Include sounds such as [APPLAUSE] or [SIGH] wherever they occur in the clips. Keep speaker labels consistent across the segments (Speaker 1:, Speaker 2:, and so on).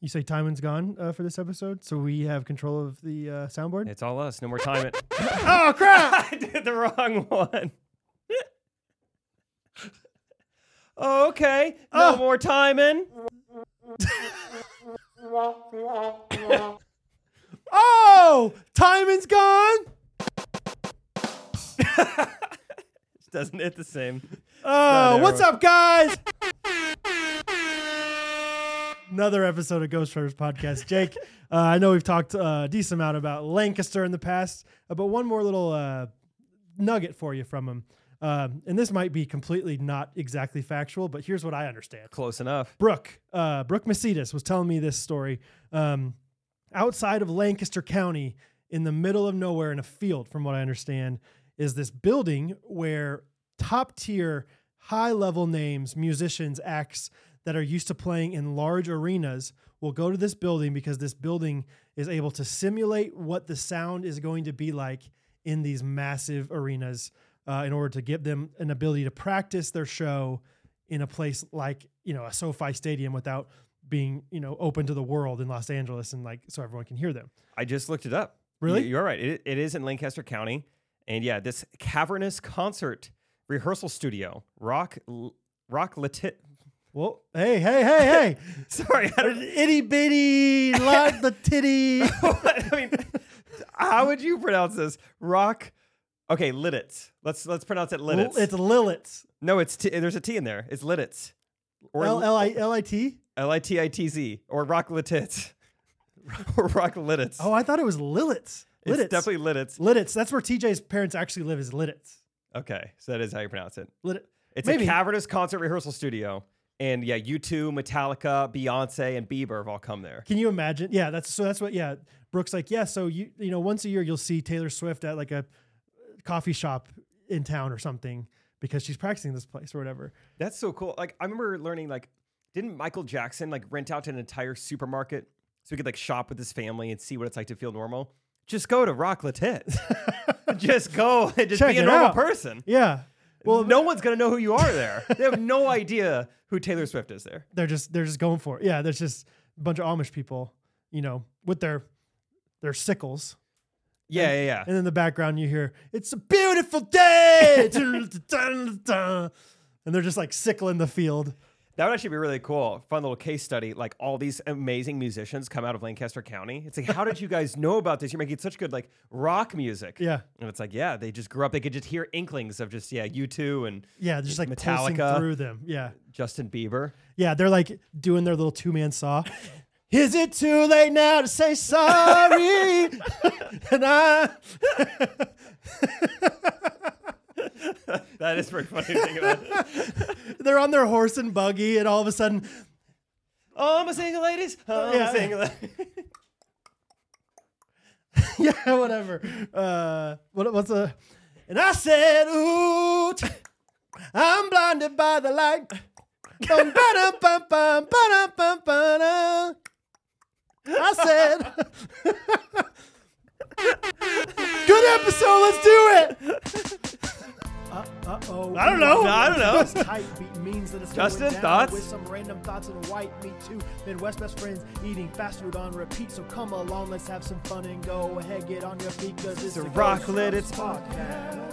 Speaker 1: you say Timon's gone uh, for this episode, so we have control of the uh, soundboard.
Speaker 2: It's all us. No more time it.
Speaker 1: [LAUGHS] oh crap!
Speaker 2: I did the wrong one. oh, okay. No
Speaker 1: Oh.
Speaker 2: more timing.
Speaker 1: Oh, Timon's gone.
Speaker 2: It doesn't hit the same.
Speaker 1: Oh,
Speaker 2: there
Speaker 1: what's
Speaker 2: we-
Speaker 1: up, guys? Another episode of Ghost Runners Podcast. Jake, uh, I know we've talked uh, a decent amount about Lancaster in the past, uh, but one more little uh, nugget for you from him. Um, and this might be completely not exactly factual, but here's what I understand.
Speaker 2: Close enough.
Speaker 1: Brooke, uh, Brooke Macedas was telling me this story. Um, outside of Lancaster County, in the middle of nowhere in a field, from what I understand, is this building where top tier, high level names, musicians, acts that are used to playing in large arenas will go to this building because this building is able to simulate what the sound is going to be like in these massive arenas uh, in order to give them an ability to practice their show in a place like you know a SoFi Stadium without being you know open to the world in Los Angeles and like so everyone can hear them.
Speaker 2: I just looked it up.
Speaker 1: Really?
Speaker 2: You- You're right. It, it is in Lancaster County. And yeah, this cavernous concert rehearsal studio, Rock L- Rock Latit.
Speaker 1: Well, hey, hey, hey,
Speaker 2: [LAUGHS] Sorry,
Speaker 1: [LAUGHS]
Speaker 2: I don't,
Speaker 1: hey, itty bitty, love the titty.
Speaker 2: I mean, how would you pronounce this? Rock. Okay, Lidditz. Let's let's pronounce it Lidditz.
Speaker 1: It's Lilith.
Speaker 2: no, it's t- there's a T in there. It's Lidditz. Or
Speaker 1: L L I L I T.
Speaker 2: L I T I T Z or Rock Littitz. [LAUGHS] or Rock Littitz.
Speaker 1: Oh, I thought it was Lilith.
Speaker 2: it's
Speaker 1: Lidditz.
Speaker 2: definitely Littitz.
Speaker 1: Lidditz. That's where TJ's parents actually live. Is Lidditz.
Speaker 2: Okay, so that is how you pronounce it.
Speaker 1: Lidditz.
Speaker 2: It's
Speaker 1: Maybe.
Speaker 2: a cavernous concert rehearsal studio. And yeah, U2, Metallica, Beyonce, and Bieber have all come there.
Speaker 1: Can you imagine? Yeah, that's so. That's what. Yeah, Brooks like yeah. So you you know once a year you'll see Taylor Swift at like a coffee shop in town or something because she's practicing this place or whatever.
Speaker 2: That's so cool. Like I remember learning like didn't Michael Jackson like rent out an entire supermarket so he could like shop with his family and see what it's like to feel normal? Just go to Rock Littitz. [LAUGHS] just go and just
Speaker 1: Check
Speaker 2: be a
Speaker 1: it
Speaker 2: normal
Speaker 1: out.
Speaker 2: person.
Speaker 1: Yeah. Well,
Speaker 2: Well, no one's gonna know who you are there. they
Speaker 1: [LAUGHS]
Speaker 2: have no idea who Taylor Swift is there.
Speaker 1: they're just they're just going for it. Yeah, there's just a bunch of Amish people, you know, with their their sickles.
Speaker 2: Yeah, yeah, yeah.
Speaker 1: And in the background you hear, "It's a beautiful day." and they're just like sickling the field.
Speaker 2: That would actually be really cool. Fun little case study. Like all these amazing musicians come out of Lancaster County. It's like, how did you guys know about this? You're making such good like rock music.
Speaker 1: Yeah.
Speaker 2: And it's like, yeah, they just grew up. They could just hear inklings of just, yeah, you two and
Speaker 1: Yeah, just like pulsing
Speaker 2: Metallica.
Speaker 1: through them. Yeah.
Speaker 2: Justin
Speaker 1: [LAUGHS]
Speaker 2: Bieber.
Speaker 1: Yeah, they're like doing their little two man saw. Is it too late now to say sorry? [LAUGHS] and I,
Speaker 2: That is pretty funny to think about.
Speaker 1: they're on their horse and buggy, and all of a sudden,
Speaker 2: Oh, I'm a single ladies. Oh, I'm
Speaker 1: Yeah.
Speaker 2: a single la- [LAUGHS]
Speaker 1: [LAUGHS] yeah, whatever. Uh, what, what's a? And I said, "Ooh, t- I'm blinded by the light." Bum, ba-dum, bum, bum, ba-dum, bum, ba-dum. I said, [LAUGHS] "Good episode. Let's do it." Uh oh.
Speaker 2: I don't know. No, I don't
Speaker 1: [LAUGHS]
Speaker 2: know.
Speaker 1: Tight beat means that it's
Speaker 2: Justin,
Speaker 1: going down
Speaker 2: thoughts?
Speaker 1: with some random thoughts and white meat too. Midwest best friends eating fast food on repeat. So come along, let's have some fun and go ahead, get on your feet, cause it's
Speaker 2: a
Speaker 1: a
Speaker 2: rock
Speaker 1: Ghost
Speaker 2: lit,
Speaker 1: Runners
Speaker 2: it's-
Speaker 1: podcast.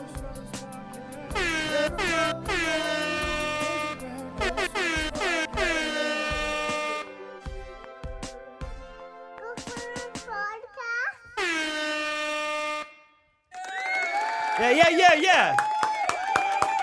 Speaker 2: Yeah, yeah, yeah, yeah.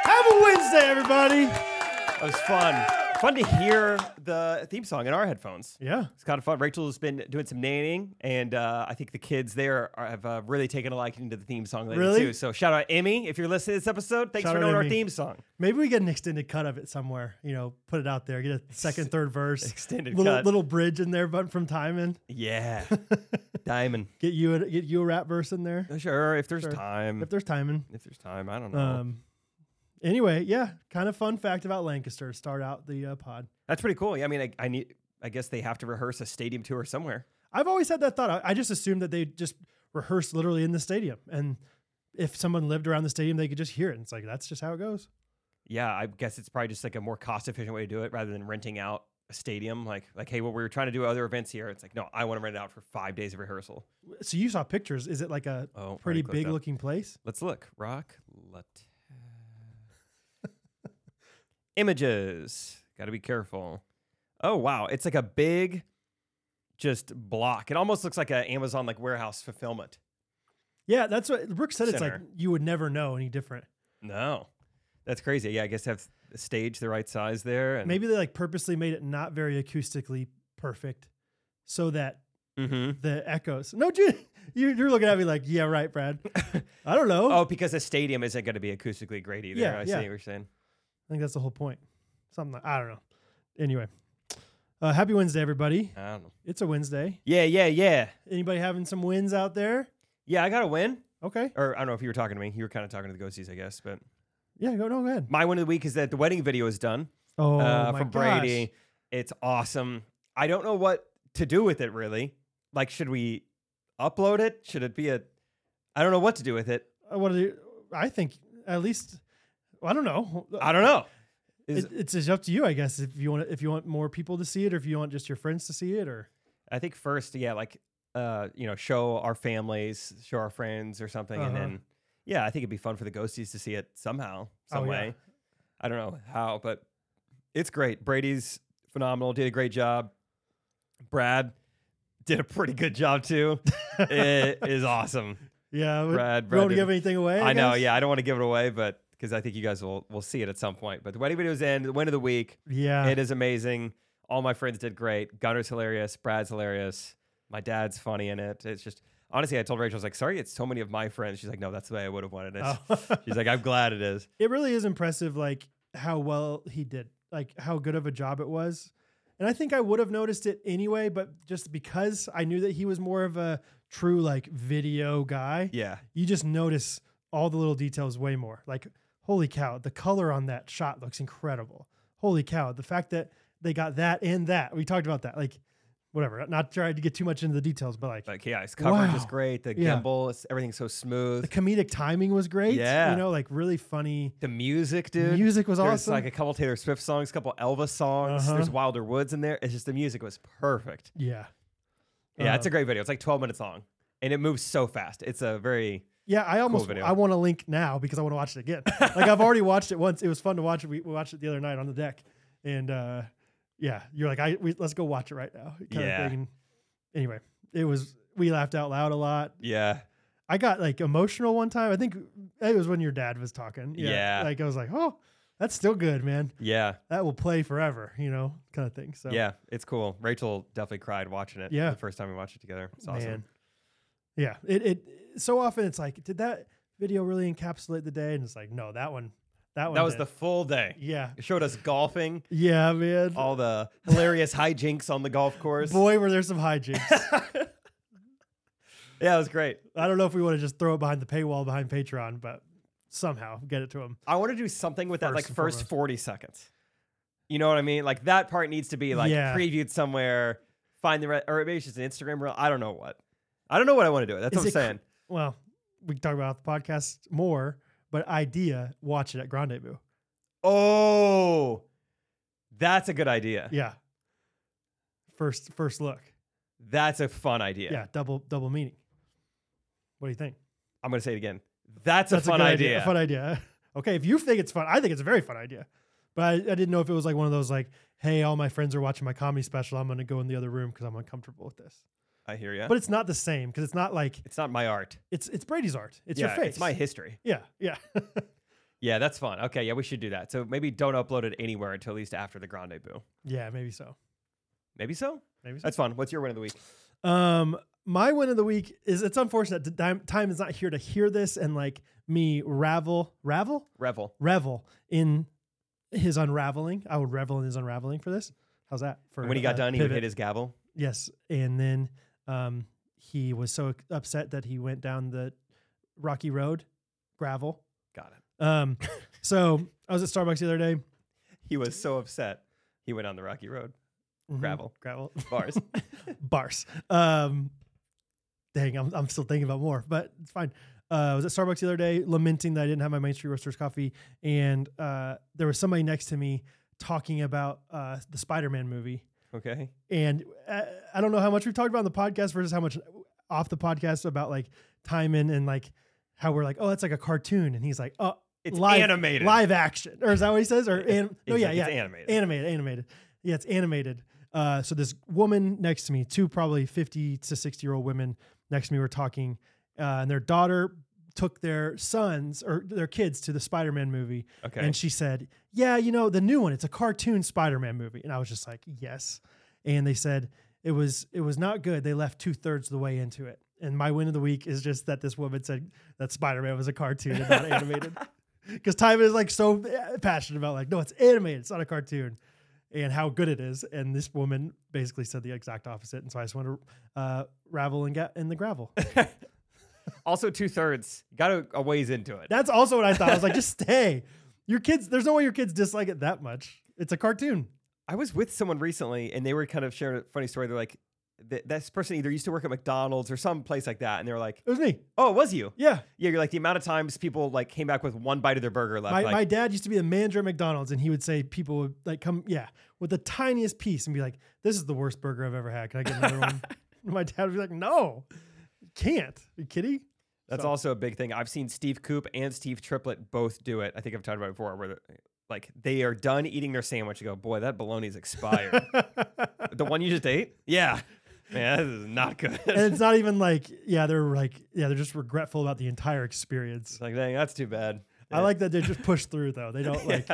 Speaker 1: Have a Wednesday, everybody.
Speaker 2: That was fun. Fun to hear the theme song in our headphones.
Speaker 1: Yeah.
Speaker 2: It's kind of fun. Rachel's been doing some nannying, and uh, I think the kids there are, have uh, really taken a liking to the theme song lately
Speaker 1: Really?
Speaker 2: too. So shout out Emmy if you're listening to this episode. Thanks
Speaker 1: Shout
Speaker 2: for
Speaker 1: out
Speaker 2: knowing our
Speaker 1: Emmy.
Speaker 2: theme song.
Speaker 1: Maybe we get an extended cut of it somewhere. You know, put it out there, get a second, third verse,
Speaker 2: Extended
Speaker 1: little
Speaker 2: cut.
Speaker 1: little bridge in there, but from time and [LAUGHS]
Speaker 2: Yeah, Diamond.
Speaker 1: get you a, get you a rap verse in there
Speaker 2: Sure, if there's
Speaker 1: Sure.
Speaker 2: time.
Speaker 1: if
Speaker 2: If,
Speaker 1: there's timing.
Speaker 2: there's time, I don't know.
Speaker 1: Um. Anyway, yeah, kind of fun fact about Lancaster. to Start out the uh, pod.
Speaker 2: That's pretty cool. Yeah, I mean, I, I need. I guess they have to rehearse a stadium tour somewhere.
Speaker 1: I've always had that thought. I, I just assumed that they just rehearsed literally in the stadium, and if someone lived around the stadium, they could just hear it. And it's like that's just how it goes.
Speaker 2: Yeah, I guess it's probably just like a more cost efficient way to do it rather than renting out a stadium. Like like hey, well we were trying to do other events here. It's like no, I want to rent it out for five days of rehearsal.
Speaker 1: So you saw pictures. Is it like a
Speaker 2: Oh, already
Speaker 1: pretty
Speaker 2: clicked
Speaker 1: big
Speaker 2: up.
Speaker 1: looking place?
Speaker 2: Let's look. Rock Lat. Images. Got to be careful. Oh wow, it's like a big, just block. It almost looks like an Amazon like warehouse fulfillment.
Speaker 1: Yeah, that's what Brooks said. It's
Speaker 2: Center.
Speaker 1: like you would never know any different.
Speaker 2: No, that's crazy. Yeah, I guess have the stage the right size there. And
Speaker 1: Maybe they like purposely made it not very acoustically perfect, so that
Speaker 2: Mhm.
Speaker 1: the echoes. No, you [LAUGHS] you- you're looking at me like, yeah, right,
Speaker 2: [LAUGHS]
Speaker 1: Brad. I don't know.
Speaker 2: Oh, because a stadium isn't going to be acoustically great either.
Speaker 1: Yeah,
Speaker 2: I see
Speaker 1: yeah.
Speaker 2: what you're saying.
Speaker 1: I think that's the whole point. Something like, I don't know. Anyway, uh, happy Wednesday, everybody.
Speaker 2: I don't know.
Speaker 1: It's a Wednesday.
Speaker 2: Yeah, yeah, yeah,
Speaker 1: Anybody having some wins out there?
Speaker 2: yeah. I got a win,
Speaker 1: Okay.
Speaker 2: or I don't know if you were talking to me. You were kind of talking to the ghosties, I guess. But
Speaker 1: Yeah, go no, go ahead.
Speaker 2: my win of the week is that the wedding video is done.
Speaker 1: Oh
Speaker 2: uh,
Speaker 1: my
Speaker 2: from
Speaker 1: gosh.
Speaker 2: Brady. It's awesome. I don't know what to do with it really. Like, should we upload it? Should it be a? I don't know what to do with it.
Speaker 1: Uh, What do you- I think at least I don't know.
Speaker 2: I don't know. Is,
Speaker 1: It, it's just up to you, I guess. If you want, if you want more people to see it, or if you want just your friends to see it, or
Speaker 2: I think first, yeah, like uh, you know, show our families, show our friends, or something, and
Speaker 1: Uh-huh.
Speaker 2: then yeah, I think it'd be fun for the ghosties to see it somehow, some
Speaker 1: Oh, yeah.
Speaker 2: way. I don't know how, but it's great. Brady's phenomenal. Did a great job. Brad did a pretty good job
Speaker 1: [LAUGHS]
Speaker 2: too. it is awesome.
Speaker 1: yeah, we-
Speaker 2: Brad-
Speaker 1: we
Speaker 2: Brad
Speaker 1: don't
Speaker 2: did-
Speaker 1: give anything away. I,
Speaker 2: I know.
Speaker 1: guess?
Speaker 2: Yeah, I don't want to give it away, but because I think you guys will will see it at some point. But the wedding video's in. The win of the week.
Speaker 1: yeah.
Speaker 2: it is amazing. All my friends did great. Gunner's hilarious. Brad's hilarious. My dad's funny in it. It's just honestly, I told Rachel, I was like, sorry, it's so many of my friends. She's like, no, that's the way I would have wanted it.
Speaker 1: Oh. [LAUGHS]
Speaker 2: She's like, I'm glad it is.
Speaker 1: it really is impressive, like how well he did, like how good of a job it was. And I think I would have noticed it anyway, but just because I knew that he was more of a true like video guy,
Speaker 2: Yeah.
Speaker 1: you just notice all the little details way more. Like, holy cow, the color on that shot looks incredible. Holy cow, the fact that they got that and that. We talked about that. Like, whatever. Not trying to get too much into the details, but like,
Speaker 2: Like, yeah, his coverage is
Speaker 1: Wow.
Speaker 2: great. The
Speaker 1: Yeah.
Speaker 2: gimbal, it's, everything's so smooth.
Speaker 1: the comedic timing was great.
Speaker 2: Yeah.
Speaker 1: You know, like really funny.
Speaker 2: The music, dude.
Speaker 1: Music was
Speaker 2: There's
Speaker 1: awesome.
Speaker 2: like a couple Taylor Swift songs, a couple Elvis songs.
Speaker 1: Uh-huh.
Speaker 2: There's Wilder Woods in there. It's just the music was perfect.
Speaker 1: yeah.
Speaker 2: Yeah, it's
Speaker 1: Uh,
Speaker 2: a great video. It's like 12 minutes long and it moves so fast. It's a very,
Speaker 1: Yeah, I almost
Speaker 2: video.
Speaker 1: I want to link now because I want to watch it again. like I've already watched it once. It was fun to watch it. We we watched it the other night on the deck, and uh, yeah, you're like, I we, let's go watch it right now. kind of
Speaker 2: Yeah.
Speaker 1: thing. Anyway, it was we laughed out loud a lot.
Speaker 2: yeah.
Speaker 1: I got like emotional one time. I think it was when your dad was talking.
Speaker 2: Yeah.
Speaker 1: like I was like, oh, that's still good, man.
Speaker 2: Yeah.
Speaker 1: That will play forever, you know, kind of thing. So
Speaker 2: Yeah. It's cool. Rachel definitely cried watching it.
Speaker 1: Yeah.
Speaker 2: The first time we watched it together. It's awesome.
Speaker 1: Man. Yeah. It, it so often it's like, did that video really encapsulate the day? And it's like, no, that one, that one.
Speaker 2: That was
Speaker 1: did.
Speaker 2: the full day.
Speaker 1: yeah,
Speaker 2: It showed us
Speaker 1: [LAUGHS]
Speaker 2: golfing,
Speaker 1: yeah, man.
Speaker 2: all the hilarious hijinks on the golf course.
Speaker 1: Boy, were there some
Speaker 2: [LAUGHS]
Speaker 1: hijinks.
Speaker 2: Yeah, it was great.
Speaker 1: I don't know if we want to just throw it behind the paywall behind Patreon, but somehow get it to them.
Speaker 2: I want to do something with that,
Speaker 1: First
Speaker 2: like
Speaker 1: and
Speaker 2: first
Speaker 1: foremost.
Speaker 2: 40 seconds. You know what I mean? Like that part needs to be like
Speaker 1: Yeah.
Speaker 2: previewed somewhere. Find the, re- or maybe it's just an Instagram reel. I don't know what. I don't know what I want to do.
Speaker 1: Is
Speaker 2: That's what I'm
Speaker 1: it cr-
Speaker 2: saying.
Speaker 1: Well, we can talk about the podcast more, but idea, watch it at Grande Boo.
Speaker 2: Oh, that's a good idea.
Speaker 1: Yeah. First, first look.
Speaker 2: That's a fun idea.
Speaker 1: Yeah. double, double meaning. What do you think?
Speaker 2: I'm going to say it again. That's, a fun
Speaker 1: good
Speaker 2: idea.
Speaker 1: Fun idea. [LAUGHS] Okay, if you think it's fun, I think it's a very fun idea. But I, I didn't know if it was like one of those like, hey, all my friends are watching my comedy special. I'm going to go in the other room because I'm uncomfortable with this.
Speaker 2: I hear you.
Speaker 1: But it's not the same because it's not like
Speaker 2: it's not my art.
Speaker 1: it's it's Brady's art. It's
Speaker 2: yeah,
Speaker 1: your face.
Speaker 2: It's my history.
Speaker 1: yeah, yeah, [LAUGHS]
Speaker 2: Yeah, that's fun. Okay, yeah, we should do that. So maybe don't upload it anywhere until at least after the Grande Boo.
Speaker 1: yeah. Maybe so.
Speaker 2: Maybe so.
Speaker 1: Maybe so.
Speaker 2: That's fun. What's your win of the week?
Speaker 1: Um, my win of the week is it's unfortunate that time, time is not here to hear this and like me ravel ravel
Speaker 2: Revel.
Speaker 1: revel in his unraveling. I would revel in his unraveling for this. How's that? For
Speaker 2: When he got
Speaker 1: uh,
Speaker 2: done, he would
Speaker 1: pivot?
Speaker 2: hit his gavel.
Speaker 1: Yes, and then um, he was so upset that he went down the rocky road, gravel.
Speaker 2: Got it.
Speaker 1: Um, [LAUGHS] so I was at Starbucks the other day.
Speaker 2: He was so upset. He went on the rocky road.
Speaker 1: Mhm,
Speaker 2: Gravel.
Speaker 1: gravel, [LAUGHS]
Speaker 2: Bars.
Speaker 1: bars. Um, dang, I'm I'm still thinking about more, but it's fine. Uh, I was at Starbucks the other day, lamenting that I didn't have my Main Street Roasters coffee, and uh, there was somebody next to me talking about uh, the Spider-Man movie,
Speaker 2: Okay.
Speaker 1: and uh, I don't know how much we've talked about on the podcast versus how much off the podcast about like time in and like how we're like, oh, that's like a cartoon, and he's like, oh,
Speaker 2: It's
Speaker 1: live,
Speaker 2: animated.
Speaker 1: live action, or is that what he says? Or an- no,
Speaker 2: It's-
Speaker 1: yeah,
Speaker 2: it's
Speaker 1: yeah,
Speaker 2: animated.
Speaker 1: animated, animated. Yeah, it's animated. Uh, so this woman next to me, two probably fifty to sixty year old women next to me, were talking, uh, and their daughter took their sons or their kids to the Spider Man movie,
Speaker 2: Okay.
Speaker 1: and she said, "Yeah, you know the new one. It's a cartoon Spider Man movie." And I was just like, "Yes," and they said it was it was not good. They left two thirds of the way into it. And my win of the week is just that this woman said that Spider Man was a cartoon and not animated. because Time is like so eh, passionate about like no, it's animated, it's not a cartoon, and how good it is. And this woman basically said the exact opposite, and so I just want to uh, ravel and get in the gravel.
Speaker 2: also two thirds. Got a, a ways into it.
Speaker 1: That's also what I thought. I was like, just stay. Your kids, there's no way your kids dislike it that much. It's a cartoon.
Speaker 2: I was with someone recently, and they were kind of sharing a funny story. They're like, th- this person either used to work at McDonald's or some place like that, and they were like,
Speaker 1: It was me.
Speaker 2: "Oh, it was you."
Speaker 1: Yeah,
Speaker 2: Yeah, you're like the amount of times people like came back with one bite of their burger left.
Speaker 1: my,
Speaker 2: like,
Speaker 1: my dad used to be the manager at McDonald's, and he would say people would like come, yeah, with the tiniest piece, and be like, "This is the worst burger I've ever had. Can I get
Speaker 2: [LAUGHS]
Speaker 1: another one?" And my dad would be like, "No, you can't. you kidding?"
Speaker 2: That's
Speaker 1: So-
Speaker 2: also a big thing. I've seen Steve Coop and Steve Triplett both do it. I think I've talked about it before, where they're- like they are done eating their sandwich and go, boy, that
Speaker 1: [LAUGHS]
Speaker 2: bologna's expired. the one you just ate? Yeah. Man, this is not good.
Speaker 1: [LAUGHS] and it's not even like, yeah, they're like, yeah, they're just regretful about the entire experience.
Speaker 2: it's like, dang, that's too bad.
Speaker 1: I like that they just push through though. They don't like.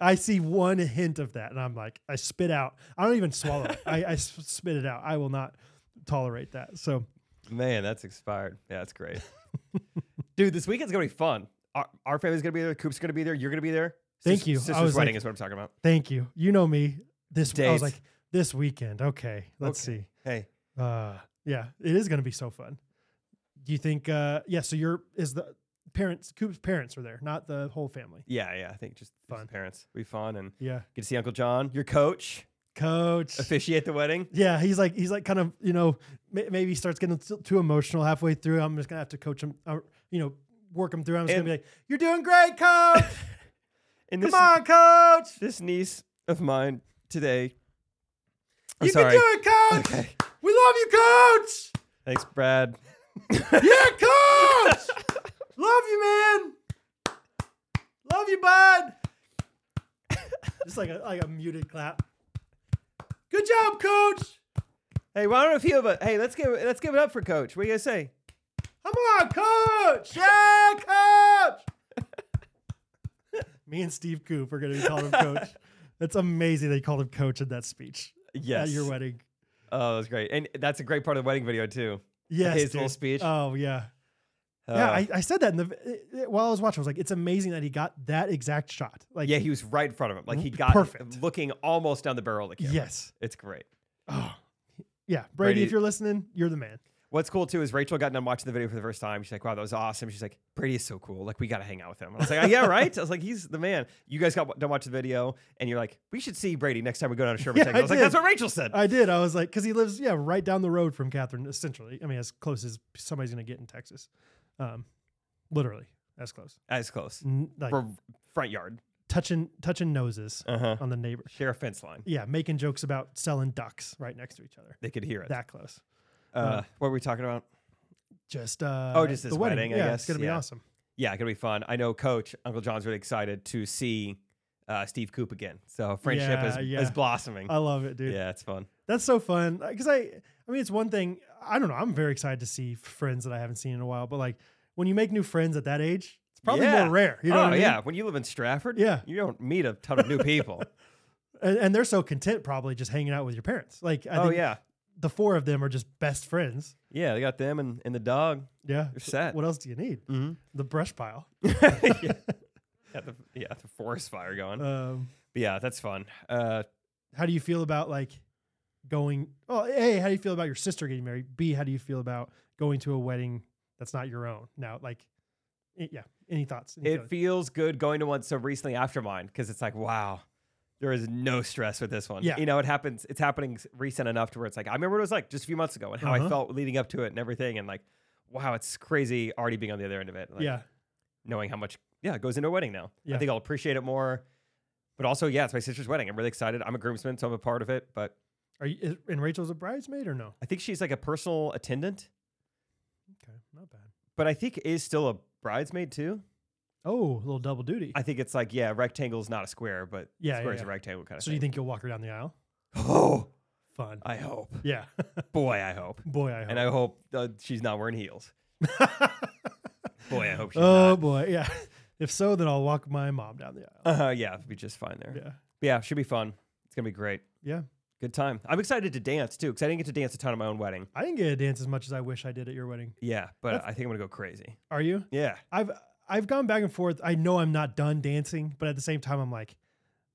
Speaker 1: I see one hint of that, and I'm like, I spit out. I don't even swallow it. I, I s- spit it out. I will not tolerate that. So
Speaker 2: Man, that's expired. Yeah, that's great.
Speaker 1: [LAUGHS]
Speaker 2: Dude, this weekend's going to be fun. Our, our family's going to be there. Coop's going to be there. You're going to be there.
Speaker 1: Thank
Speaker 2: Sis-
Speaker 1: you. I
Speaker 2: Sister's
Speaker 1: was
Speaker 2: wedding
Speaker 1: like-
Speaker 2: is what I'm talking about.
Speaker 1: thank you. You know me. This I was
Speaker 2: Days.
Speaker 1: like this weekend. Okay, let's
Speaker 2: Okay. Hey,
Speaker 1: see. Uh, yeah, it is going to be so fun. Do you think? Uh, yeah. So your is the parents. Coop's parents are there, not the whole family.
Speaker 2: yeah, yeah. I think just just
Speaker 1: Fun.
Speaker 2: the parents. Be fun and
Speaker 1: Yeah,
Speaker 2: get to see Uncle John, your coach,
Speaker 1: coach.
Speaker 2: officiate the wedding.
Speaker 1: Yeah, he's like he's like kind of you know ma- maybe he starts getting t- too emotional halfway through. I'm just gonna have to coach him, uh, you know, work him through. I'm just
Speaker 2: And-
Speaker 1: gonna be like, "You're doing great, coach.
Speaker 2: And
Speaker 1: Come
Speaker 2: this,
Speaker 1: on, coach.
Speaker 2: this niece of mine today. I'm
Speaker 1: You
Speaker 2: sorry.
Speaker 1: can do it, coach.
Speaker 2: Okay.
Speaker 1: We love you, coach.
Speaker 2: Thanks, Brad.
Speaker 1: Yeah, coach.
Speaker 2: [LAUGHS]
Speaker 1: love you, man. Love you, bud. just like a like a muted clap. Good job, coach.
Speaker 2: Hey, well, I don't know if you, but hey, let's give let's give it up for Coach. What do you guys say?
Speaker 1: Come on, coach! Yeah, coach! [LAUGHS] Me and Steve Coop are going to be calling him
Speaker 2: [LAUGHS]
Speaker 1: coach. That's amazing they called him coach in that speech at
Speaker 2: Yes.
Speaker 1: your wedding.
Speaker 2: Oh, that's great, and that's a great part of the wedding video too.
Speaker 1: Yes,
Speaker 2: His little
Speaker 1: dude.
Speaker 2: speech. Uh,
Speaker 1: Oh yeah, yeah. I, I said that in the while I was watching. I was like, it's amazing that he got that exact shot. Like,
Speaker 2: yeah, he was right in front of him. Like he got it,
Speaker 1: Perfect.
Speaker 2: looking almost down the barrel of the camera.
Speaker 1: yes,
Speaker 2: It's great.
Speaker 1: oh, yeah. Brady,
Speaker 2: Brady-
Speaker 1: if you're listening, you're the man.
Speaker 2: What's cool too is Rachel got done watching the video for the first time. She's like, "Wow, that was awesome." She's like, "Brady is so cool. Like, we got to hang out with him." I was like,
Speaker 1: [LAUGHS]
Speaker 2: "Oh, "Yeah, right." I was like, "He's the man." You guys got done watching the video, and you're like, "We should see Brady next time we go down to Sherman."
Speaker 1: Yeah,
Speaker 2: Tank." I
Speaker 1: I
Speaker 2: was like,
Speaker 1: did. Uh,
Speaker 2: "That's what Rachel said."
Speaker 1: I did. I was like, because he lives, yeah, right down the road from Catherine, essentially. I mean, as close as somebody's gonna get in Texas, um, literally as close.
Speaker 2: As close.
Speaker 1: N- like
Speaker 2: We're front yard.
Speaker 1: touching touching noses
Speaker 2: Uh huh.
Speaker 1: on the neighbor.
Speaker 2: Share a fence line.
Speaker 1: Yeah, making jokes about selling ducks right next to each other.
Speaker 2: They could hear it.
Speaker 1: That close.
Speaker 2: Uh, what were we talking about?
Speaker 1: Just uh,
Speaker 2: Oh, just this
Speaker 1: the
Speaker 2: wedding, I
Speaker 1: yeah,
Speaker 2: guess,
Speaker 1: it's gonna be
Speaker 2: yeah.
Speaker 1: awesome.
Speaker 2: Yeah, gonna be fun. I know Coach Uncle John's really excited to see uh, Steve Coop again. So friendship
Speaker 1: Yeah,
Speaker 2: is,
Speaker 1: yeah.
Speaker 2: is blossoming.
Speaker 1: I love it, dude.
Speaker 2: yeah, it's fun.
Speaker 1: That's so fun. Because I, I mean, it's one thing. I don't know. I'm very excited to see friends that I haven't seen in a while. But like when you make new friends at that age, it's probably
Speaker 2: Yeah.
Speaker 1: more rare. You know?
Speaker 2: oh
Speaker 1: what I mean?
Speaker 2: yeah, when you live in Stratford,
Speaker 1: Yeah.
Speaker 2: you don't meet a ton of new people.
Speaker 1: And, and they're so content, probably just hanging out with your parents. Like, [LAUGHS] I
Speaker 2: oh
Speaker 1: think
Speaker 2: yeah,
Speaker 1: the four of them are just best friends.
Speaker 2: yeah, they got them and, and the dog.
Speaker 1: Yeah.
Speaker 2: They're set.
Speaker 1: What else do you need?
Speaker 2: Mm-hmm.
Speaker 1: The brush pile.
Speaker 2: yeah. Got the, yeah, the forest fire going.
Speaker 1: Um,
Speaker 2: but yeah, that's fun. Uh,
Speaker 1: how do you feel about like going oh a how do you feel about your sister getting married b how do you feel about going to a wedding that's not your own now like i- yeah any thoughts Any feelings?
Speaker 2: it feels good going to one so recently after mine because it's like wow there is no stress with this one
Speaker 1: Yeah.
Speaker 2: you know it happens it's happening s- recent enough to where it's like i remember what it was like just a few months ago and how i
Speaker 1: Uh-huh.
Speaker 2: felt leading up to it and everything and like wow it's crazy already being on the other end of it like,
Speaker 1: yeah
Speaker 2: knowing how much yeah it goes into a wedding now
Speaker 1: Yeah.
Speaker 2: i think i'll appreciate it more But also, yeah, it's my sister's wedding. I'm really excited. I'm a groomsman, so I'm a part of it. But
Speaker 1: Are you, is, and Rachel's a bridesmaid or no?
Speaker 2: I think she's like a personal attendant,
Speaker 1: Okay, not bad.
Speaker 2: but I think is still a bridesmaid too.
Speaker 1: Oh, a little double duty.
Speaker 2: I think it's like, yeah, rectangle's not a square, but
Speaker 1: Yeah, yeah,
Speaker 2: square's
Speaker 1: yeah.
Speaker 2: a rectangle kind of
Speaker 1: so
Speaker 2: thing.
Speaker 1: you think you'll walk her down the aisle?
Speaker 2: oh,
Speaker 1: Fun.
Speaker 2: I hope.
Speaker 1: yeah. [LAUGHS]
Speaker 2: Boy, I hope.
Speaker 1: boy, I hope.
Speaker 2: And I hope uh, she's not wearing
Speaker 1: [LAUGHS]
Speaker 2: heels. Boy, I hope she's
Speaker 1: oh
Speaker 2: not.
Speaker 1: boy, yeah. [LAUGHS] If so, then I'll walk my mom down the aisle.
Speaker 2: Uh, yeah, it'll be just fine there.
Speaker 1: Yeah,
Speaker 2: Yeah, should be fun. It's gonna be great.
Speaker 1: yeah.
Speaker 2: Good time. I'm excited to dance too, because I didn't get to dance a ton at my own wedding.
Speaker 1: I didn't get to dance as much as I wish I did at your wedding.
Speaker 2: Yeah, but
Speaker 1: That's-
Speaker 2: I think I'm gonna go crazy.
Speaker 1: Are you?
Speaker 2: Yeah,
Speaker 1: I've I've gone back and forth. I know I'm not done dancing, but at the same time, I'm like,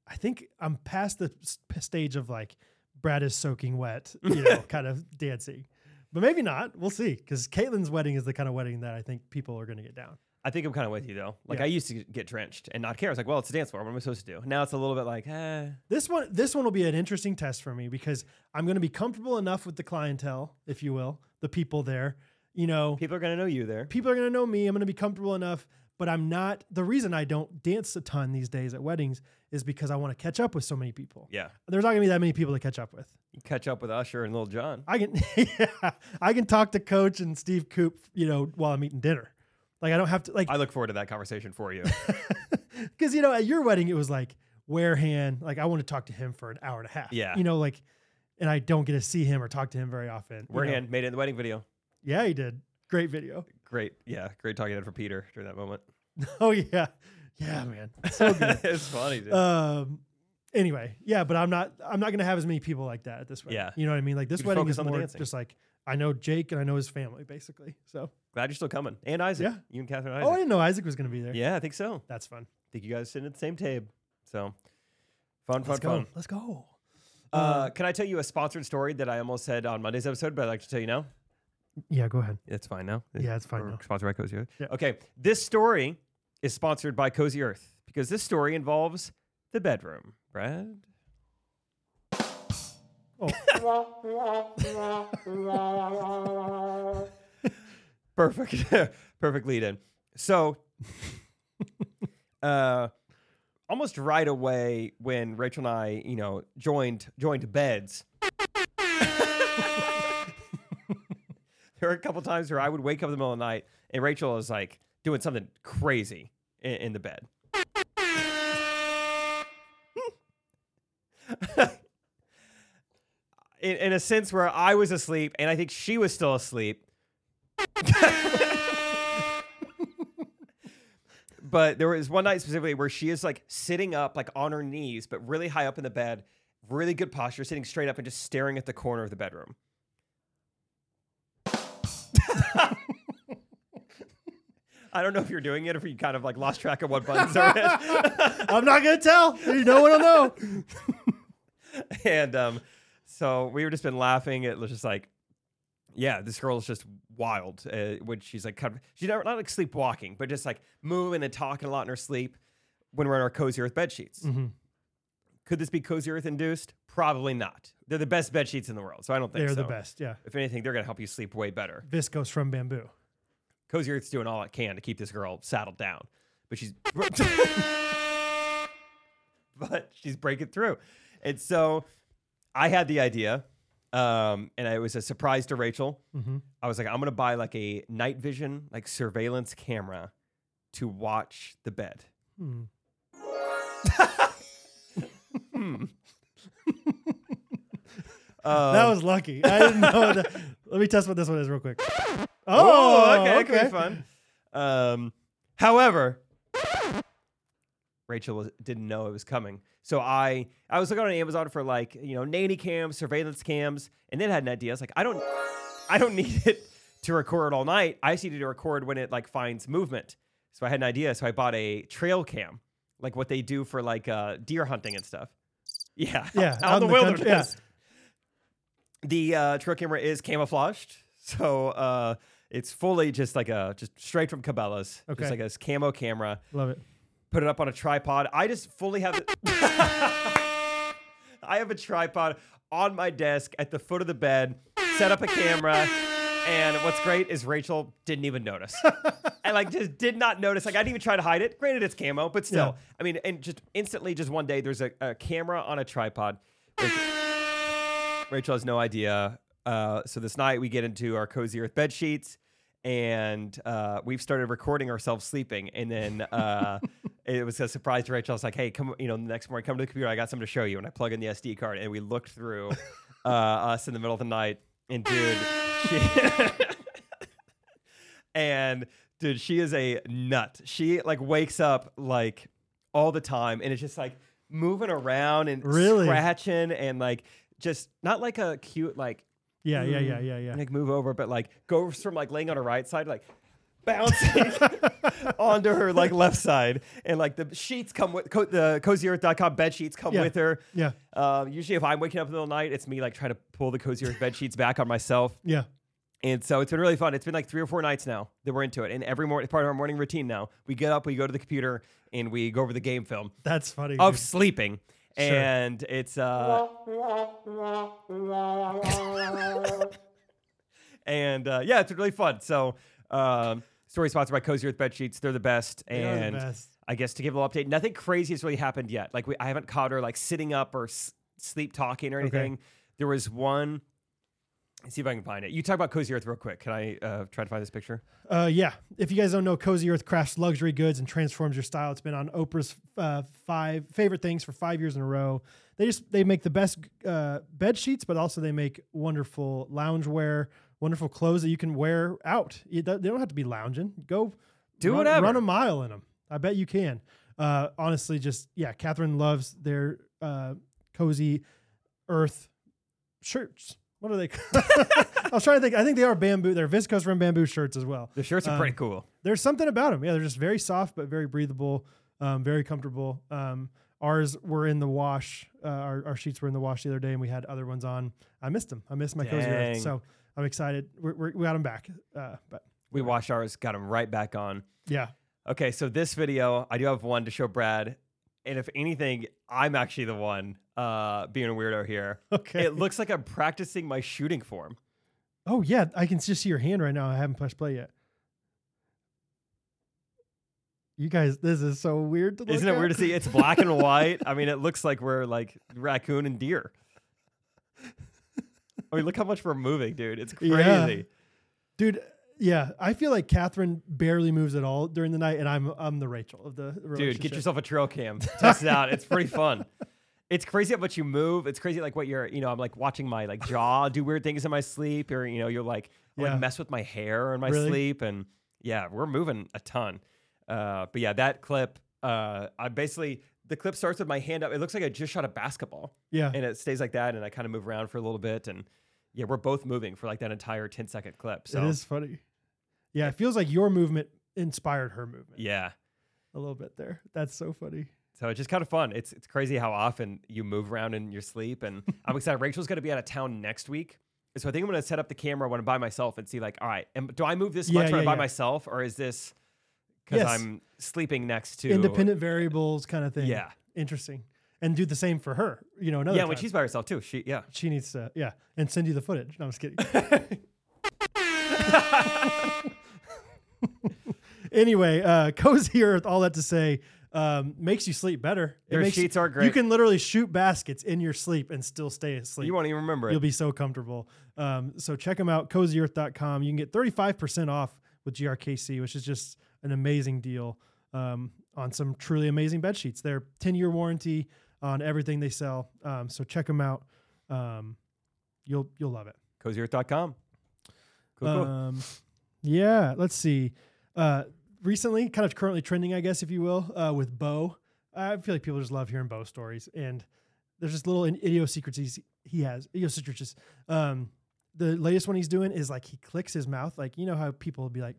Speaker 1: I think I'm past the s- stage of like Brad is soaking wet, you know, kind of dancing. But maybe not. We'll see. Because Caitlin's wedding is the kind of wedding that I think people are going to get down.
Speaker 2: I think I'm kind of with you though. Like
Speaker 1: Yeah.
Speaker 2: I used to get drenched and not care. I was like, well, it's a dance floor. What am I supposed to do? Now it's a little bit like, eh.
Speaker 1: This one, this one will be an interesting test for me because I'm going to be comfortable enough with the clientele, if you will, the people there. You know,
Speaker 2: people are gonna know you there.
Speaker 1: people are going to know me. I'm going to be comfortable enough, but I'm not. The reason I don't dance a ton these days at weddings is because I want to catch up with so many people.
Speaker 2: Yeah,
Speaker 1: There's not going to be that many people to catch up with.
Speaker 2: you catch up with Usher and Lil Jon.
Speaker 1: I can, [LAUGHS] yeah, I can talk to Coach and Steve Coop, you know, while I'm eating dinner. Like I don't have to like
Speaker 2: I look forward to that conversation for
Speaker 1: [LAUGHS]
Speaker 2: you.
Speaker 1: because you know at your wedding it was like Warehan, like I want to talk to him for an hour and a half.
Speaker 2: Yeah.
Speaker 1: you know, like, and I don't get to see him or talk to him very often. you know.
Speaker 2: We're hand made it in the wedding video.
Speaker 1: Yeah, he did. Great video. [LAUGHS]
Speaker 2: Great, yeah, great talking head for Peter during that moment. [LAUGHS]
Speaker 1: Oh yeah, yeah, man. So good.
Speaker 2: it's funny, dude.
Speaker 1: um anyway yeah but i'm not i'm not gonna have as many people like that at this wedding
Speaker 2: Yeah.
Speaker 1: you know what i mean like this
Speaker 2: You can
Speaker 1: wedding
Speaker 2: focus
Speaker 1: is
Speaker 2: on the
Speaker 1: more
Speaker 2: dancing.
Speaker 1: just like i know jake and i know his family basically so
Speaker 2: Glad you're still coming. And Isaac,
Speaker 1: Yeah.
Speaker 2: you and Catherine
Speaker 1: oh i
Speaker 2: Isaac.
Speaker 1: didn't know isaac was gonna be there
Speaker 2: yeah, I think so.
Speaker 1: that's fun
Speaker 2: think you guys sitting at the same table. So fun, fun,
Speaker 1: let's go
Speaker 2: fun.
Speaker 1: let's go
Speaker 2: Uh, can I tell you a sponsored story that I almost said on Monday's episode, but I'd like to tell you now?
Speaker 1: yeah go ahead
Speaker 2: It's fine now.
Speaker 1: Yeah, it's fine
Speaker 2: We're
Speaker 1: now.
Speaker 2: Sponsored by Cozy Earth.
Speaker 1: Yeah.
Speaker 2: Okay. This story is sponsored by Cozy Earth because this story involves the bedroom, Brad. Perfect. [LAUGHS] Perfect lead in. So, uh, almost right away when Rachel and I, you know, joined joined beds. there were a couple times where I would wake up in the middle of the night and Rachel was like doing something crazy in, in the bed. [LAUGHS] in, in a sense where I was asleep and I think she was still asleep. but there was one night specifically where she is like sitting up, like on her knees, but really high up in the bed, really good posture, sitting straight up and just staring at the corner of the bedroom. [LAUGHS] I don't know if you're doing it or if you kind of like lost track of what buttons are in. [LAUGHS]
Speaker 1: i'm not gonna tell no one will know
Speaker 2: [LAUGHS] and um, so we were just been laughing. It was just like, yeah, this girl is just wild. Uh, when she's like, kind of, she's not, not like sleepwalking, but just like moving and talking a lot in her sleep when we're in our cozy earth bed sheets.
Speaker 1: Mhm.
Speaker 2: Could this be cozy earth induced? Probably not. They're the best bed sheets in the world, so I don't think
Speaker 1: [LAUGHS] they're the
Speaker 2: so.
Speaker 1: best yeah
Speaker 2: If anything, they're gonna help you sleep way better.
Speaker 1: viscose from bamboo
Speaker 2: Cozy Earth's doing all it can to keep this girl saddled down, but she's but she's breaking through, and so I had the idea, um, and it was a surprise to Rachel.
Speaker 1: mm-hmm.
Speaker 2: I was like, I'm gonna buy like a night vision like surveillance camera to watch the bed.
Speaker 1: Hmm.
Speaker 2: Um,
Speaker 1: that was lucky i didn't [LAUGHS] know that let me test what this one is real quick
Speaker 2: Oh,
Speaker 1: oh
Speaker 2: okay, okay. fun. Um, however, Rachel was, didn't know it was coming, so I I was looking on Amazon for like you know nanny cams, surveillance cams, and then had an idea. I was like, I don't I don't [LAUGHS] need it to record all night. I just need it to record when it like finds movement. So I had an idea. So I bought a trail cam, like what they do for like uh, deer hunting and stuff. Yeah, [LAUGHS]
Speaker 1: Yeah,
Speaker 2: out,
Speaker 1: out in the
Speaker 2: in the, wilderness
Speaker 1: country,
Speaker 2: the uh, trail camera is camouflaged, [LAUGHS] so uh, it's fully just like a just straight from Cabela's,
Speaker 1: Okay.
Speaker 2: just like this camo camera.
Speaker 1: love it
Speaker 2: Put it up on a tripod. I just fully [LAUGHS] have. the- I have a tripod on my desk at the foot of the bed. Set up a camera, And what's great is Rachel didn't even notice.
Speaker 1: [LAUGHS]
Speaker 2: I like just did not notice. Like I didn't even try to hide it. Granted, it's camo, but still.
Speaker 1: Yeah.
Speaker 2: I mean, and just instantly, just one day, there's a, a camera on a tripod. Rachel, Rachel has no idea. Uh, so this night we get into our cozy earth bed sheets, and uh, we've started recording ourselves sleeping. And then uh, it was a surprise to Rachel. I was like, "Hey, come! You know, the next morning, come to the computer. I got something to show you." And I plug in the SD card, and we looked through uh, us in the middle of the night. And dude, she. [LAUGHS] and dude, she is a nut. She like wakes up like all the time, and it's just like moving around and
Speaker 1: Really?
Speaker 2: scratching and like just not like a cute like
Speaker 1: Yeah, yeah, yeah, yeah, yeah.
Speaker 2: like move over, but like goes [LAUGHS] from like laying on her right side like bouncing [LAUGHS] onto her like left side, and like the sheets come with co- the cozyearth.com bed sheets come
Speaker 1: Yeah.
Speaker 2: with her.
Speaker 1: Yeah,
Speaker 2: Um, usually, if I'm waking up in the middle of the night, it's me like trying to pull the cozy earth bed sheets back on myself.
Speaker 1: yeah.
Speaker 2: And so it's been really fun. It's been like three or four nights now that we're into it. And every morning, it's part of our morning routine now. We get up, we go to the computer, and we go over the game film
Speaker 1: That's funny.
Speaker 2: of
Speaker 1: dude. [LAUGHS]
Speaker 2: sleeping. And it's uh [LAUGHS] and uh, yeah, it's really fun. So um, story sponsored by Cozy Earth Bed Sheets. They're the best.
Speaker 1: They are the
Speaker 2: And
Speaker 1: best.
Speaker 2: I guess to give a little update, nothing crazy has really happened yet. Like we, I haven't caught her like sitting up or s- sleep talking or anything. There was one. Let's see if I can find it. You talk about Cozy Earth real quick. Can I uh, try to find this picture?
Speaker 1: Uh, yeah. If you guys don't know, Cozy Earth crafts luxury goods and transforms your style. It's been on Oprah's uh, five favorite things for five years in a row. They just they make the best uh, bed sheets, but also they make wonderful loungewear, wonderful clothes that you can wear out. You don't- they don't have to be lounging. Go
Speaker 2: Do
Speaker 1: run,
Speaker 2: whatever.
Speaker 1: Run a mile in them. I bet you can. Uh, honestly, just yeah. Catherine loves their uh, cozy earth shirts. What are they? [LAUGHS] I was trying to think. I think they are bamboo. They're viscose from bamboo shirts as well
Speaker 2: The shirts are
Speaker 1: Um,
Speaker 2: pretty cool.
Speaker 1: there's something about them. Yeah, they're just very soft but very breathable, um, very comfortable. Um, ours were in the wash. Uh, our, our sheets were in the wash the other day, and we had other ones on. I missed them. I missed my cozy earth.
Speaker 2: Dang.
Speaker 1: So I'm excited. We're, we're, we got them back. Uh, but
Speaker 2: We washed ours, got them right back on.
Speaker 1: yeah, [LAUGHS]
Speaker 2: Okay, so this video, I do have one to show Brad. And if anything, I'm actually the one uh, being a weirdo here.
Speaker 1: okay.
Speaker 2: It looks like I'm practicing my shooting form.
Speaker 1: oh yeah, I can just see your hand right now. I haven't pushed play yet. You guys, this is so weird to look.
Speaker 2: Isn't it
Speaker 1: at.
Speaker 2: weird to see?
Speaker 1: [LAUGHS]
Speaker 2: It's black and white. I mean, it looks like we're like raccoon and deer. I mean, look how much we're moving, dude. It's crazy.
Speaker 1: Yeah. dude? Yeah, I feel like Catherine barely moves at all during the night, and I'm I'm the Rachel of the
Speaker 2: Dude,
Speaker 1: relationship.
Speaker 2: get yourself a trail cam. Test it out. It's pretty fun. [LAUGHS] It's crazy how much you move. It's crazy like what you're, you know, I'm like watching my like jaw do weird things in my sleep or, you know, you're like, I
Speaker 1: Yeah.
Speaker 2: like mess with my hair in my
Speaker 1: Really?
Speaker 2: sleep. And yeah, we're moving a ton. Uh, but yeah, that clip, uh, I basically, the clip starts with my hand up. It looks like I just shot a basketball.
Speaker 1: [LAUGHS] Yeah,
Speaker 2: and it stays like that and i kind of move around for a little bit and yeah we're both moving for like that entire 10 second clip so
Speaker 1: It is funny. Yeah, it feels like your movement inspired her movement
Speaker 2: yeah
Speaker 1: a little bit there. That's so funny.
Speaker 2: so it's just kind of fun it's it's crazy how often you move around in your sleep
Speaker 1: [LAUGHS]
Speaker 2: and i'm excited rachel's going to be out of town next week so i think i'm going to set up the camera when i'm by myself and see like all right am, do i move this
Speaker 1: Yeah,
Speaker 2: much when
Speaker 1: yeah,
Speaker 2: i'm by
Speaker 1: yeah.
Speaker 2: myself or is this because
Speaker 1: Yes.
Speaker 2: i'm sleeping next to
Speaker 1: Independent variables kind of thing.
Speaker 2: yeah
Speaker 1: Interesting. And do the same for her. You know, another
Speaker 2: yeah when
Speaker 1: time.
Speaker 2: she's by herself too she yeah
Speaker 1: she needs to yeah, and send you the footage. No, I'm just
Speaker 2: [LAUGHS]
Speaker 1: kidding. [LAUGHS] anyway, uh, cozy earth. All that to say, um, makes you sleep better.
Speaker 2: Their
Speaker 1: makes you-
Speaker 2: sheets are
Speaker 1: You
Speaker 2: great.
Speaker 1: can literally shoot baskets in your sleep and still stay asleep.
Speaker 2: you won't even remember it
Speaker 1: You'll be so comfortable. Um, so check them out, cozyearth.com. You can get 35% off with GRKC, which is just an amazing deal um, on some truly amazing bed sheets. They're 10 year warranty on everything they sell. Um, so check them out. Um, you'll you'll love it.
Speaker 2: cozyearth.com cool, cool.
Speaker 1: Um, yeah, let's see. Uh, recently, kind of currently trending, I guess, if you will, uh, with Bo. I feel like people just love hearing Bo stories, and there's just little idiosyncrasies he has. Idiosyncrasies. Um, the latest one he's doing is like he clicks his mouth, like you know how people will be like,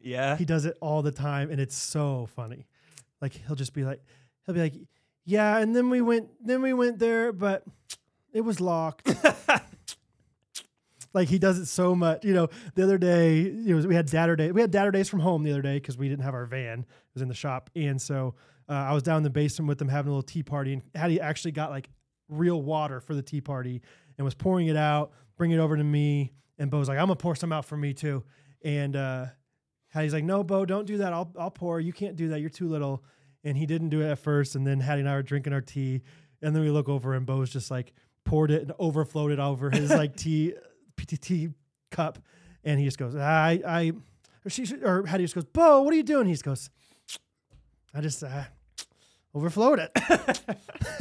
Speaker 2: yeah
Speaker 1: he does it all the time, and it's so funny. Like he'll just be like, he'll be like, yeah, and then we went, then we went there, but it was locked. like he does it so much. You know, the other day, you know, we had dadder day. We had dadder days from home the other day because we didn't have our van. It was in the shop, and so uh, I was down in the basement with them having a little tea party, and Hattie actually got like real water for the tea party and was pouring it out, bringing it over to me. And Bo's like, I'm gonna pour some out for me too. And uh, Hattie's like, No, Bo, don't do that. I'll I'll pour. You can't do that. You're too little. And he didn't do it at first. And then Hattie and I were drinking our tea. And then we look over and Bo's just like poured it and overflowed it over his like tea [LAUGHS] PTT cup. And he just goes, I I or she or Hattie just goes, Bo, what are you doing? He just goes, I just uh, overflowed it. [LAUGHS]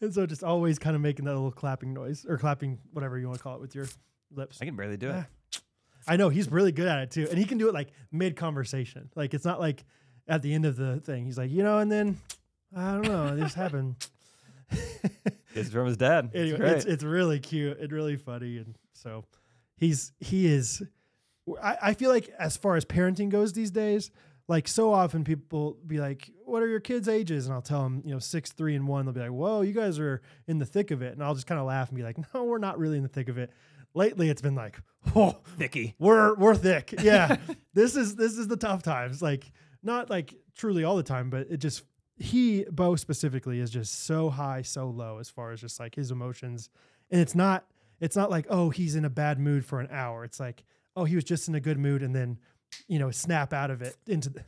Speaker 1: and so just always kind of making that little clapping noise or clapping, whatever you want to call it with your lips.
Speaker 2: I can barely do
Speaker 1: Yeah.
Speaker 2: it.
Speaker 1: I know he's really good at it too. And he can do it like mid conversation. Like it's not like at the end of the thing. He's like, you know, and then I don't know, it just happened.
Speaker 2: It's from his dad. It's
Speaker 1: anyway,
Speaker 2: great.
Speaker 1: it's, it's really cute and really funny, and so he's he is. I, I feel like as far as parenting goes these days, like so often people be like, "What are your kids' ages?" And I'll tell them, you know, six, three, and one. They'll be like, "Whoa, you guys are in the thick of it," and I'll just kind of laugh and be like, "No, we're not really in the thick of it." Lately, it's been like, [LAUGHS] "Oh,
Speaker 2: Vicky.
Speaker 1: we're we're
Speaker 2: [LAUGHS]
Speaker 1: thick. Yeah. this is this is the tough times. Like not like truly all the time, but it just he Bo specifically is just so high, so low as far as just like his emotions. And it's not it's not like, oh, he's in a bad mood for an hour. It's like, oh, he was just in a good mood and then, you know, snap out of it into the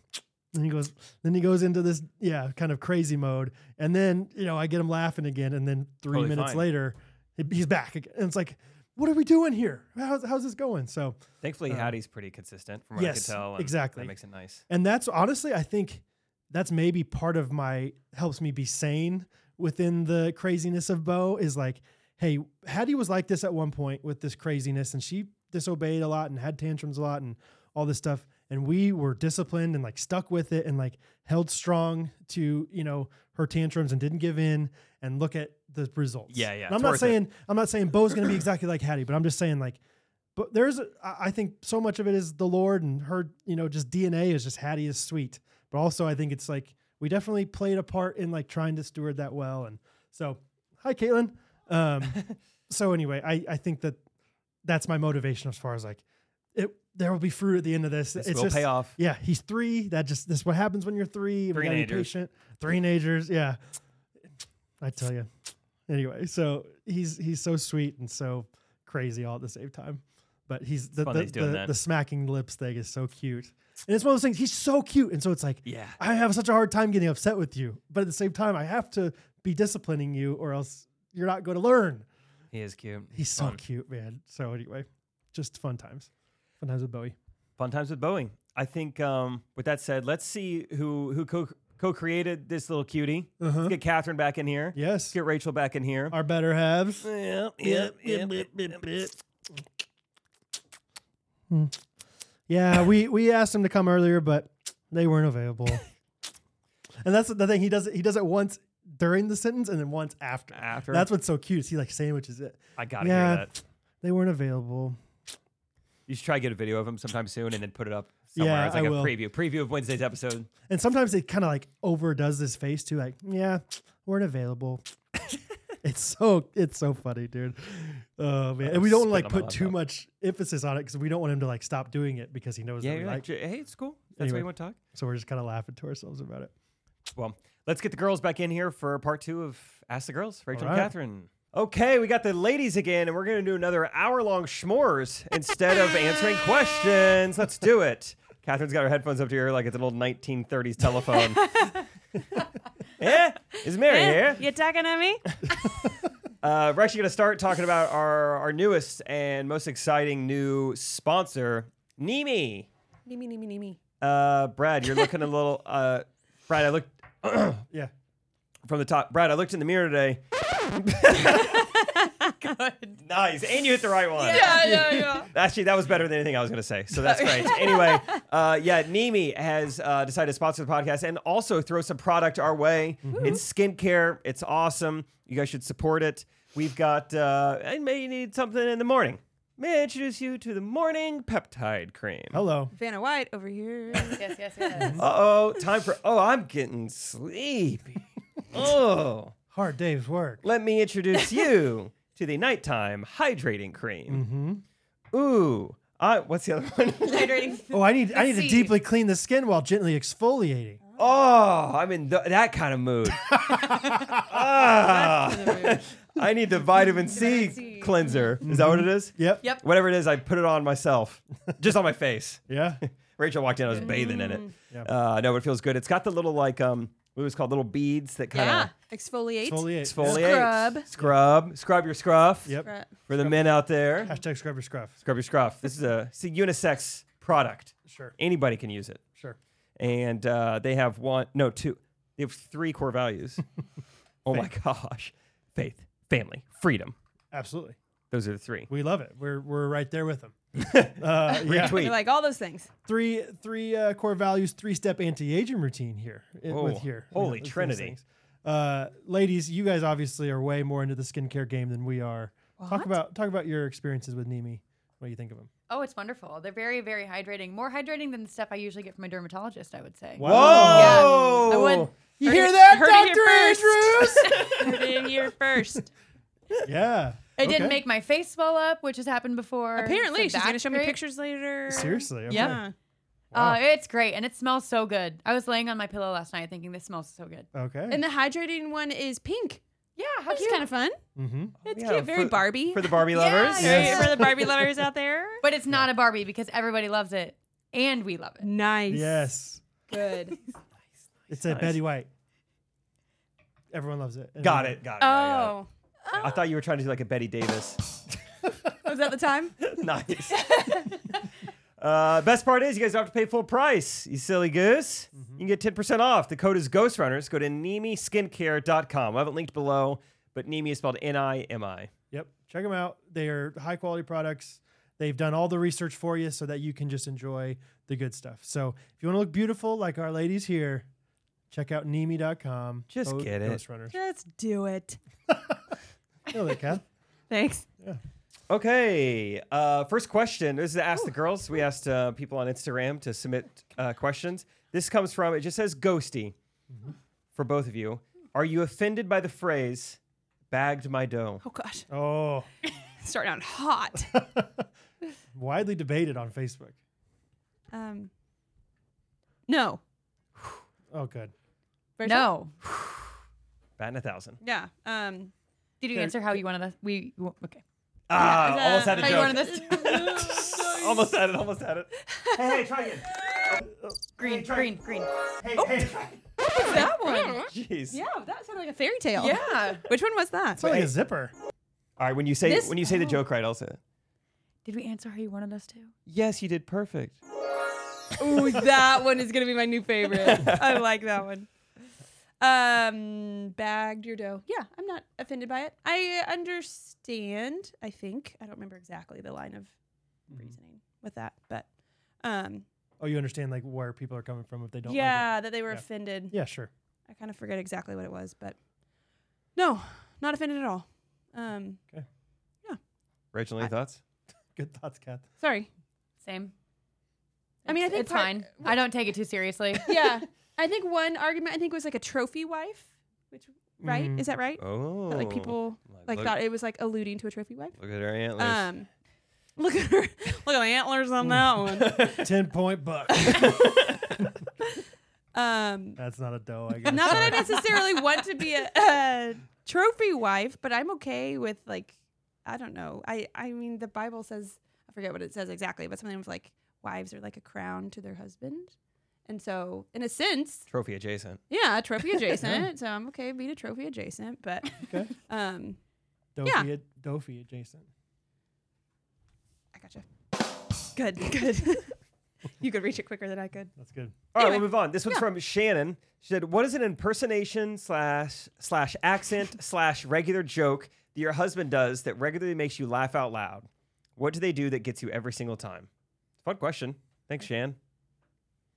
Speaker 1: and he goes then he goes into this yeah, kind of crazy mode. And then, you know, I get him laughing again and then three
Speaker 2: Totally
Speaker 1: minutes
Speaker 2: fine.
Speaker 1: later he- he's back again. And it's like, what are we doing here? How's, how's this going? So,
Speaker 2: Thankfully,
Speaker 1: Um,
Speaker 2: Hattie's pretty consistent from what
Speaker 1: yes,
Speaker 2: I can tell. and
Speaker 1: exactly.
Speaker 2: That makes it nice.
Speaker 1: And that's honestly, I think that's maybe part of my helps me be sane within the craziness of Bo is like, hey, Hattie was like this at one point with this craziness, and she disobeyed a lot and had tantrums a lot and all this stuff. And we were disciplined and like stuck with it and like held strong to, you know, her tantrums and didn't give in and look at the results.
Speaker 2: Yeah, yeah,
Speaker 1: And I'm
Speaker 2: it's
Speaker 1: not
Speaker 2: worth it.
Speaker 1: saying I'm not saying Bo's gonna be exactly like Hattie, but I'm just saying like but there's a- I I think so much of it is the Lord and her, you know, just DNA is just Hattie is sweet. But also I think it's like we definitely played a part in like trying to steward that well. And so hi Caitlin.
Speaker 2: [LAUGHS]
Speaker 1: Um so anyway, I, I think that that's my motivation as far as like it there will be fruit at the end of this.
Speaker 2: This
Speaker 1: it's
Speaker 2: will
Speaker 1: just,
Speaker 2: pay off.
Speaker 1: yeah, he's three. That just this is what happens when you're three. We gotta be
Speaker 2: Three-nagers.
Speaker 1: patient. Three nagers. Yeah, I tell you. Anyway, so he's he's so sweet and so crazy all at the same time. But he's the
Speaker 2: fun
Speaker 1: the,
Speaker 2: that he's doing
Speaker 1: the-
Speaker 2: that.
Speaker 1: the smacking lips thing is so cute, and it's one of those things. He's so cute, and so it's like
Speaker 2: Yeah.
Speaker 1: I have such a hard time getting upset with you, but at the same time, I have to be disciplining you, or else you're not going to learn.
Speaker 2: He is cute.
Speaker 1: He's so
Speaker 2: Fun.
Speaker 1: cute, man. So anyway, just fun times, fun times with Bowie.
Speaker 2: Fun times with Boeing. I think. Um, with that said, let's see who who co co created this little cutie.
Speaker 1: Uh-huh.
Speaker 2: Let's get Catherine back in here. Let's
Speaker 1: Yes,
Speaker 2: get Rachel back in here.
Speaker 1: our better halves.
Speaker 2: Yeah,
Speaker 1: yeah, yeah,
Speaker 2: yeah, yeah.
Speaker 1: Yeah, we we asked him to come earlier, but they weren't
Speaker 2: [LAUGHS]
Speaker 1: available. and that's the thing he does. It, he does it once during the sentence and then once after.
Speaker 2: After
Speaker 1: That's what's so cute. Is he like sandwiches it?
Speaker 2: I gotta
Speaker 1: Yeah.
Speaker 2: hear that.
Speaker 1: They weren't available.
Speaker 2: You should try to get a video of him sometime soon and then put it up somewhere.
Speaker 1: Yeah,
Speaker 2: it's like
Speaker 1: I
Speaker 2: a
Speaker 1: will.
Speaker 2: preview. Preview of Wednesday's episode.
Speaker 1: And sometimes it kind of like overdoes this face too. Like, yeah, weren't available. [LAUGHS] it's so it's so funny, dude. Oh man, and we don't like
Speaker 2: spit on my
Speaker 1: put too
Speaker 2: laptop.
Speaker 1: much emphasis on it because we don't want him to like stop doing it because he knows
Speaker 2: Yeah,
Speaker 1: that we
Speaker 2: you're like,
Speaker 1: like. it.
Speaker 2: "J- hey, it's cool. That's
Speaker 1: Anyway.
Speaker 2: why you want to talk.
Speaker 1: So we're just kind of laughing to ourselves about it.
Speaker 2: Well, let's get the girls back in here for part two of Ask the Girls, Rachel
Speaker 1: right.
Speaker 2: and Catherine. Okay, we got the ladies again, and we're going to do another hour long schmores instead of answering questions. Let's do it. Catherine's got her headphones up to her like it's an old 1930s
Speaker 3: [LAUGHS]
Speaker 2: telephone. yeah, is Mary
Speaker 3: Eh,
Speaker 2: here?
Speaker 3: You talking to me?
Speaker 2: [LAUGHS] Uh, we're actually going to start talking about our, our newest and most exciting new sponsor, Nimi.
Speaker 3: Nimi, nimi, nimi.
Speaker 2: Uh, Brad, you're looking a little. Uh, Brad, I looked
Speaker 1: Yeah.
Speaker 2: from the top. Brad, I looked in the mirror today. [LAUGHS] Nice. And you hit the right one.
Speaker 3: [LAUGHS] yeah, yeah.
Speaker 2: Actually, that was better than anything I was going to say. So that's great. anyway, uh, yeah, Nimi has uh, decided to sponsor the podcast and also throw some product our way. It's skincare. It's awesome. You guys should support it. We've got, uh, and may you need something in the morning. May I introduce you to the morning peptide cream? Uh
Speaker 1: Hello.
Speaker 3: Vanna White over here.
Speaker 4: Yes, yes, yes.
Speaker 2: oh, time for, oh, I'm getting sleepy. oh.
Speaker 1: Hard day's work.
Speaker 2: Let me introduce you to the nighttime hydrating cream.
Speaker 1: Mm-hmm.
Speaker 2: Ooh, I, what's the other one?
Speaker 3: [LAUGHS]
Speaker 2: [LAUGHS]
Speaker 3: Hydrating.
Speaker 1: Oh, I need I need to
Speaker 4: see.
Speaker 1: deeply clean the skin while gently exfoliating. [LAUGHS]
Speaker 2: oh, I'm in th- that kind of mood. Ah. I need the vitamin
Speaker 3: Vitamin
Speaker 2: C
Speaker 3: C.
Speaker 2: cleanser. Is that what it is?
Speaker 1: Mm-hmm. Yep.
Speaker 3: Yep.
Speaker 2: Whatever it is, I put it on myself, just on my face.
Speaker 1: Yeah.
Speaker 2: Rachel walked in, I was
Speaker 3: Mm.
Speaker 2: bathing in it.
Speaker 1: Yeah.
Speaker 2: Uh, no, but it feels good. It's got the little like um, what it was called little beads that kind of
Speaker 3: Yeah. Exfoliate.
Speaker 1: Exfoliate.
Speaker 2: exfoliate,
Speaker 3: Scrub.
Speaker 2: scrub, scrub your scruff.
Speaker 1: Yep.
Speaker 3: Right.
Speaker 2: For the men out there,
Speaker 1: Hashtag scrub your scruff.
Speaker 2: scrub your scruff. This is a it's a unisex product.
Speaker 1: Sure.
Speaker 2: Anybody can use it,
Speaker 1: Sure.
Speaker 2: and uh, they have one, no, two. They have three core values. oh my gosh, faith, family, freedom.
Speaker 1: Absolutely.
Speaker 2: Those are the three.
Speaker 1: We love it. We're we're right there
Speaker 2: [LAUGHS]
Speaker 1: with them. uh, yeah.
Speaker 2: Retweet.
Speaker 3: You're like all those things.
Speaker 1: Three three uh, core values, three step anti aging routine here. i-
Speaker 2: Whoa.
Speaker 1: with here.
Speaker 2: Holy
Speaker 1: with these
Speaker 2: Trinity.
Speaker 1: things. Uh, ladies, you guys obviously are way more into the skincare game than we are. Talk
Speaker 3: What?
Speaker 1: about talk about your experiences with Nimi. What do you think of them?
Speaker 4: Oh, it's wonderful. They're very, very hydrating. More hydrating than the stuff I usually get from a dermatologist, I would say.
Speaker 2: Whoa!
Speaker 4: I would.
Speaker 1: You
Speaker 3: Heard
Speaker 1: hear
Speaker 3: it-
Speaker 1: that,
Speaker 3: heard it
Speaker 1: Doctor
Speaker 3: here
Speaker 1: Andrews?
Speaker 3: [LAUGHS] Heard it in here [LAUGHS] first.
Speaker 1: yeah.
Speaker 4: It didn't
Speaker 1: Okay.
Speaker 4: make my face swell up, which has happened before.
Speaker 3: Apparently,
Speaker 4: so
Speaker 3: she's gonna
Speaker 4: that's
Speaker 3: show me
Speaker 4: great.
Speaker 3: pictures later.
Speaker 1: Seriously. Okay.
Speaker 4: Yeah.
Speaker 1: Wow.
Speaker 4: Uh, it's great, and it smells so good. I was laying on my pillow last night thinking this smells so good.
Speaker 1: Okay.
Speaker 3: And the hydrating one is pink,
Speaker 4: Yeah, how
Speaker 3: which is
Speaker 4: cute.
Speaker 3: kind of fun.
Speaker 1: mm-hmm.
Speaker 3: It's
Speaker 2: Yeah,
Speaker 3: cute. Very
Speaker 2: for-
Speaker 3: Barbie.
Speaker 2: For the Barbie lovers,
Speaker 3: [LAUGHS] Yeah,
Speaker 1: Yes.
Speaker 3: For the Barbie [LAUGHS] lovers out there.
Speaker 4: but it's not a Barbie because everybody loves it, and we love
Speaker 3: [LAUGHS]
Speaker 4: it.
Speaker 3: Nice.
Speaker 1: Yes. [LAUGHS]
Speaker 3: Good.
Speaker 1: It's a
Speaker 2: Nice.
Speaker 1: Betty White. Everyone loves it.
Speaker 2: got it, got it. yeah, yeah.
Speaker 3: Oh.
Speaker 2: I thought you were trying to do like a Betty Davis.
Speaker 3: Was that the time?
Speaker 2: nice. Uh, best part is you guys don't have to pay full price, you silly goose. You can get 10% off. The code is Ghost Runners. Go to E NeemiSkincare.com. I have it linked below, but Nemi is spelled N E I M I.
Speaker 1: Yep. Check them out. They are high quality products. They've done all the research for you so that you can just enjoy the good stuff. So if you want to look beautiful like our ladies here, check out Nemi.com.
Speaker 2: Just
Speaker 1: Code
Speaker 2: get it.
Speaker 1: Ghost Runners.
Speaker 3: Let's do it.
Speaker 1: Hello,
Speaker 2: [LAUGHS]
Speaker 1: Kath.
Speaker 3: Thanks.
Speaker 2: Okay. Uh, first question. This is Ask the Girls. We asked uh, people on Instagram to submit uh, questions. This comes from, it just says ghosty for both of you. Are you offended by the phrase, bagged my dough?
Speaker 3: Oh gosh.
Speaker 1: Oh, [LAUGHS]
Speaker 3: Starting out hot.
Speaker 1: widely debated on Facebook.
Speaker 3: Um. No.
Speaker 1: Oh, good.
Speaker 3: Rachel?
Speaker 4: No,
Speaker 2: Batting a thousand.
Speaker 3: Yeah. Um.
Speaker 4: did you answer how you wanted us? We you- okay.
Speaker 2: Ah,
Speaker 3: uh,
Speaker 2: almost had a
Speaker 4: How you
Speaker 2: joke.
Speaker 3: [LAUGHS]
Speaker 4: wanted us?
Speaker 2: almost had it, almost had it. Hey, hey, try again.
Speaker 4: green, green, green.
Speaker 2: Hey,
Speaker 1: Oh,
Speaker 2: hey, try again.
Speaker 3: that one.
Speaker 2: Jeez.
Speaker 3: Yeah, that sounded like a fairy tale.
Speaker 4: Yeah.
Speaker 3: Which one was that?
Speaker 1: It's like a
Speaker 2: Wait.
Speaker 1: zipper.
Speaker 2: All right, when you say
Speaker 4: This- Oh.
Speaker 2: when you say the joke right, I'll say it.
Speaker 4: Did we answer how you wanted us to?
Speaker 2: Yes, you did perfect.
Speaker 3: Ooh, that one is gonna be my new favorite. [LAUGHS] I like that one. Um, bagged your dough. Yeah, I'm not offended by it. I understand. I think I don't remember exactly the line of
Speaker 2: Mm-hmm.
Speaker 3: reasoning with that, but um,
Speaker 1: Oh, you understand like where people are coming from if they don't.
Speaker 3: yeah, that they were
Speaker 1: Yeah.
Speaker 3: offended.
Speaker 1: Like it. Yeah, sure.
Speaker 3: I kind of forget exactly what it was, but no, not offended at all. Um,
Speaker 2: Rachel, any thoughts?
Speaker 1: Good thoughts, Kath.
Speaker 3: sorry.
Speaker 4: Same.
Speaker 3: I mean, I
Speaker 4: It's-
Speaker 3: think
Speaker 4: it's
Speaker 3: part-
Speaker 4: fine. I don't take it too seriously.
Speaker 3: [LAUGHS] Yeah, I think one argument I think was like a trophy wife, which right
Speaker 1: Mhm.
Speaker 3: is that right?
Speaker 2: Oh,
Speaker 3: That, like people like
Speaker 2: look,
Speaker 3: thought it was like alluding to a trophy wife.
Speaker 2: Look at her antlers.
Speaker 3: Um, look at her, [LAUGHS] look at the antlers on that one.
Speaker 2: Mm. [LAUGHS]
Speaker 1: 10 point
Speaker 3: [LAUGHS]
Speaker 1: buck.
Speaker 3: Um,
Speaker 1: That's not a dough, I guess.
Speaker 3: not that I
Speaker 1: Sorry.
Speaker 3: necessarily want to be a, a trophy wife, but I'm okay with like, I don't know. I I mean, the Bible says I forget what it says exactly, but something with like wives are like a crown to their husband, and so in a sense,
Speaker 2: Trophy adjacent.
Speaker 3: yeah, trophy adjacent. so I'm okay being a trophy adjacent, but
Speaker 1: Okay.
Speaker 3: um,
Speaker 1: Dopey, ad- dopey adjacent.
Speaker 3: I gotcha. Good, good. [LAUGHS] you could reach it quicker than I could.
Speaker 1: That's good.
Speaker 2: All right,
Speaker 3: Anyway.
Speaker 2: we'll move on. This one's from Shannon. She said, "What is an impersonation slash slash
Speaker 4: [LAUGHS]
Speaker 2: accent slash regular joke that your husband does that regularly makes you laugh out loud? What do they do that gets you every single time?" Fun question. Thanks, Shan.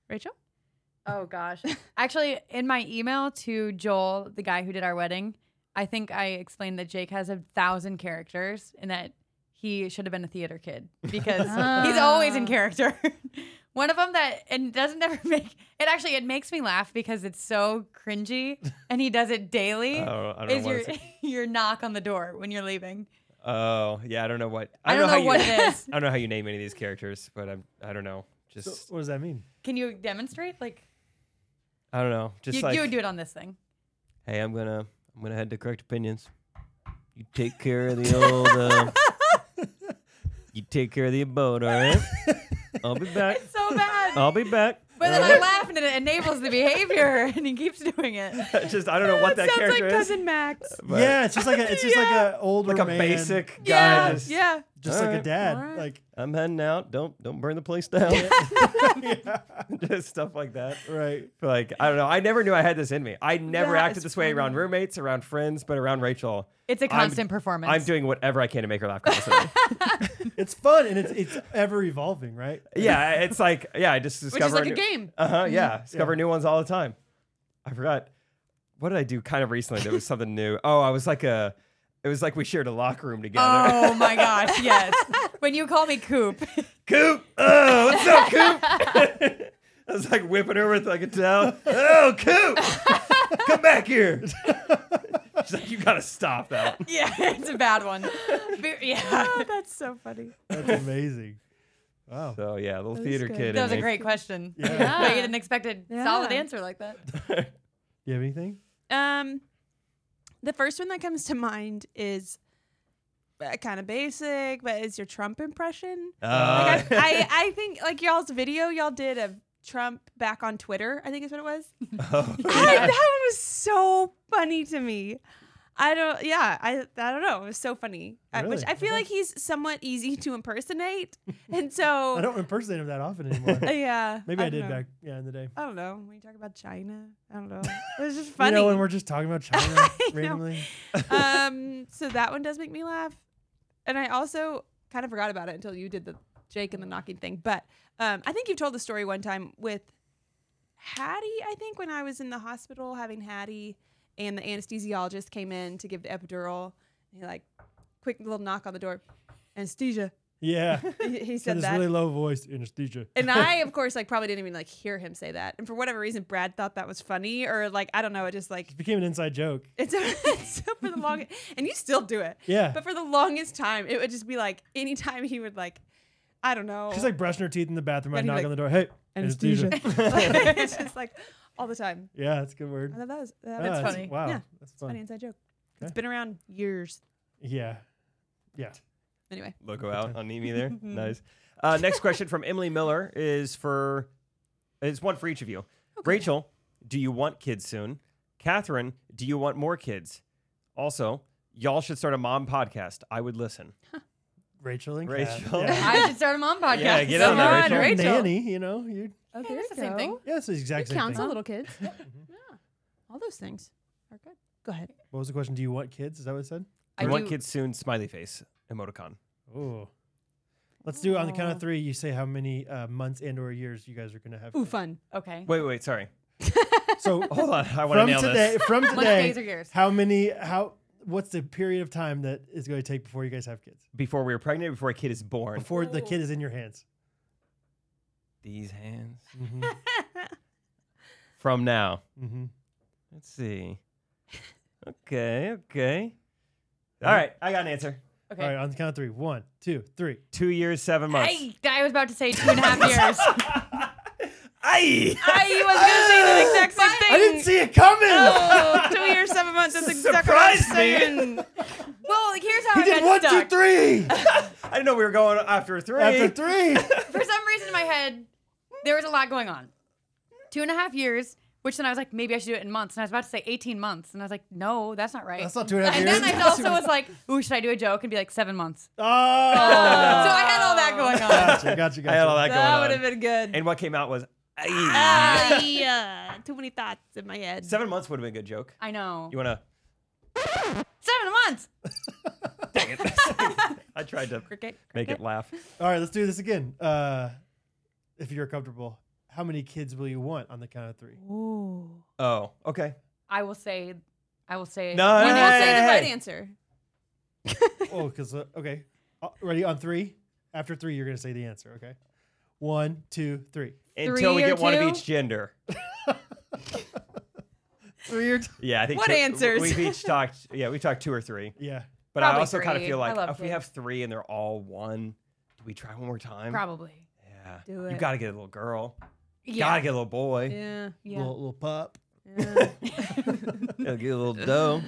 Speaker 3: Rachel,
Speaker 4: Oh gosh. Actually, in my email to Joel, the guy who did our wedding, I think I explained that Jake has a thousand characters and that he should have been a theater kid because he's always in character. [LAUGHS] One of them that and doesn't ever [LAUGHS] make it actually it makes me laugh because it's so cringy and he does it daily.
Speaker 2: Oh, I don't- I don't know
Speaker 4: is
Speaker 2: what
Speaker 4: your [LAUGHS] your knock on the door when you're leaving?
Speaker 2: [LAUGHS] Oh, yeah. I don't know what.
Speaker 4: I don't, know,
Speaker 2: how
Speaker 4: what
Speaker 2: you, [LAUGHS]
Speaker 4: it is.
Speaker 2: I don't know how you name any of these characters, but I'm. I don't know.
Speaker 1: So
Speaker 2: Just
Speaker 1: what does that mean?
Speaker 4: Can you demonstrate? Like
Speaker 2: I don't know. Just
Speaker 4: you,
Speaker 2: like
Speaker 4: you would do it on this thing.
Speaker 2: hey, I'm gonna I'm gonna head to correct opinions. You take care of the old. Uh, you take care of the boat, all right? I'll be back. [LAUGHS]
Speaker 4: so bad.
Speaker 2: I'll be
Speaker 3: [LAUGHS]
Speaker 2: back.
Speaker 4: But then I'm laughing and it enables the behavior [LAUGHS] and he keeps
Speaker 2: [LAUGHS]
Speaker 4: doing it.
Speaker 2: just I don't know what
Speaker 3: That
Speaker 2: that
Speaker 3: sounds like
Speaker 2: character is.
Speaker 3: cousin Max.
Speaker 2: but-
Speaker 1: yeah, it's just like a, it's just like a older
Speaker 2: Like a
Speaker 1: man,
Speaker 2: basic guy.
Speaker 4: Yeah,
Speaker 2: just,
Speaker 4: yeah.
Speaker 1: just
Speaker 2: All
Speaker 1: like a
Speaker 2: right.
Speaker 1: dad.
Speaker 4: All right.
Speaker 1: Like
Speaker 2: I'm heading out. Don't don't burn the place down. [LAUGHS] just stuff like that.
Speaker 1: right.
Speaker 2: Like I don't know. I never knew I had this in me. I never
Speaker 4: That
Speaker 2: acted
Speaker 4: is
Speaker 2: this way around roommates, around friends, but around Rachel,
Speaker 4: It's a
Speaker 2: I'm-
Speaker 4: constant performance.
Speaker 2: I'm doing whatever I can to make her laugh constantly. [LAUGHS]
Speaker 1: It's fun and it's it's ever evolving, right?
Speaker 2: yeah, it's like yeah, I just
Speaker 3: Which
Speaker 2: discover
Speaker 3: is like a
Speaker 2: new-
Speaker 3: game.
Speaker 2: Uh huh. Yeah, discover new ones all the time. I forgot. What did I do? Kind of recently, there was something new. Oh, I was like a. It was like we shared a locker room together.
Speaker 4: oh my gosh, yes. When you call me Coop,
Speaker 2: [LAUGHS]
Speaker 4: [LAUGHS]
Speaker 2: Coop, oh, what's up, Coop? [LAUGHS] I was like whipping her with like a towel. Oh, Coop, come back here. She's like, you gotta stop that.
Speaker 4: yeah, it's a bad one. Be- Yeah.
Speaker 3: Oh, that's so funny.
Speaker 1: That's amazing. Wow.
Speaker 2: So yeah, little
Speaker 3: That was
Speaker 2: theater
Speaker 3: good.
Speaker 2: kid.
Speaker 4: That
Speaker 2: in
Speaker 4: was a
Speaker 2: me.
Speaker 4: great question.
Speaker 1: Yeah.
Speaker 4: But you didn't expect a
Speaker 3: Yeah.
Speaker 4: solid answer like that.
Speaker 1: You have anything?
Speaker 3: Um, the first one that comes to mind is uh, kind of basic, but it's your Trump impression.
Speaker 2: Uh,
Speaker 1: [LAUGHS]
Speaker 3: Like, I, I, I think like y'all's video y'all did of Trump back on Twitter. I think is what
Speaker 1: [LAUGHS]
Speaker 3: it was.
Speaker 2: oh,
Speaker 3: I- that one was so funny to me. I don't. Yeah, I. I don't know. It was so funny. I- which
Speaker 1: Really?
Speaker 3: I feel
Speaker 1: Okay.
Speaker 3: like he's somewhat easy to
Speaker 1: [LAUGHS]
Speaker 3: impersonate, and
Speaker 1: I
Speaker 3: so
Speaker 1: don't impersonate him that often
Speaker 3: [LAUGHS]
Speaker 1: anymore.
Speaker 3: uh, yeah.
Speaker 1: Maybe I,
Speaker 3: don't
Speaker 1: did
Speaker 3: know.
Speaker 1: back yeah in the day.
Speaker 3: I don't know. When you talk about China, I
Speaker 1: [LAUGHS]
Speaker 3: don't know. It was just funny.
Speaker 1: You know, when we're just talking
Speaker 3: [LAUGHS]
Speaker 1: about China
Speaker 3: know.
Speaker 1: randomly.
Speaker 3: um, so that one does make me laugh. And I also kind of forgot about it until you did the Jake and the knocking thing. But um, I think you've told the story one time with Hattie, I think, when I was in the hospital having Hattie and the anesthesiologist came in to give the epidural. And he like, quick little knock on the door, anesthesia. [LAUGHS]
Speaker 1: Yeah.
Speaker 3: He, he
Speaker 1: In
Speaker 3: said
Speaker 1: this
Speaker 3: that.
Speaker 1: really low voice anesthesia.
Speaker 3: and I, of course, like probably didn't even like hear him say that. And for whatever reason, Brad thought that was funny or like, I don't know. It just like,
Speaker 1: It became an inside joke.
Speaker 3: it's, [LAUGHS] it's for the long, and you still do it.
Speaker 1: Yeah.
Speaker 3: But for the longest time, it would just be like anytime he would like, I don't know.
Speaker 1: She's like brushing her teeth in the bathroom. I
Speaker 3: And he'd
Speaker 1: knock
Speaker 3: be
Speaker 1: on the door. Hey, anesthesia.
Speaker 3: [LAUGHS] it's just like all the time.
Speaker 1: yeah, that's a good word.
Speaker 3: I thought that was that
Speaker 1: Ah,
Speaker 3: was
Speaker 4: That's
Speaker 3: funny.
Speaker 4: funny.
Speaker 1: Wow.
Speaker 3: Yeah,
Speaker 1: that's
Speaker 3: Funny
Speaker 1: fun.
Speaker 3: inside joke. It's
Speaker 1: Okay.
Speaker 3: been around years.
Speaker 1: Yeah. Yeah.
Speaker 3: Anyway,
Speaker 2: logo out on [LAUGHS] Amy there. nice. Uh, next question from Emily Miller is for it's one for each of you. Rachel, do you want kids soon? Catherine, do you want more kids? Also, y'all should start a mom podcast. I would listen.
Speaker 1: Rachel and
Speaker 2: Rachel.
Speaker 1: Cat. Yeah.
Speaker 4: I should start a mom podcast.
Speaker 1: [LAUGHS]
Speaker 2: Yeah, get
Speaker 4: Come
Speaker 2: on that,
Speaker 4: on,
Speaker 2: Rachel.
Speaker 4: Rachel.
Speaker 1: Nanny, you know, you.
Speaker 3: oh,
Speaker 4: there you go.
Speaker 1: Yeah, it's the exact same thing.
Speaker 3: little kids. Mm-hmm. Yeah, all those things are good. Go ahead.
Speaker 1: What was the question? Do you want kids? Is that what it said?
Speaker 4: I
Speaker 2: I want
Speaker 4: do-
Speaker 2: kids soon, smiley face, emoticon.
Speaker 1: Oh. Let's do it on the count
Speaker 4: Aw.
Speaker 1: of three. You say how many uh, months and or years you guys are gonna have.
Speaker 3: Ooh,
Speaker 1: kids.
Speaker 3: fun.
Speaker 4: Okay.
Speaker 2: Wait, wait, sorry.
Speaker 4: [LAUGHS]
Speaker 1: So
Speaker 2: Hold on. I want to
Speaker 1: from
Speaker 2: nail
Speaker 1: today,
Speaker 2: this.
Speaker 1: from
Speaker 4: How much
Speaker 1: today,
Speaker 4: days or years?
Speaker 1: how many? How? What's the period of time that is going to take before you guys have kids?
Speaker 2: Before we were pregnant, before a kid is born.
Speaker 1: Before the kid is in your hands.
Speaker 2: These hands. Mm-hmm.
Speaker 1: hmm
Speaker 2: From now.
Speaker 1: hmm
Speaker 2: Let's see. Okay, okay. All right, I got an answer.
Speaker 1: All right,
Speaker 4: Okay.
Speaker 1: on the count of three. One, two, three.
Speaker 2: Two years, seven months.
Speaker 4: I, I was about to say two and a half years.
Speaker 2: Aye.
Speaker 4: I was gonna say the exact same
Speaker 3: But-
Speaker 4: thing.
Speaker 1: I didn't see it coming.
Speaker 3: [LAUGHS] Oh, two years, seven months. That's exactly what I'm
Speaker 2: Surprised me.
Speaker 3: saying.
Speaker 4: Well, here's how
Speaker 1: he
Speaker 4: I
Speaker 1: did
Speaker 4: got
Speaker 1: one,
Speaker 4: stuck.
Speaker 1: two, three.
Speaker 2: I didn't know we were going after three.
Speaker 1: After three,
Speaker 4: For some reason in my head, there was a lot going on. Two and a half years, which then I was like, maybe I should do it in months. And I was about to say 18 months. And I was like, no, that's not right.
Speaker 1: that's not two and a half
Speaker 4: and
Speaker 1: years. [LAUGHS]
Speaker 4: then I also was like, ooh, should I do a joke and be like seven months? so
Speaker 1: oh,
Speaker 4: I had all that going on.
Speaker 1: [LAUGHS] gotcha, gotcha,
Speaker 2: I had all
Speaker 1: gotcha.
Speaker 2: that going
Speaker 3: That
Speaker 2: on.
Speaker 3: would have been good.
Speaker 2: And what came out was aye.
Speaker 3: Ah, yeah, too many thoughts in my head.
Speaker 2: seven months would have been a good joke.
Speaker 4: I know.
Speaker 2: You wanna?
Speaker 4: Seven months.
Speaker 2: Dang it! [LAUGHS] I tried to
Speaker 3: Cricket.
Speaker 2: make it laugh.
Speaker 1: All right, let's do this again. Uh, if you're comfortable, how many kids will you want on the count of three?
Speaker 3: Ooh.
Speaker 2: Oh, okay.
Speaker 4: I will say, I will say.
Speaker 2: No,
Speaker 4: when
Speaker 2: no, no,
Speaker 4: I say
Speaker 2: no,
Speaker 4: the
Speaker 2: no,
Speaker 4: right
Speaker 2: no.
Speaker 4: answer.
Speaker 3: answer.
Speaker 1: Oh, because uh, okay, uh, ready on three. After three, you're gonna say the answer. Okay, one, two, three.
Speaker 2: Until we
Speaker 4: or
Speaker 2: get one of
Speaker 4: two?
Speaker 2: each gender.
Speaker 1: Three or two.
Speaker 2: Yeah, I think.
Speaker 3: What
Speaker 2: two-
Speaker 3: answers?
Speaker 2: We've each talked. Yeah, we talked two or three.
Speaker 1: Yeah,
Speaker 2: But I
Speaker 4: Probably
Speaker 2: also kind of
Speaker 4: three.
Speaker 2: feel
Speaker 4: I
Speaker 2: like
Speaker 4: love
Speaker 2: if we
Speaker 4: kids.
Speaker 2: have three and they're all one, do we try one more time?
Speaker 4: [LAUGHS] Probably.
Speaker 2: Yeah.
Speaker 3: Do
Speaker 2: You
Speaker 3: it.
Speaker 2: gotta get a little girl.
Speaker 4: Yeah.
Speaker 2: Gotta get a little boy.
Speaker 3: Yeah.
Speaker 4: yeah.
Speaker 1: Little, little pup.
Speaker 3: yeah.
Speaker 2: Gotta get a little doe.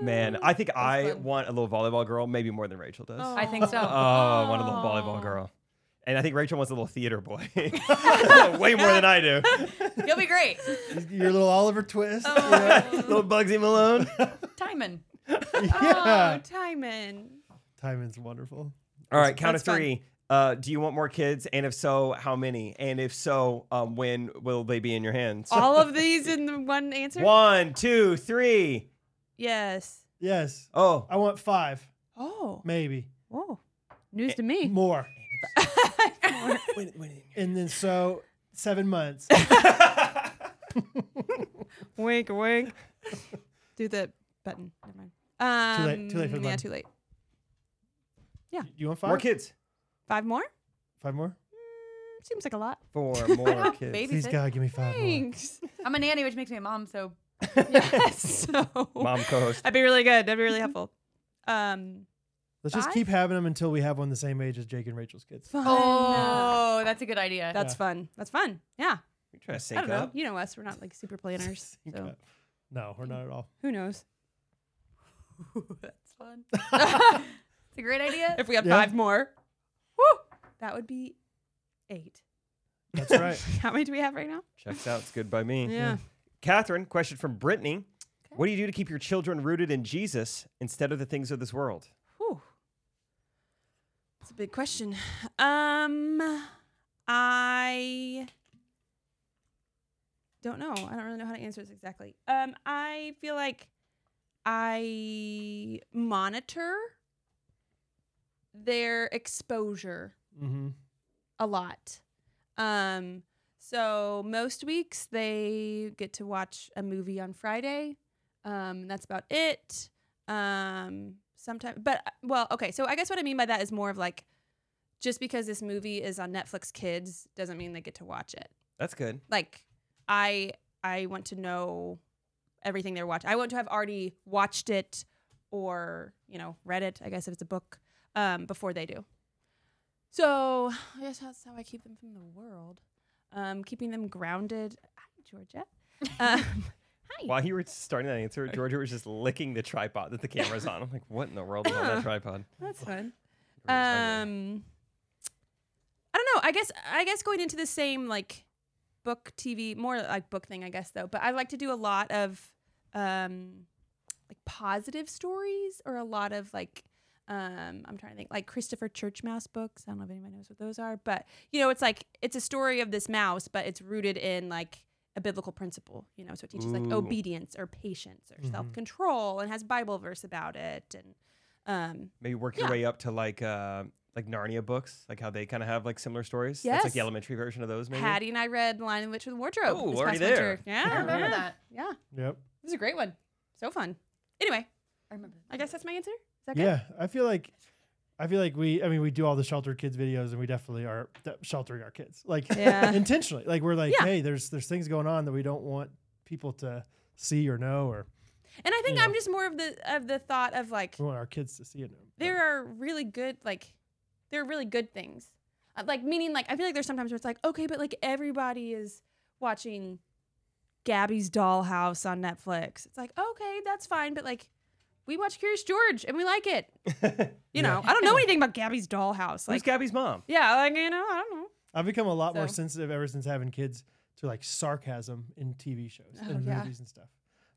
Speaker 2: Man, I think I
Speaker 3: fun.
Speaker 2: want a little volleyball girl, maybe more than Rachel does.
Speaker 4: I think so.
Speaker 2: Oh, I want a little volleyball
Speaker 3: Oh.
Speaker 2: girl. And I think Rachel wants a little theater
Speaker 3: [LAUGHS]
Speaker 2: boy. [LAUGHS] Way more than I do.
Speaker 4: He'll be great.
Speaker 1: Your little Oliver Twist. you know?
Speaker 2: [LAUGHS]
Speaker 3: Oh,
Speaker 2: little Bugsy Malone.
Speaker 4: Timon.
Speaker 1: [LAUGHS] Yeah.
Speaker 3: oh Timon.
Speaker 1: Timing's wonderful.
Speaker 2: All right, count of
Speaker 3: that's fun.
Speaker 2: three. Uh, do you want more kids? And if so, how many? And if so, um, when will they be in your hands?
Speaker 3: [LAUGHS] All of these in the one answer?
Speaker 2: One, two, three.
Speaker 3: Yes.
Speaker 1: Yes.
Speaker 2: Oh,
Speaker 1: I want five,
Speaker 3: Oh.
Speaker 1: maybe
Speaker 3: Whoa. News to me. [LAUGHS]
Speaker 1: more. And then so seven
Speaker 2: [LAUGHS]
Speaker 1: months. [LAUGHS]
Speaker 3: wink, wink. [LAUGHS] Do the button. Never mind. Um,
Speaker 1: late- too late for the
Speaker 3: yeah,
Speaker 1: button.
Speaker 3: too late.
Speaker 1: You want five?
Speaker 2: more kids.
Speaker 3: Five more? Mm,
Speaker 1: Five more?
Speaker 3: Seems like a lot.
Speaker 2: Four
Speaker 3: [LAUGHS]
Speaker 2: more kids.
Speaker 4: Baby.
Speaker 1: Please,
Speaker 4: Babysit.
Speaker 1: God, give me five more. [LAUGHS]
Speaker 3: Thanks. [LAUGHS]
Speaker 4: I'm a nanny, which makes me a mom, so
Speaker 3: yes. So
Speaker 2: [LAUGHS] Mom co-host.
Speaker 3: that'd be really good. That'd be really helpful. Um,
Speaker 1: Let's just
Speaker 4: Five?
Speaker 1: keep having them until we have one the same age as Jake and Rachel's kids.
Speaker 3: fun.
Speaker 4: Oh, that's a good idea.
Speaker 3: That's
Speaker 1: Yeah.
Speaker 3: fun. That's fun. Yeah.
Speaker 2: We try to
Speaker 3: I
Speaker 2: sync
Speaker 3: don't know.
Speaker 2: up.
Speaker 3: You know us. We're not like super planners.
Speaker 1: [LAUGHS] Think
Speaker 3: so
Speaker 1: about- No, we're not at
Speaker 3: [LAUGHS]
Speaker 1: all.
Speaker 3: who knows?
Speaker 4: [LAUGHS] that's fun. It's a great idea.
Speaker 3: If we have
Speaker 1: Yeah.
Speaker 3: five more, woo, that would be eight. [LAUGHS]
Speaker 1: That's right.
Speaker 3: How many do we have right now?
Speaker 2: Checks out. It's good by me.
Speaker 3: Yeah.
Speaker 2: Catherine, question from Brittany. What do you do to keep your children rooted in Jesus instead of the things of this world?
Speaker 3: Whew. It's a big question. Um, I don't know. I don't really know how to answer this exactly. Um, I feel like I monitor their exposure
Speaker 1: mm-hmm.
Speaker 3: a lot. Um, so most weeks they get to watch a movie on Friday. Um, that's about it. Um, sometimes, but well, okay. So I guess what I mean by that is more of like, just because this movie is on Netflix Kids doesn't mean they get to watch it.
Speaker 2: That's good.
Speaker 3: Like, I I want to know everything they're watching. I want to have already watched it or you know read it. I guess if it's a book, um, before they do. So I guess that's how I keep them from the world. Um, keeping them grounded. Hi, Georgia. Um, [LAUGHS] hi.
Speaker 2: While you were starting that answer, Georgia was just licking the tripod
Speaker 3: [LAUGHS]
Speaker 2: that the camera's on. I'm like, what in the world is on
Speaker 3: Uh-huh.
Speaker 2: that tripod?
Speaker 3: That's fun.
Speaker 2: Georgia's hungry.
Speaker 3: Um, I don't know. I guess I guess going into the same like book, TV, more like book thing, I guess though. But I like to do a lot of um, like positive stories or a lot of like um, I'm trying to think like Christopher Church mouse books. I don't know if anybody knows what those are, but you know, it's like it's a story of this mouse, but it's rooted in like a biblical principle. You know, so it teaches like
Speaker 2: Ooh.
Speaker 3: obedience or patience or
Speaker 1: Mhm.
Speaker 3: self control and has Bible verse about it and. Um,
Speaker 2: Maybe work your
Speaker 3: yeah.
Speaker 2: way up to like uh, like Narnia books, like how they kind of have like similar stories. That's like the
Speaker 3: Yes.
Speaker 2: elementary version of those, maybe.
Speaker 3: Patty and I read The Lion, the Witch, and the Wardrobe.
Speaker 2: Ooh,
Speaker 3: this
Speaker 2: already
Speaker 3: past winter.
Speaker 2: there.
Speaker 3: Yeah,
Speaker 4: I remember
Speaker 3: Oh, yeah,
Speaker 4: that.
Speaker 3: Yeah,
Speaker 1: Yep.
Speaker 3: this is a great one. So fun. Anyway,
Speaker 4: I remember. That.
Speaker 3: I guess that's my answer. Is that good?
Speaker 1: Yeah, I feel like I feel like we I mean we do all the sheltered kids videos and we definitely are de- sheltering our kids. Like
Speaker 3: [LAUGHS] Yeah.
Speaker 1: [LAUGHS] intentionally. Like we're like,
Speaker 3: Yeah.
Speaker 1: hey, there's there's things going on that we don't want people to see or know or
Speaker 3: And I think
Speaker 1: Yeah.
Speaker 3: I'm just more of the of the thought of like
Speaker 1: we want our kids to see it.
Speaker 3: there are really good like there are really good things. Uh, Like meaning like I feel like there's sometimes where it's like okay, but like everybody is watching Gabby's Dollhouse on Netflix. It's like okay, that's fine, but like we watch Curious George and we like it. You know, I don't know anything about Gabby's Dollhouse.
Speaker 2: Who's
Speaker 3: Like
Speaker 2: Gabby's mom?
Speaker 3: yeah, like you know, I don't know.
Speaker 1: [LAUGHS] I've become a lot more
Speaker 3: So-
Speaker 1: sensitive ever since having kids to like sarcasm in TV shows
Speaker 3: Oh,
Speaker 1: and
Speaker 3: yeah.
Speaker 1: movies and stuff.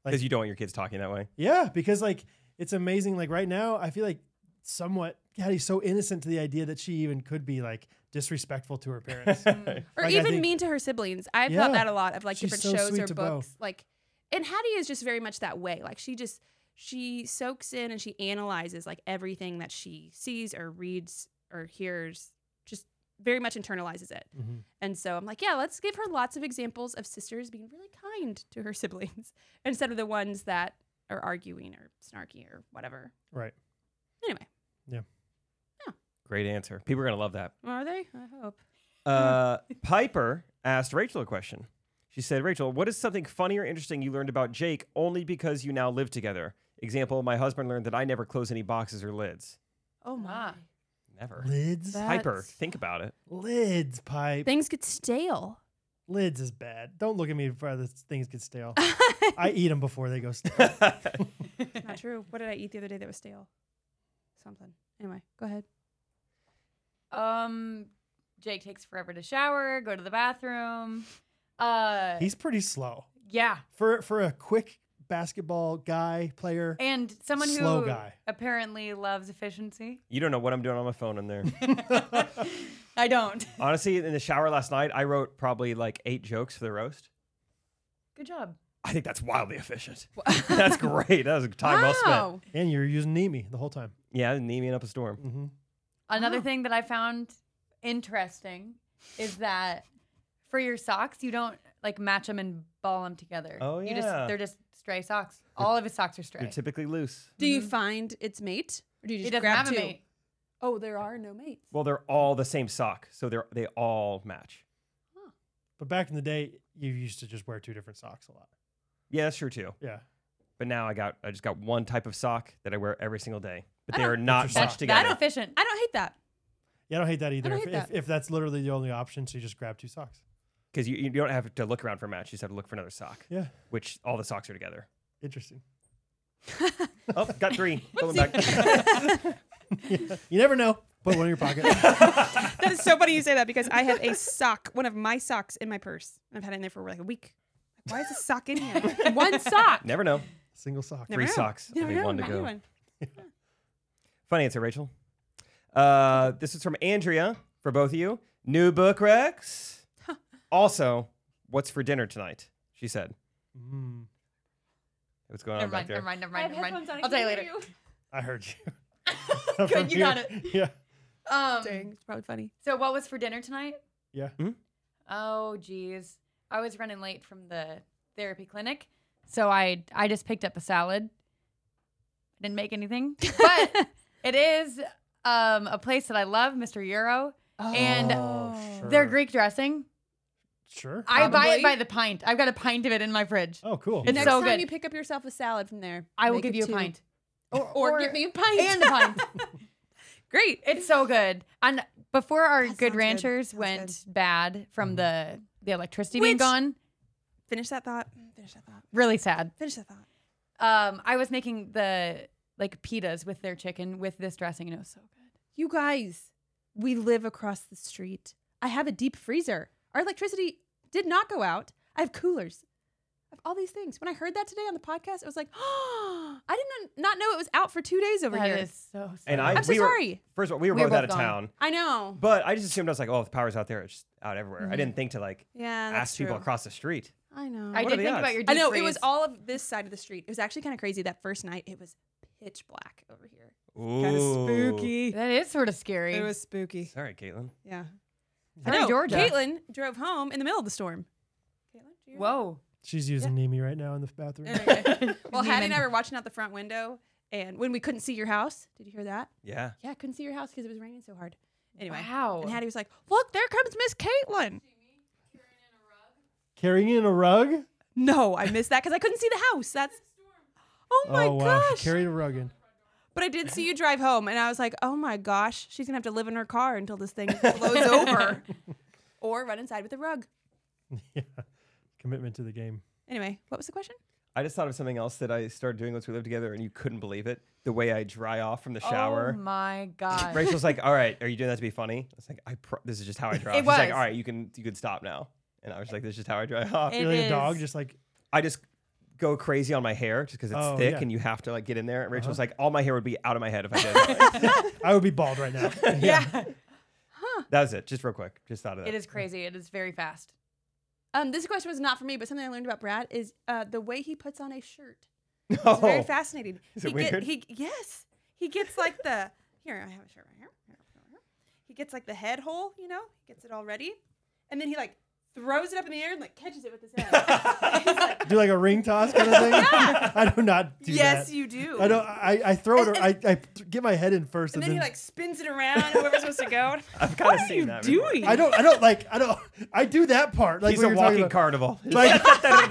Speaker 2: Because you don't want your kids talking that way.
Speaker 1: Yeah, because like it's amazing. Like right now, I feel like somewhat Caddy's so innocent to the idea that she even could be like disrespectful to her parents.
Speaker 3: or
Speaker 1: Like, I
Speaker 3: even
Speaker 1: think-
Speaker 3: mean to her siblings. I
Speaker 1: Yeah.
Speaker 3: felt that a lot of like
Speaker 1: She's
Speaker 3: different
Speaker 1: so
Speaker 3: shows
Speaker 1: sweet
Speaker 3: or
Speaker 1: to Bo.
Speaker 3: books. Like, and Hattie is just very much that way. Like she just she soaks in and she analyzes like everything that she sees or reads or hears. Just very much internalizes it.
Speaker 1: Mhm.
Speaker 3: And so I'm like, yeah, let's give her lots of examples of sisters being really kind to her [LAUGHS] siblings instead of the ones that are arguing or snarky or whatever.
Speaker 1: Right.
Speaker 3: Anyway,
Speaker 2: Great answer. People are gonna love that.
Speaker 3: are they? I hope.
Speaker 2: Uh, Piper asked Rachel a question. She said, Rachel, what is something funny or interesting you learned about Jake only because you now live together? Example, my husband learned that I never close any boxes or lids.
Speaker 3: Oh my.
Speaker 4: Ah.
Speaker 2: Never.
Speaker 1: Lids,
Speaker 3: That-
Speaker 2: Piper,
Speaker 3: That's-
Speaker 2: think about it.
Speaker 1: lids, pipe.
Speaker 3: Things get stale.
Speaker 1: Lids is bad. Don't look at me before the things get stale. I eat them before they go
Speaker 2: [LAUGHS]
Speaker 1: stale.
Speaker 3: Not true. What did I eat the other day that was stale? Something. Anyway, go ahead.
Speaker 4: Um, Jake takes forever to shower, go to the bathroom. Uh,
Speaker 1: He's pretty slow
Speaker 4: yeah,
Speaker 1: for for a quick basketball guy player.
Speaker 4: and someone
Speaker 1: Slow
Speaker 4: who
Speaker 1: guy.
Speaker 4: apparently loves efficiency.
Speaker 2: You don't know what I'm doing on my phone in there.
Speaker 4: I don't. [LAUGHS]
Speaker 2: Honestly, in the shower last night, I wrote probably like eight jokes for the roast.
Speaker 4: Good job.
Speaker 2: I think that's wildly efficient. that's great. That was time well spent.
Speaker 4: Wow.
Speaker 1: And you're using Nemi the whole time.
Speaker 2: Yeah, Neemian up a storm.
Speaker 1: hmm
Speaker 4: Another
Speaker 3: Wow.
Speaker 4: thing that I found interesting is that for your socks, you don't like match them and ball them together.
Speaker 2: Oh,
Speaker 4: You
Speaker 2: yeah.
Speaker 4: just they're just stray socks. All of his socks are
Speaker 2: You're
Speaker 4: stray.
Speaker 2: typically loose.
Speaker 3: Do you find its mate, or do you
Speaker 4: He
Speaker 3: just
Speaker 4: Mm-hmm.
Speaker 3: grab
Speaker 4: doesn't have a
Speaker 3: two?
Speaker 4: mate.
Speaker 3: Oh, there are no mates.
Speaker 2: Well, they're all the same sock, so they're they all match.
Speaker 1: But back in the day, you used to just wear two different socks a lot.
Speaker 2: Yeah, that's true too.
Speaker 1: Yeah.
Speaker 2: But now I got I just got one type of sock that I wear every single day. But
Speaker 3: I
Speaker 2: they
Speaker 4: Ah,
Speaker 3: don't-
Speaker 2: are not
Speaker 1: That's your
Speaker 2: matched
Speaker 1: sock.
Speaker 4: That
Speaker 2: together.
Speaker 4: efficient.
Speaker 3: I don't hate that.
Speaker 1: Yeah, I don't hate that either.
Speaker 3: don't
Speaker 1: if,
Speaker 3: hate
Speaker 1: if,
Speaker 3: that.
Speaker 1: if that's literally the only option, so you just grab two socks.
Speaker 2: Because you, you don't have to look around for a match, you just have to look for another sock.
Speaker 1: Yeah.
Speaker 2: Which all the socks are together.
Speaker 1: Interesting.
Speaker 2: Oh, got
Speaker 4: [LAUGHS]
Speaker 2: three. Going back.
Speaker 1: You never know. Put one in your pocket.
Speaker 3: That is [LAUGHS] so funny you say that because I have a sock, one of my socks in my purse. I've had it in there for like a week. Like, why is a sock in here? one sock.
Speaker 4: [LAUGHS]
Speaker 2: Never know.
Speaker 1: Single sock.
Speaker 2: [LAUGHS]
Speaker 3: Never
Speaker 2: Three
Speaker 3: know.
Speaker 2: socks,
Speaker 3: Never
Speaker 2: only
Speaker 3: know.
Speaker 2: one to
Speaker 3: I need
Speaker 2: go. Fun answer, Rachel. Uh, this is from Andrea for both of you. New book Rex. also, what's for dinner tonight? She said.
Speaker 1: Mm,
Speaker 2: What's going on
Speaker 4: Never
Speaker 2: back
Speaker 4: mind,
Speaker 2: there?
Speaker 4: never mind, never mind, never mind. I'll tell you later.
Speaker 1: I heard you. From
Speaker 4: Good, you got
Speaker 1: here.
Speaker 4: it.
Speaker 1: [LAUGHS] Yeah.
Speaker 4: Um,
Speaker 3: Dang, it's probably funny.
Speaker 4: So what was for dinner tonight?
Speaker 1: Yeah.
Speaker 4: Oh geez, I was running late from the therapy clinic, so I I just picked up a salad. I didn't make
Speaker 3: [LAUGHS]
Speaker 4: anything, but it is um, a place that I love, Mr. Euro. And
Speaker 1: Oh, sure.
Speaker 4: Their Greek dressing,
Speaker 1: Sure.
Speaker 4: I buy it
Speaker 3: Probably.
Speaker 4: by the pint. I've got a pint of it in my fridge.
Speaker 1: oh, cool.
Speaker 4: It's
Speaker 3: Next
Speaker 4: so
Speaker 3: time
Speaker 4: good.
Speaker 3: you pick up yourself a salad from there,
Speaker 4: I will
Speaker 3: make
Speaker 4: give
Speaker 3: it
Speaker 4: you a
Speaker 3: two.
Speaker 4: pint
Speaker 3: or, or,
Speaker 4: or-
Speaker 3: give me a pint.
Speaker 4: [LAUGHS] and a pint.
Speaker 3: Great.
Speaker 4: It's so good. And before our
Speaker 3: That sounds
Speaker 4: good
Speaker 3: good.
Speaker 4: ranchers
Speaker 3: Sounds
Speaker 4: went bad from the the electricity being
Speaker 3: Which-
Speaker 4: gone,
Speaker 3: Finish that thought. Finish that thought.
Speaker 4: really sad.
Speaker 3: Finish that thought.
Speaker 4: Um, I was making the like pitas with their chicken with this dressing, and it was so good.
Speaker 3: You guys, we live across the street. I have a deep freezer. Our electricity did not go out. I have coolers. I have all these things. When I heard that today on the podcast, I was like, [GASPS] oh, I didn't not know it was out for two days over
Speaker 4: That
Speaker 3: here.
Speaker 4: is so. Sad.
Speaker 2: And I,
Speaker 3: I'm so
Speaker 2: we were-
Speaker 3: sorry.
Speaker 2: first of all, we were
Speaker 4: We were
Speaker 2: both out of
Speaker 4: both gone.
Speaker 2: town,
Speaker 3: I know.
Speaker 2: but I just assumed I was like, oh, the power's out there. It's just out everywhere.
Speaker 4: Mm-hmm.
Speaker 2: I didn't think to like
Speaker 3: Yeah, that's
Speaker 2: ask people
Speaker 3: true.
Speaker 2: across the street.
Speaker 3: I know.
Speaker 4: I
Speaker 2: What are
Speaker 4: did
Speaker 2: the
Speaker 4: think
Speaker 2: odds?
Speaker 4: about your. Deep
Speaker 3: I know it was
Speaker 4: freeze.
Speaker 3: all of this side of the street. It was actually kind of crazy that first night. It was pitch black over here. Kind of
Speaker 2: Ooh.
Speaker 3: spooky.
Speaker 4: That is sort of scary.
Speaker 3: It was spooky.
Speaker 2: Sorry, Caitlin.
Speaker 3: Yeah.
Speaker 4: We're in Georgia.
Speaker 3: Caitlin drove home in the middle of the storm. Caitlin,
Speaker 4: Whoa.
Speaker 1: She's using Nemi right now in the
Speaker 3: [LAUGHS]
Speaker 1: bathroom.
Speaker 3: well, Hattie and I
Speaker 4: Demon.
Speaker 3: were watching out the front window, and when we couldn't see your house, did you hear that?
Speaker 2: Yeah.
Speaker 3: Yeah, I couldn't see your house because it was raining so hard. Anyway,
Speaker 4: Wow.
Speaker 3: and Hattie was like, "Look, there comes Miss Caitlin."
Speaker 1: Carrying in a rug?
Speaker 3: No, I missed that because I couldn't see the house. That's oh my
Speaker 1: oh, wow. She
Speaker 3: gosh!
Speaker 1: carried a rug in. [LAUGHS]
Speaker 3: but I did see you drive home, and I was like, "Oh my gosh, she's gonna have to live in her car until this thing [LAUGHS] blows over, or run inside with a rug."
Speaker 1: yeah. Commitment to the game.
Speaker 3: Anyway, what was the question?
Speaker 2: I just thought of something else that I started doing once we lived together, and you couldn't believe it. The way I dry off from the shower.
Speaker 4: Oh my god.
Speaker 2: [LAUGHS] Rachel's like, "All right, are you doing that to be funny?" I was like, "I pro- this is just how I draw."
Speaker 4: [LAUGHS] It
Speaker 2: She's like,
Speaker 4: was.
Speaker 2: "All right, you can you can stop now." And I was like, "This is just how I draw [LAUGHS] off."
Speaker 4: It
Speaker 1: You're like a dog,
Speaker 4: is-
Speaker 1: just like,
Speaker 2: I just go crazy on my hair just because it's
Speaker 1: Oh,
Speaker 2: thick
Speaker 1: yeah. Uh-huh.
Speaker 2: and you have to like get in there. And Rachel's like, "All my hair would be out of my head if I
Speaker 4: [LAUGHS]
Speaker 2: did." that."
Speaker 1: I would be bald right now.
Speaker 4: yeah.
Speaker 2: that was it. Just real quick, just thought of that. [LAUGHS]
Speaker 4: It is crazy. It is very fast.
Speaker 3: Um, this question was not for me, but something I learned about Brad is uh, the way he puts on a shirt.
Speaker 2: No.
Speaker 3: It's
Speaker 1: Oh.
Speaker 3: very fascinating.
Speaker 2: Is it
Speaker 3: he get-
Speaker 2: weird?
Speaker 3: he yes, he gets like the here. I have a shirt right here. here, here, here. He gets like the head hole, you know. He gets it all ready, and then he like throws it up in the air and like catches it with his head. He's like,
Speaker 1: do like a ring toss kind of thing. [LAUGHS] I do not [LAUGHS] do
Speaker 3: yes,
Speaker 1: that.
Speaker 3: you do.
Speaker 1: I don't. I, I throw it. I, I get my head in first,
Speaker 3: and
Speaker 1: and,
Speaker 3: then he like spins it around whoever's supposed to
Speaker 1: [LAUGHS]
Speaker 3: go. [LAUGHS]
Speaker 2: I've kind of seen that. before.
Speaker 1: I don't. I don't like. I don't. I do that part. Like
Speaker 2: He's
Speaker 1: what you're
Speaker 2: a
Speaker 1: talking
Speaker 2: walking
Speaker 1: about.
Speaker 2: carnival.
Speaker 1: Like,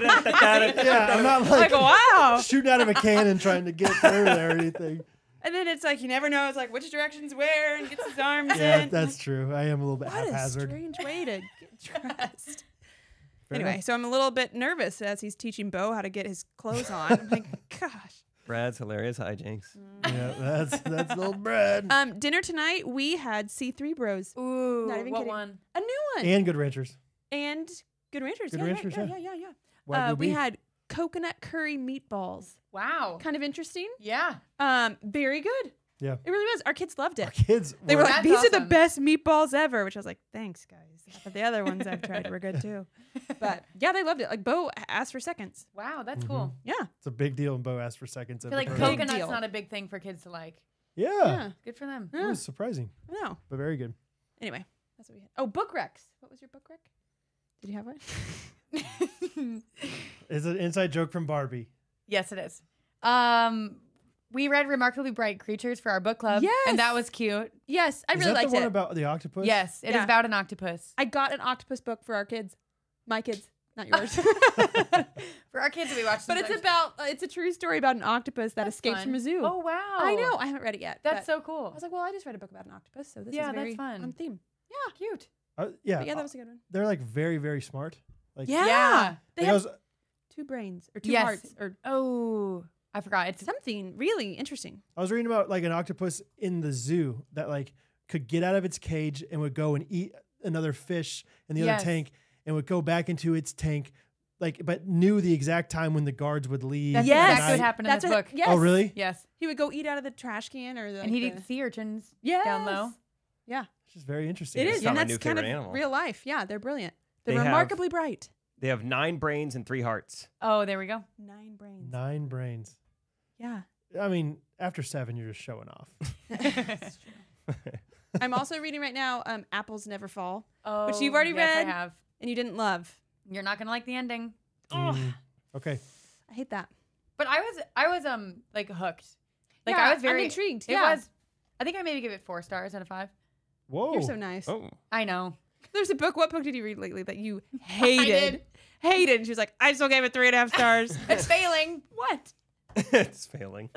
Speaker 2: yeah.
Speaker 1: yeah, I'm not
Speaker 3: [LAUGHS]
Speaker 1: like [LAUGHS]
Speaker 3: Like wow.
Speaker 1: shooting out of a cannon trying to get through there or
Speaker 3: [LAUGHS]
Speaker 1: anything.
Speaker 3: And then it's like he never knows like which direction's where and gets his arms
Speaker 1: Yeah,
Speaker 3: in.
Speaker 1: that's true. I am a little bit
Speaker 3: what a
Speaker 1: haphazard. [LAUGHS]
Speaker 3: strange way to get dressed.
Speaker 1: Fair
Speaker 3: anyway,
Speaker 1: enough.
Speaker 3: so I'm a little bit nervous as he's teaching Bo how to get his clothes on. I'm like, [LAUGHS] gosh.
Speaker 2: Brad's hilarious hijinks.
Speaker 4: Mm.
Speaker 1: yeah, that's that's
Speaker 3: [LAUGHS]
Speaker 1: little bread
Speaker 3: Um, dinner tonight we had C3 Bros,
Speaker 4: Ooh,
Speaker 3: Not even
Speaker 4: what
Speaker 3: kidding.
Speaker 4: one?
Speaker 3: a new one,
Speaker 1: and good ranchers.
Speaker 3: and Good Ranchers.
Speaker 1: Good
Speaker 3: yeah, right,
Speaker 1: Ranchers,
Speaker 3: yeah,
Speaker 1: yeah.
Speaker 3: yeah, yeah, yeah.
Speaker 1: Wagyu
Speaker 3: Uh, we
Speaker 1: beef.
Speaker 3: had coconut curry meatballs.
Speaker 4: Wow.
Speaker 3: Kind of interesting.
Speaker 4: Yeah.
Speaker 3: Um, very good.
Speaker 1: Yeah.
Speaker 3: It really was. Our kids loved it.
Speaker 1: Our kids
Speaker 3: They were like,
Speaker 4: That's
Speaker 3: "These are the
Speaker 4: awesome.
Speaker 3: best meatballs ever," which I was like, "Thanks, guys." But the other ones I've tried were good [LAUGHS] too. But yeah, they loved it. Like Bo asked for seconds.
Speaker 4: Wow, that's
Speaker 1: Mhm.
Speaker 2: Mm-hmm.
Speaker 4: cool.
Speaker 3: Yeah,
Speaker 1: it's a big deal. And Bo asked for seconds.
Speaker 4: I
Speaker 1: at
Speaker 4: feel
Speaker 1: the
Speaker 4: like
Speaker 1: party.
Speaker 3: Coke-
Speaker 4: coconut's
Speaker 3: deal.
Speaker 4: not a big thing for kids to like.
Speaker 1: yeah,
Speaker 3: yeah.
Speaker 4: Good for [LAUGHS] them.
Speaker 1: it
Speaker 3: yeah.
Speaker 1: was surprising,
Speaker 3: No.
Speaker 1: but very good.
Speaker 3: Anyway, that's what we had. Oh, book recs. What was your book rec? Did you have one?
Speaker 1: It's an inside joke from Barbie.
Speaker 4: yes, it is. Um, we read Remarkably Bright Creatures for our book club. And that
Speaker 3: Yes.
Speaker 4: was cute.
Speaker 3: yes, I
Speaker 1: Is
Speaker 3: really
Speaker 1: that
Speaker 3: liked
Speaker 1: the one
Speaker 3: it.
Speaker 1: about the octopus?
Speaker 4: Yes, it is
Speaker 3: Yeah.
Speaker 4: about an octopus.
Speaker 3: I got an octopus book for our kids, my kids, not [LAUGHS]
Speaker 4: [LAUGHS]
Speaker 3: yours.
Speaker 4: For our kids, we watched
Speaker 3: but it's about uh, it's a true story about an octopus that
Speaker 4: That's
Speaker 3: escapes
Speaker 4: fun.
Speaker 3: from a zoo.
Speaker 4: Oh, wow.
Speaker 3: I know. I haven't read it yet.
Speaker 4: That's
Speaker 3: but
Speaker 4: so cool.
Speaker 3: I was like, well, I just read a book about an octopus, so this
Speaker 4: Yeah,
Speaker 3: is
Speaker 4: that's
Speaker 3: very
Speaker 4: fun.
Speaker 3: on theme. Yeah, cute.
Speaker 1: Uh, yeah,
Speaker 3: But yeah,
Speaker 1: uh,
Speaker 3: that was a good one.
Speaker 1: they're like very very smart. Like
Speaker 3: Yeah,
Speaker 4: Yeah.
Speaker 3: they
Speaker 1: like, I
Speaker 3: have
Speaker 1: was-
Speaker 3: two brains or two
Speaker 4: Yes.
Speaker 3: hearts or
Speaker 4: Oh, I forgot. It's
Speaker 3: something really interesting.
Speaker 1: I was reading about like an octopus in the zoo that like could get out of its cage and would go and eat another fish in the
Speaker 4: Yes.
Speaker 1: other tank and would go back into its tank, like but knew the exact time when the guards would leave.
Speaker 4: That's
Speaker 1: at
Speaker 4: exactly what
Speaker 1: night.
Speaker 4: happened in
Speaker 3: That's
Speaker 4: this
Speaker 3: what-
Speaker 4: book.
Speaker 3: Yes.
Speaker 1: Oh really?
Speaker 4: Yes.
Speaker 3: He would go eat out of the trash can or the.
Speaker 4: and he'd
Speaker 3: the-
Speaker 4: eat sea urchins down
Speaker 3: Yes.
Speaker 4: low.
Speaker 3: Yeah,
Speaker 1: It's just very interesting.
Speaker 3: it
Speaker 2: that's
Speaker 3: is,
Speaker 2: not
Speaker 3: and
Speaker 2: my
Speaker 3: that's
Speaker 2: new
Speaker 3: kind of
Speaker 2: favorite animal.
Speaker 3: real life. Yeah, they're brilliant. They're
Speaker 2: They have-
Speaker 3: remarkably bright.
Speaker 2: They have nine brains and three hearts.
Speaker 4: Oh, there we go.
Speaker 3: Nine brains.
Speaker 1: Nine brains.
Speaker 2: [LAUGHS]
Speaker 3: Yeah.
Speaker 1: I mean, after seven, you're just showing off.
Speaker 3: I'm also reading right now um, Apples Never Fall,
Speaker 4: Oh,
Speaker 3: Which you've already
Speaker 4: yes,
Speaker 3: read.
Speaker 4: I have.
Speaker 3: and you didn't love.
Speaker 4: You're not gonna like the ending.
Speaker 1: Mm. Okay.
Speaker 3: I hate that.
Speaker 4: But I was, I was, um, like hooked. Like
Speaker 3: Yeah,
Speaker 4: I was very
Speaker 3: I'm intrigued.
Speaker 4: It
Speaker 3: yeah.
Speaker 4: was. I think I maybe give it four stars out of five.
Speaker 1: Whoa.
Speaker 3: You're so nice.
Speaker 2: Oh,
Speaker 4: I know.
Speaker 3: There's a book. What book did you read lately that [LAUGHS] you hated? Hated. And she was like, I still gave it three and a half [LAUGHS] stars.
Speaker 4: It's failing. [LAUGHS] what?
Speaker 2: [LAUGHS] it's failing.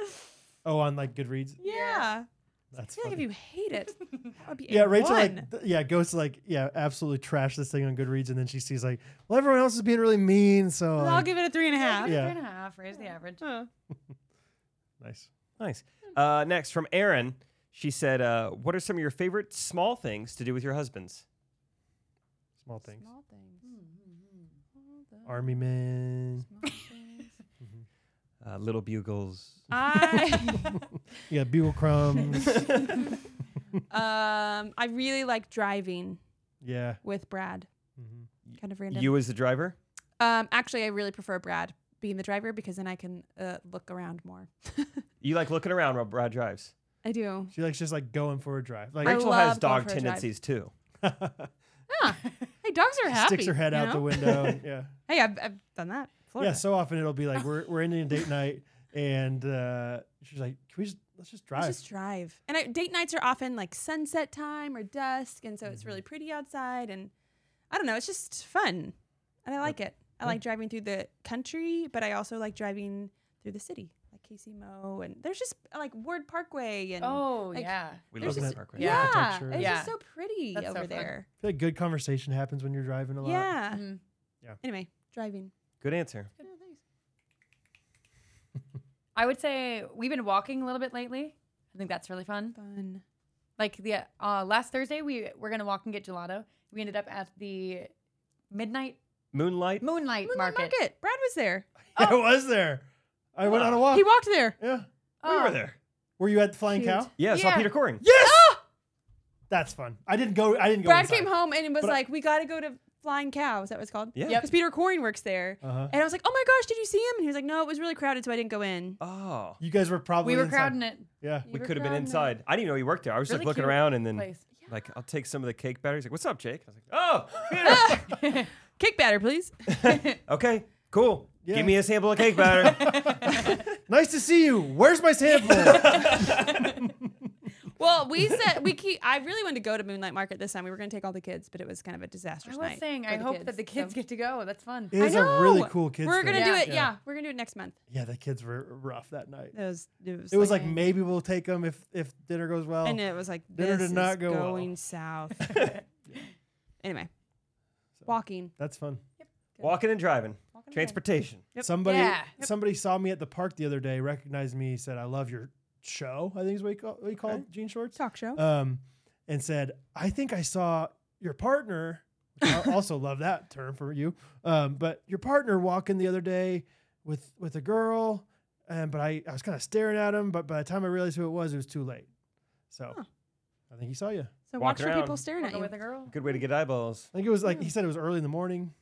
Speaker 1: Oh, on like Goodreads.
Speaker 3: yeah. I
Speaker 1: That's
Speaker 3: feel like if
Speaker 1: funny.
Speaker 3: you hate it, that would be
Speaker 1: Yeah,
Speaker 3: a
Speaker 1: Rachel
Speaker 3: one.
Speaker 1: like th- yeah goes to like yeah absolutely trash this thing on Goodreads and then she sees like well everyone else is being really mean so
Speaker 3: Well, I'll
Speaker 1: like,
Speaker 3: give it a three and a half.
Speaker 4: Give it
Speaker 1: Yeah.
Speaker 4: Three and a half. Raise the average.
Speaker 3: Huh.
Speaker 1: nice
Speaker 2: Nice. Uh, next from Erin. She said, uh, "What are some of your favorite small things to do with your husbands?"
Speaker 1: small things
Speaker 3: Small things.
Speaker 1: army men
Speaker 2: Uh, little bugles.
Speaker 3: [LAUGHS] I
Speaker 1: yeah bugle crumbs
Speaker 3: [LAUGHS] um I really like driving
Speaker 1: [LAUGHS] yeah
Speaker 3: with Brad.
Speaker 1: Mhm.
Speaker 3: Kind of random.
Speaker 2: You as the driver.
Speaker 3: Um, actually, I really prefer Brad being the driver because then I can uh, look around more.
Speaker 2: You like looking around while Brad drives.
Speaker 3: I do.
Speaker 1: she likes just like going for a drive like
Speaker 3: I
Speaker 2: Rachel has
Speaker 3: love going
Speaker 2: dog
Speaker 3: for a drive.
Speaker 2: tendencies too.
Speaker 1: [LAUGHS]
Speaker 3: Yeah. hey, dogs are happy.
Speaker 1: sticks her head
Speaker 3: you
Speaker 1: out the
Speaker 3: know?
Speaker 1: window
Speaker 3: [LAUGHS]
Speaker 1: and- yeah
Speaker 3: Hey, I've, I've done that. Florida.
Speaker 1: yeah so often it'll be like we're we're ending a date
Speaker 3: [LAUGHS]
Speaker 1: night and uh, she's like can we just let's just drive
Speaker 3: Let's just drive. And I, date nights are often like sunset time or dusk, and so it's
Speaker 1: Mm-hmm.
Speaker 3: really pretty outside. And I don't know, it's just fun, and I like it. I like driving through the country, but I also like driving through the city, like Casey Mo, and there's just like Ward Parkway and
Speaker 4: Oh
Speaker 3: Like,
Speaker 4: yeah.
Speaker 2: We
Speaker 3: There's
Speaker 2: love that
Speaker 3: just-
Speaker 2: park.
Speaker 4: yeah.
Speaker 3: yeah,
Speaker 1: Architecture.
Speaker 3: it's
Speaker 4: Yeah.
Speaker 3: just so pretty
Speaker 4: That's so
Speaker 3: over
Speaker 4: fun.
Speaker 3: there.
Speaker 1: I feel like good conversation happens when you're driving a lot
Speaker 3: Yeah.
Speaker 4: Mhm.
Speaker 1: Yeah.
Speaker 3: Anyway, driving.
Speaker 2: Good answer.
Speaker 4: [LAUGHS] I would say we've been walking a little bit lately. I think that's really fun.
Speaker 3: Fun.
Speaker 4: Like the uh, last Thursday, we were gonna walk and get gelato. We ended up at the midnight
Speaker 2: Moonlight.
Speaker 4: moonlight,
Speaker 3: Moonlight
Speaker 4: market.
Speaker 3: market. Brad was there.
Speaker 1: [LAUGHS] I was there I went
Speaker 3: [GASPS]
Speaker 1: on a walk
Speaker 3: Oh. He walked there.
Speaker 1: yeah
Speaker 2: We
Speaker 4: Oh.
Speaker 2: were there.
Speaker 1: were you at the flying
Speaker 3: Cute.
Speaker 1: cow
Speaker 2: Yeah, I saw
Speaker 4: Yeah.
Speaker 2: Peter Coring.
Speaker 1: yes that's fun I didn't go I didn't go
Speaker 3: Brad
Speaker 1: inside.
Speaker 3: came home and was
Speaker 1: But I-
Speaker 3: like, "We got to go to Flying Cow." Is that what it's called?
Speaker 2: Yeah. Yep.
Speaker 3: Because Peter Coring works there.
Speaker 1: uh-huh.
Speaker 3: And I was like, "Oh my gosh, did you see him?" And he was like, "No, it was really crowded, so I didn't go in."
Speaker 2: Oh,
Speaker 1: you guys were probably
Speaker 4: We were
Speaker 1: inside.
Speaker 4: crowding it.
Speaker 1: yeah
Speaker 3: You
Speaker 2: we
Speaker 3: were
Speaker 2: could have been
Speaker 3: crowding it.
Speaker 2: inside. I didn't even know he worked there. I was just
Speaker 4: Really
Speaker 2: looking
Speaker 4: cute
Speaker 2: around and then
Speaker 4: place.
Speaker 2: like, I'll take some of the cake batter. He's like, "What's up, Jake?" I was like, "Oh, Peter."
Speaker 3: Cake batter, please.
Speaker 2: okay, cool.
Speaker 1: Yeah.
Speaker 2: Give me a sample of cake batter.
Speaker 1: nice to see you where's my
Speaker 3: [LAUGHS]
Speaker 1: sample
Speaker 3: [LAUGHS] well, we said we keep. I really wanted to go to Moonlight Market this time. We were going to take all the kids, but it was kind of a disastrous
Speaker 4: I was
Speaker 3: night.
Speaker 4: saying,
Speaker 3: for
Speaker 4: I hope that the
Speaker 3: so-
Speaker 4: kids get to go. That's fun.
Speaker 1: It is
Speaker 3: I
Speaker 1: a really
Speaker 3: know.
Speaker 1: cool kids.
Speaker 3: We're gonna
Speaker 1: thing.
Speaker 3: do
Speaker 4: Yeah.
Speaker 3: it. Yeah.
Speaker 1: Yeah.
Speaker 3: we're gonna do it next month.
Speaker 1: Yeah, the kids were rough that night.
Speaker 3: It was. It was.
Speaker 1: It was like
Speaker 4: like-
Speaker 1: maybe we'll take them if if dinner goes well.
Speaker 3: and it was like
Speaker 1: dinner
Speaker 3: this
Speaker 1: did not
Speaker 3: is
Speaker 1: go well. [LAUGHS]
Speaker 3: going south. [LAUGHS] anyway,
Speaker 1: So.
Speaker 3: walking.
Speaker 1: That's fun.
Speaker 3: Good.
Speaker 2: Walking and driving.
Speaker 3: Walking and
Speaker 2: Transportation.
Speaker 3: Yep.
Speaker 1: Somebody
Speaker 4: Yeah.
Speaker 1: somebody saw me at the park the other day, recognized me, said, I love your show, I think is what he call, what he called Gene Shorts.
Speaker 3: Talk show.
Speaker 1: Um, and said, I think I saw your partner. which I also [LAUGHS] love that term for you. Um, but your partner walking the other day with with a girl, and but I, I was kind of staring at him, but by the time I realized who it was, it was too late. So
Speaker 3: Huh.
Speaker 1: I think he saw you.
Speaker 3: so watch
Speaker 2: walking
Speaker 3: for
Speaker 2: around.
Speaker 3: people staring at
Speaker 4: Walking
Speaker 3: you.
Speaker 4: with a girl.
Speaker 2: Good way to get eyeballs.
Speaker 1: I think it was
Speaker 3: Hmm.
Speaker 1: like he said it was early in the morning.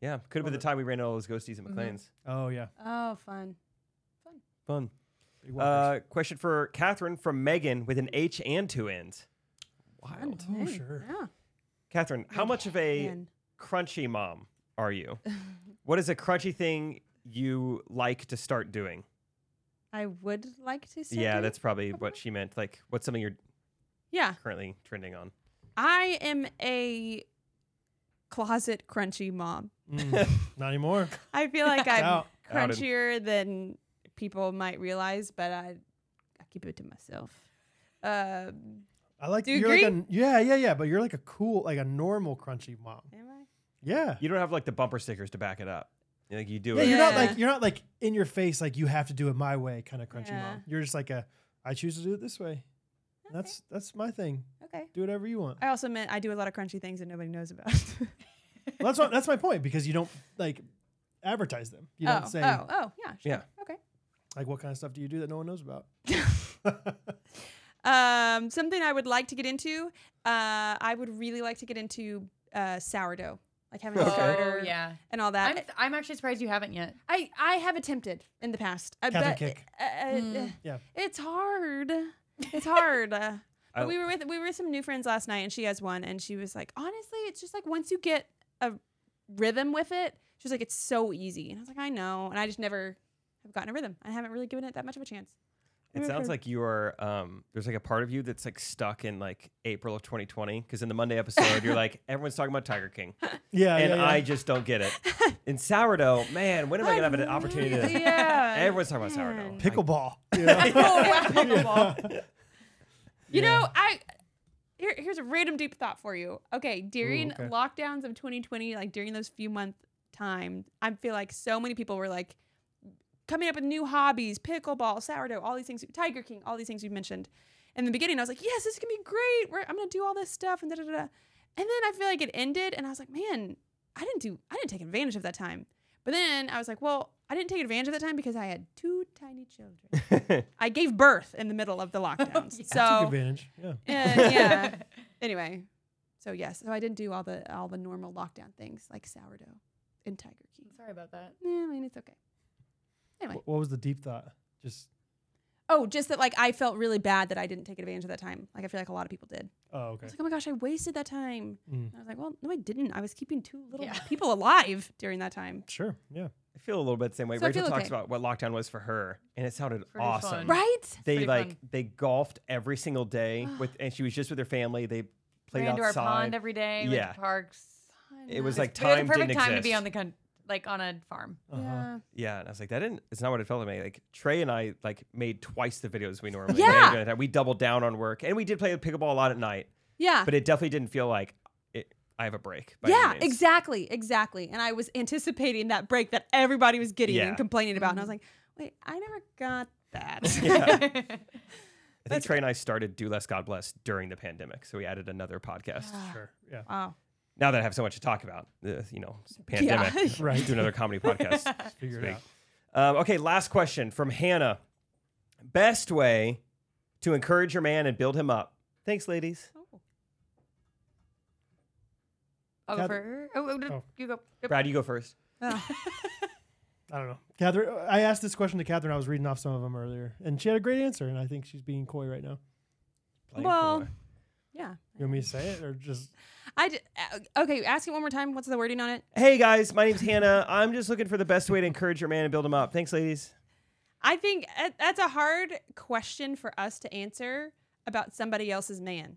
Speaker 2: Yeah. Could have been the time we ran all those ghosties at
Speaker 4: Mhm.
Speaker 2: McLean's.
Speaker 1: Oh yeah.
Speaker 3: Oh, fun.
Speaker 2: Fun.
Speaker 1: Big walkers.
Speaker 2: Uh, question for Catherine from Megan with an H and two N's. Wild.
Speaker 1: oh,
Speaker 3: Hey,
Speaker 1: sure.
Speaker 3: Yeah.
Speaker 2: Catherine, how much of
Speaker 1: [LAUGHS]
Speaker 2: a
Speaker 3: Man.
Speaker 2: crunchy mom are you? what is a crunchy thing you like to start doing?
Speaker 3: I would like to say.
Speaker 2: yeah,
Speaker 1: [LAUGHS]
Speaker 2: that's probably what she meant. Like, what's something you're
Speaker 3: Yeah.
Speaker 2: currently trending on?
Speaker 3: I am a closet crunchy mom.
Speaker 1: Mm, not anymore.
Speaker 3: I feel like I'm
Speaker 1: Out.
Speaker 2: Outed.
Speaker 3: crunchier than people might realize, but I, I keep it to myself. Um,
Speaker 1: I like
Speaker 3: Do you
Speaker 1: you're like a yeah, yeah, yeah, but you're like a cool, like a normal crunchy mom.
Speaker 3: am I?
Speaker 1: Yeah.
Speaker 2: You don't have like the bumper stickers to back it up. You know, Like you do
Speaker 1: Yeah,
Speaker 2: it.
Speaker 1: you're not
Speaker 3: Yeah.
Speaker 1: like you're not like in your face like you have to do it my way kind of crunchy
Speaker 3: Yeah.
Speaker 1: mom. You're just like a I choose to do it this way. That's that's my thing.
Speaker 3: Okay.
Speaker 1: Do whatever you
Speaker 3: [LAUGHS]
Speaker 1: want.
Speaker 3: I also meant I do a lot of crunchy things that nobody knows about.
Speaker 1: Well, that's what, that's my point because you don't like advertise them. [LAUGHS] You don't
Speaker 3: oh,
Speaker 1: say
Speaker 3: oh, oh, yeah. Sure.
Speaker 2: Yeah.
Speaker 3: Okay.
Speaker 1: like what kind of stuff do you do that no one knows
Speaker 3: [LAUGHS]
Speaker 1: about. [LAUGHS]
Speaker 3: Um, something I would like to get into. Uh, I would really like to get into uh, sourdough, like
Speaker 1: [LAUGHS]
Speaker 3: having
Speaker 2: [LAUGHS]
Speaker 3: a
Speaker 2: Okay.
Speaker 3: starter,
Speaker 4: Oh, yeah.
Speaker 3: and all
Speaker 4: I'm,
Speaker 3: that.
Speaker 4: th- I'm actually surprised you haven't yet.
Speaker 3: I I have attempted in the past. I
Speaker 1: Catherine
Speaker 3: bet-
Speaker 1: Kick.
Speaker 3: uh, uh, uh,
Speaker 1: Yeah.
Speaker 3: It's hard. It's hard. uh, but
Speaker 2: I-
Speaker 3: we were with we were with some new friends last night, and she has one, and she was like, honestly, it's just like once you get a rhythm with it, she's like, it's so easy. And I was like, I know, and I just never have gotten a rhythm. I haven't really given it that much of a chance.
Speaker 2: It sounds like you are. Um, there's like a part of you that's like stuck in like April of 2020 because in the Monday episode
Speaker 1: [LAUGHS]
Speaker 2: you're like everyone's talking about Tiger King
Speaker 1: Yeah,
Speaker 2: and
Speaker 1: yeah, yeah.
Speaker 2: I just don't get it.
Speaker 4: [LAUGHS]
Speaker 2: In sourdow, man, when am I gonna have an opportunity? to...
Speaker 3: [LAUGHS]
Speaker 2: [LAUGHS]
Speaker 3: yeah. Oh,
Speaker 2: Everyone's talking about sourdough.
Speaker 3: Man.
Speaker 1: pickleball. you know? [LAUGHS]
Speaker 2: [LAUGHS]
Speaker 1: Yeah.
Speaker 3: You know, I here, here's a random deep thought for you. Okay, during
Speaker 1: okay.
Speaker 3: lockdowns of 2020, like during those few month time, I feel like so many people were like coming up with new hobbies, pickleball, sourdough, all these things, Tiger King, all these things you mentioned. In the beginning, I was like, yes, this is gonna be great. We're, I'm gonna do all this stuff and da da da. da. And then I feel like it ended, and I was like, man, I didn't do, I didn't take advantage of that time. But then I was like, well, I didn't take advantage of that time because I had two tiny children.
Speaker 1: [LAUGHS]
Speaker 2: [LAUGHS]
Speaker 3: I gave birth in the middle of the lockdowns.
Speaker 4: Yeah.
Speaker 1: Took
Speaker 3: So
Speaker 1: advantage. [LAUGHS] Yeah.
Speaker 3: uh, yeah. [LAUGHS] Anyway, so yes, so I didn't do all the all the normal lockdown things like sourdough and Tiger King.
Speaker 4: Sorry about that.
Speaker 3: Yeah, I mean it's okay.
Speaker 1: Wh- What was the deep thought? Just
Speaker 3: Oh, just that like I felt really bad that I didn't take advantage of that time. Like I feel like a lot of people did.
Speaker 1: oh
Speaker 3: I
Speaker 1: okay.
Speaker 3: was like, oh my gosh, I wasted that time.
Speaker 1: Mm.
Speaker 3: And I was like, well, no, I didn't. I was keeping two little
Speaker 4: Yeah.
Speaker 3: people alive during that time.
Speaker 1: Sure. Yeah.
Speaker 2: I feel a little bit the same way.
Speaker 3: So I
Speaker 2: Rachel
Speaker 3: feel
Speaker 2: talks
Speaker 3: okay.
Speaker 2: about what lockdown was for her, and it sounded
Speaker 4: Pretty
Speaker 2: awesome.
Speaker 4: fun.
Speaker 3: Right?
Speaker 2: They
Speaker 4: pretty
Speaker 2: like
Speaker 4: fun.
Speaker 2: they golfed every single
Speaker 4: [GASPS]
Speaker 2: day with, and she was just with her family. They played
Speaker 4: Ran to our
Speaker 2: outside.
Speaker 4: pond every day.
Speaker 2: Yeah.
Speaker 4: Went to parks.
Speaker 2: It was
Speaker 4: Just-
Speaker 2: like
Speaker 4: we had
Speaker 2: time
Speaker 4: the perfect
Speaker 2: didn't
Speaker 4: time to be
Speaker 2: exist.
Speaker 4: on the con- like on a farm.
Speaker 1: Uh-huh.
Speaker 3: Yeah.
Speaker 2: Yeah, and I was like, that didn't. It's not what it felt to me. Like Trey and I like made twice the videos we normally. made
Speaker 3: Yeah.
Speaker 2: during that. we doubled down on work, and we did play pickleball a lot at night,
Speaker 3: Yeah.
Speaker 4: Uh.
Speaker 2: but it definitely didn't feel like it, I have a break. by any
Speaker 3: yeah,
Speaker 2: means.
Speaker 3: exactly, exactly. And I was anticipating that break that everybody was getting
Speaker 2: Yeah.
Speaker 3: and complaining about, and I was like, "Wait, I never got that."
Speaker 2: [LAUGHS] Yeah. I think Trey and I started Do Less God Bless during the pandemic, so we added another podcast.
Speaker 3: Ah.
Speaker 1: Sure. Yeah.
Speaker 3: [LAUGHS] Wow.
Speaker 2: Now that I have so much to talk about, the you know pandemic,
Speaker 3: [LAUGHS]
Speaker 2: let's
Speaker 1: Right.
Speaker 2: do another comedy podcast.
Speaker 1: Figure it
Speaker 2: Speak.
Speaker 1: out.
Speaker 2: Um, okay, last question from Hannah. Best way to encourage your man and build him up. Thanks, ladies.
Speaker 4: I'll
Speaker 1: Cat-
Speaker 4: go for. Oh, oh,
Speaker 1: Oh.
Speaker 4: you go.
Speaker 2: Brad, you go first.
Speaker 1: I don't know. Catherine, I asked this question to Catherine. I was reading off some of them earlier, and she had a great answer. And I think she's being coy right now.
Speaker 2: Playing
Speaker 3: Well,
Speaker 2: coy.
Speaker 3: Yeah.
Speaker 1: You want me to say it or just?
Speaker 3: I d- uh, okay. Ask it one more time. What's the wording on it?
Speaker 2: Hey guys, my name's Hannah. I'm just looking for the best way to encourage your man and build him up. Thanks, ladies.
Speaker 3: I think uh, that's a hard question for us to answer about somebody else's man,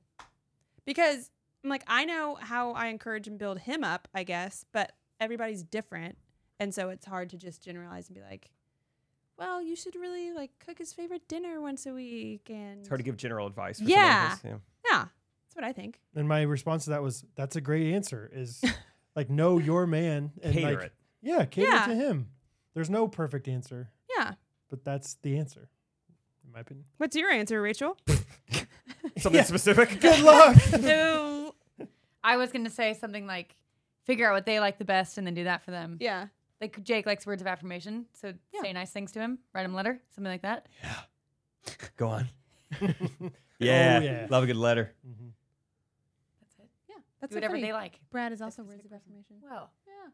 Speaker 3: because I'm like I know how I encourage and build him up, I guess, but everybody's different, and so it's hard to just generalize and be like, well, you should really like cook his favorite dinner once a week, and
Speaker 2: It's hard to give general advice. For
Speaker 3: Yeah.
Speaker 2: someone who's-
Speaker 3: yeah, that's what I think.
Speaker 1: And my response to that was, "That's a great answer." Is like know your man and
Speaker 2: Cater
Speaker 1: like
Speaker 2: it.
Speaker 1: Yeah, cater
Speaker 3: Yeah.
Speaker 1: to him. There's no perfect answer,
Speaker 3: Yeah.
Speaker 1: but that's the answer, in my opinion.
Speaker 3: What's your answer,
Speaker 4: [LAUGHS]
Speaker 3: Rachel?
Speaker 2: Something
Speaker 3: [LAUGHS]
Speaker 2: specific.
Speaker 1: Good luck.
Speaker 3: no.
Speaker 4: I was gonna say something like figure out what they like the best and then do that for them.
Speaker 3: Yeah.
Speaker 4: Like Jake likes words of affirmation, so
Speaker 3: Yeah.
Speaker 4: say nice things to him, write him a letter, something like that.
Speaker 2: Go on. yeah.
Speaker 1: yeah.
Speaker 2: Love a good letter.
Speaker 1: Mhm.
Speaker 4: That's it.
Speaker 3: Yeah. That's
Speaker 4: do whatever they like.
Speaker 3: Brad is also
Speaker 4: That's
Speaker 3: words of
Speaker 4: perfect.
Speaker 3: affirmation.
Speaker 4: Well,
Speaker 3: Yeah.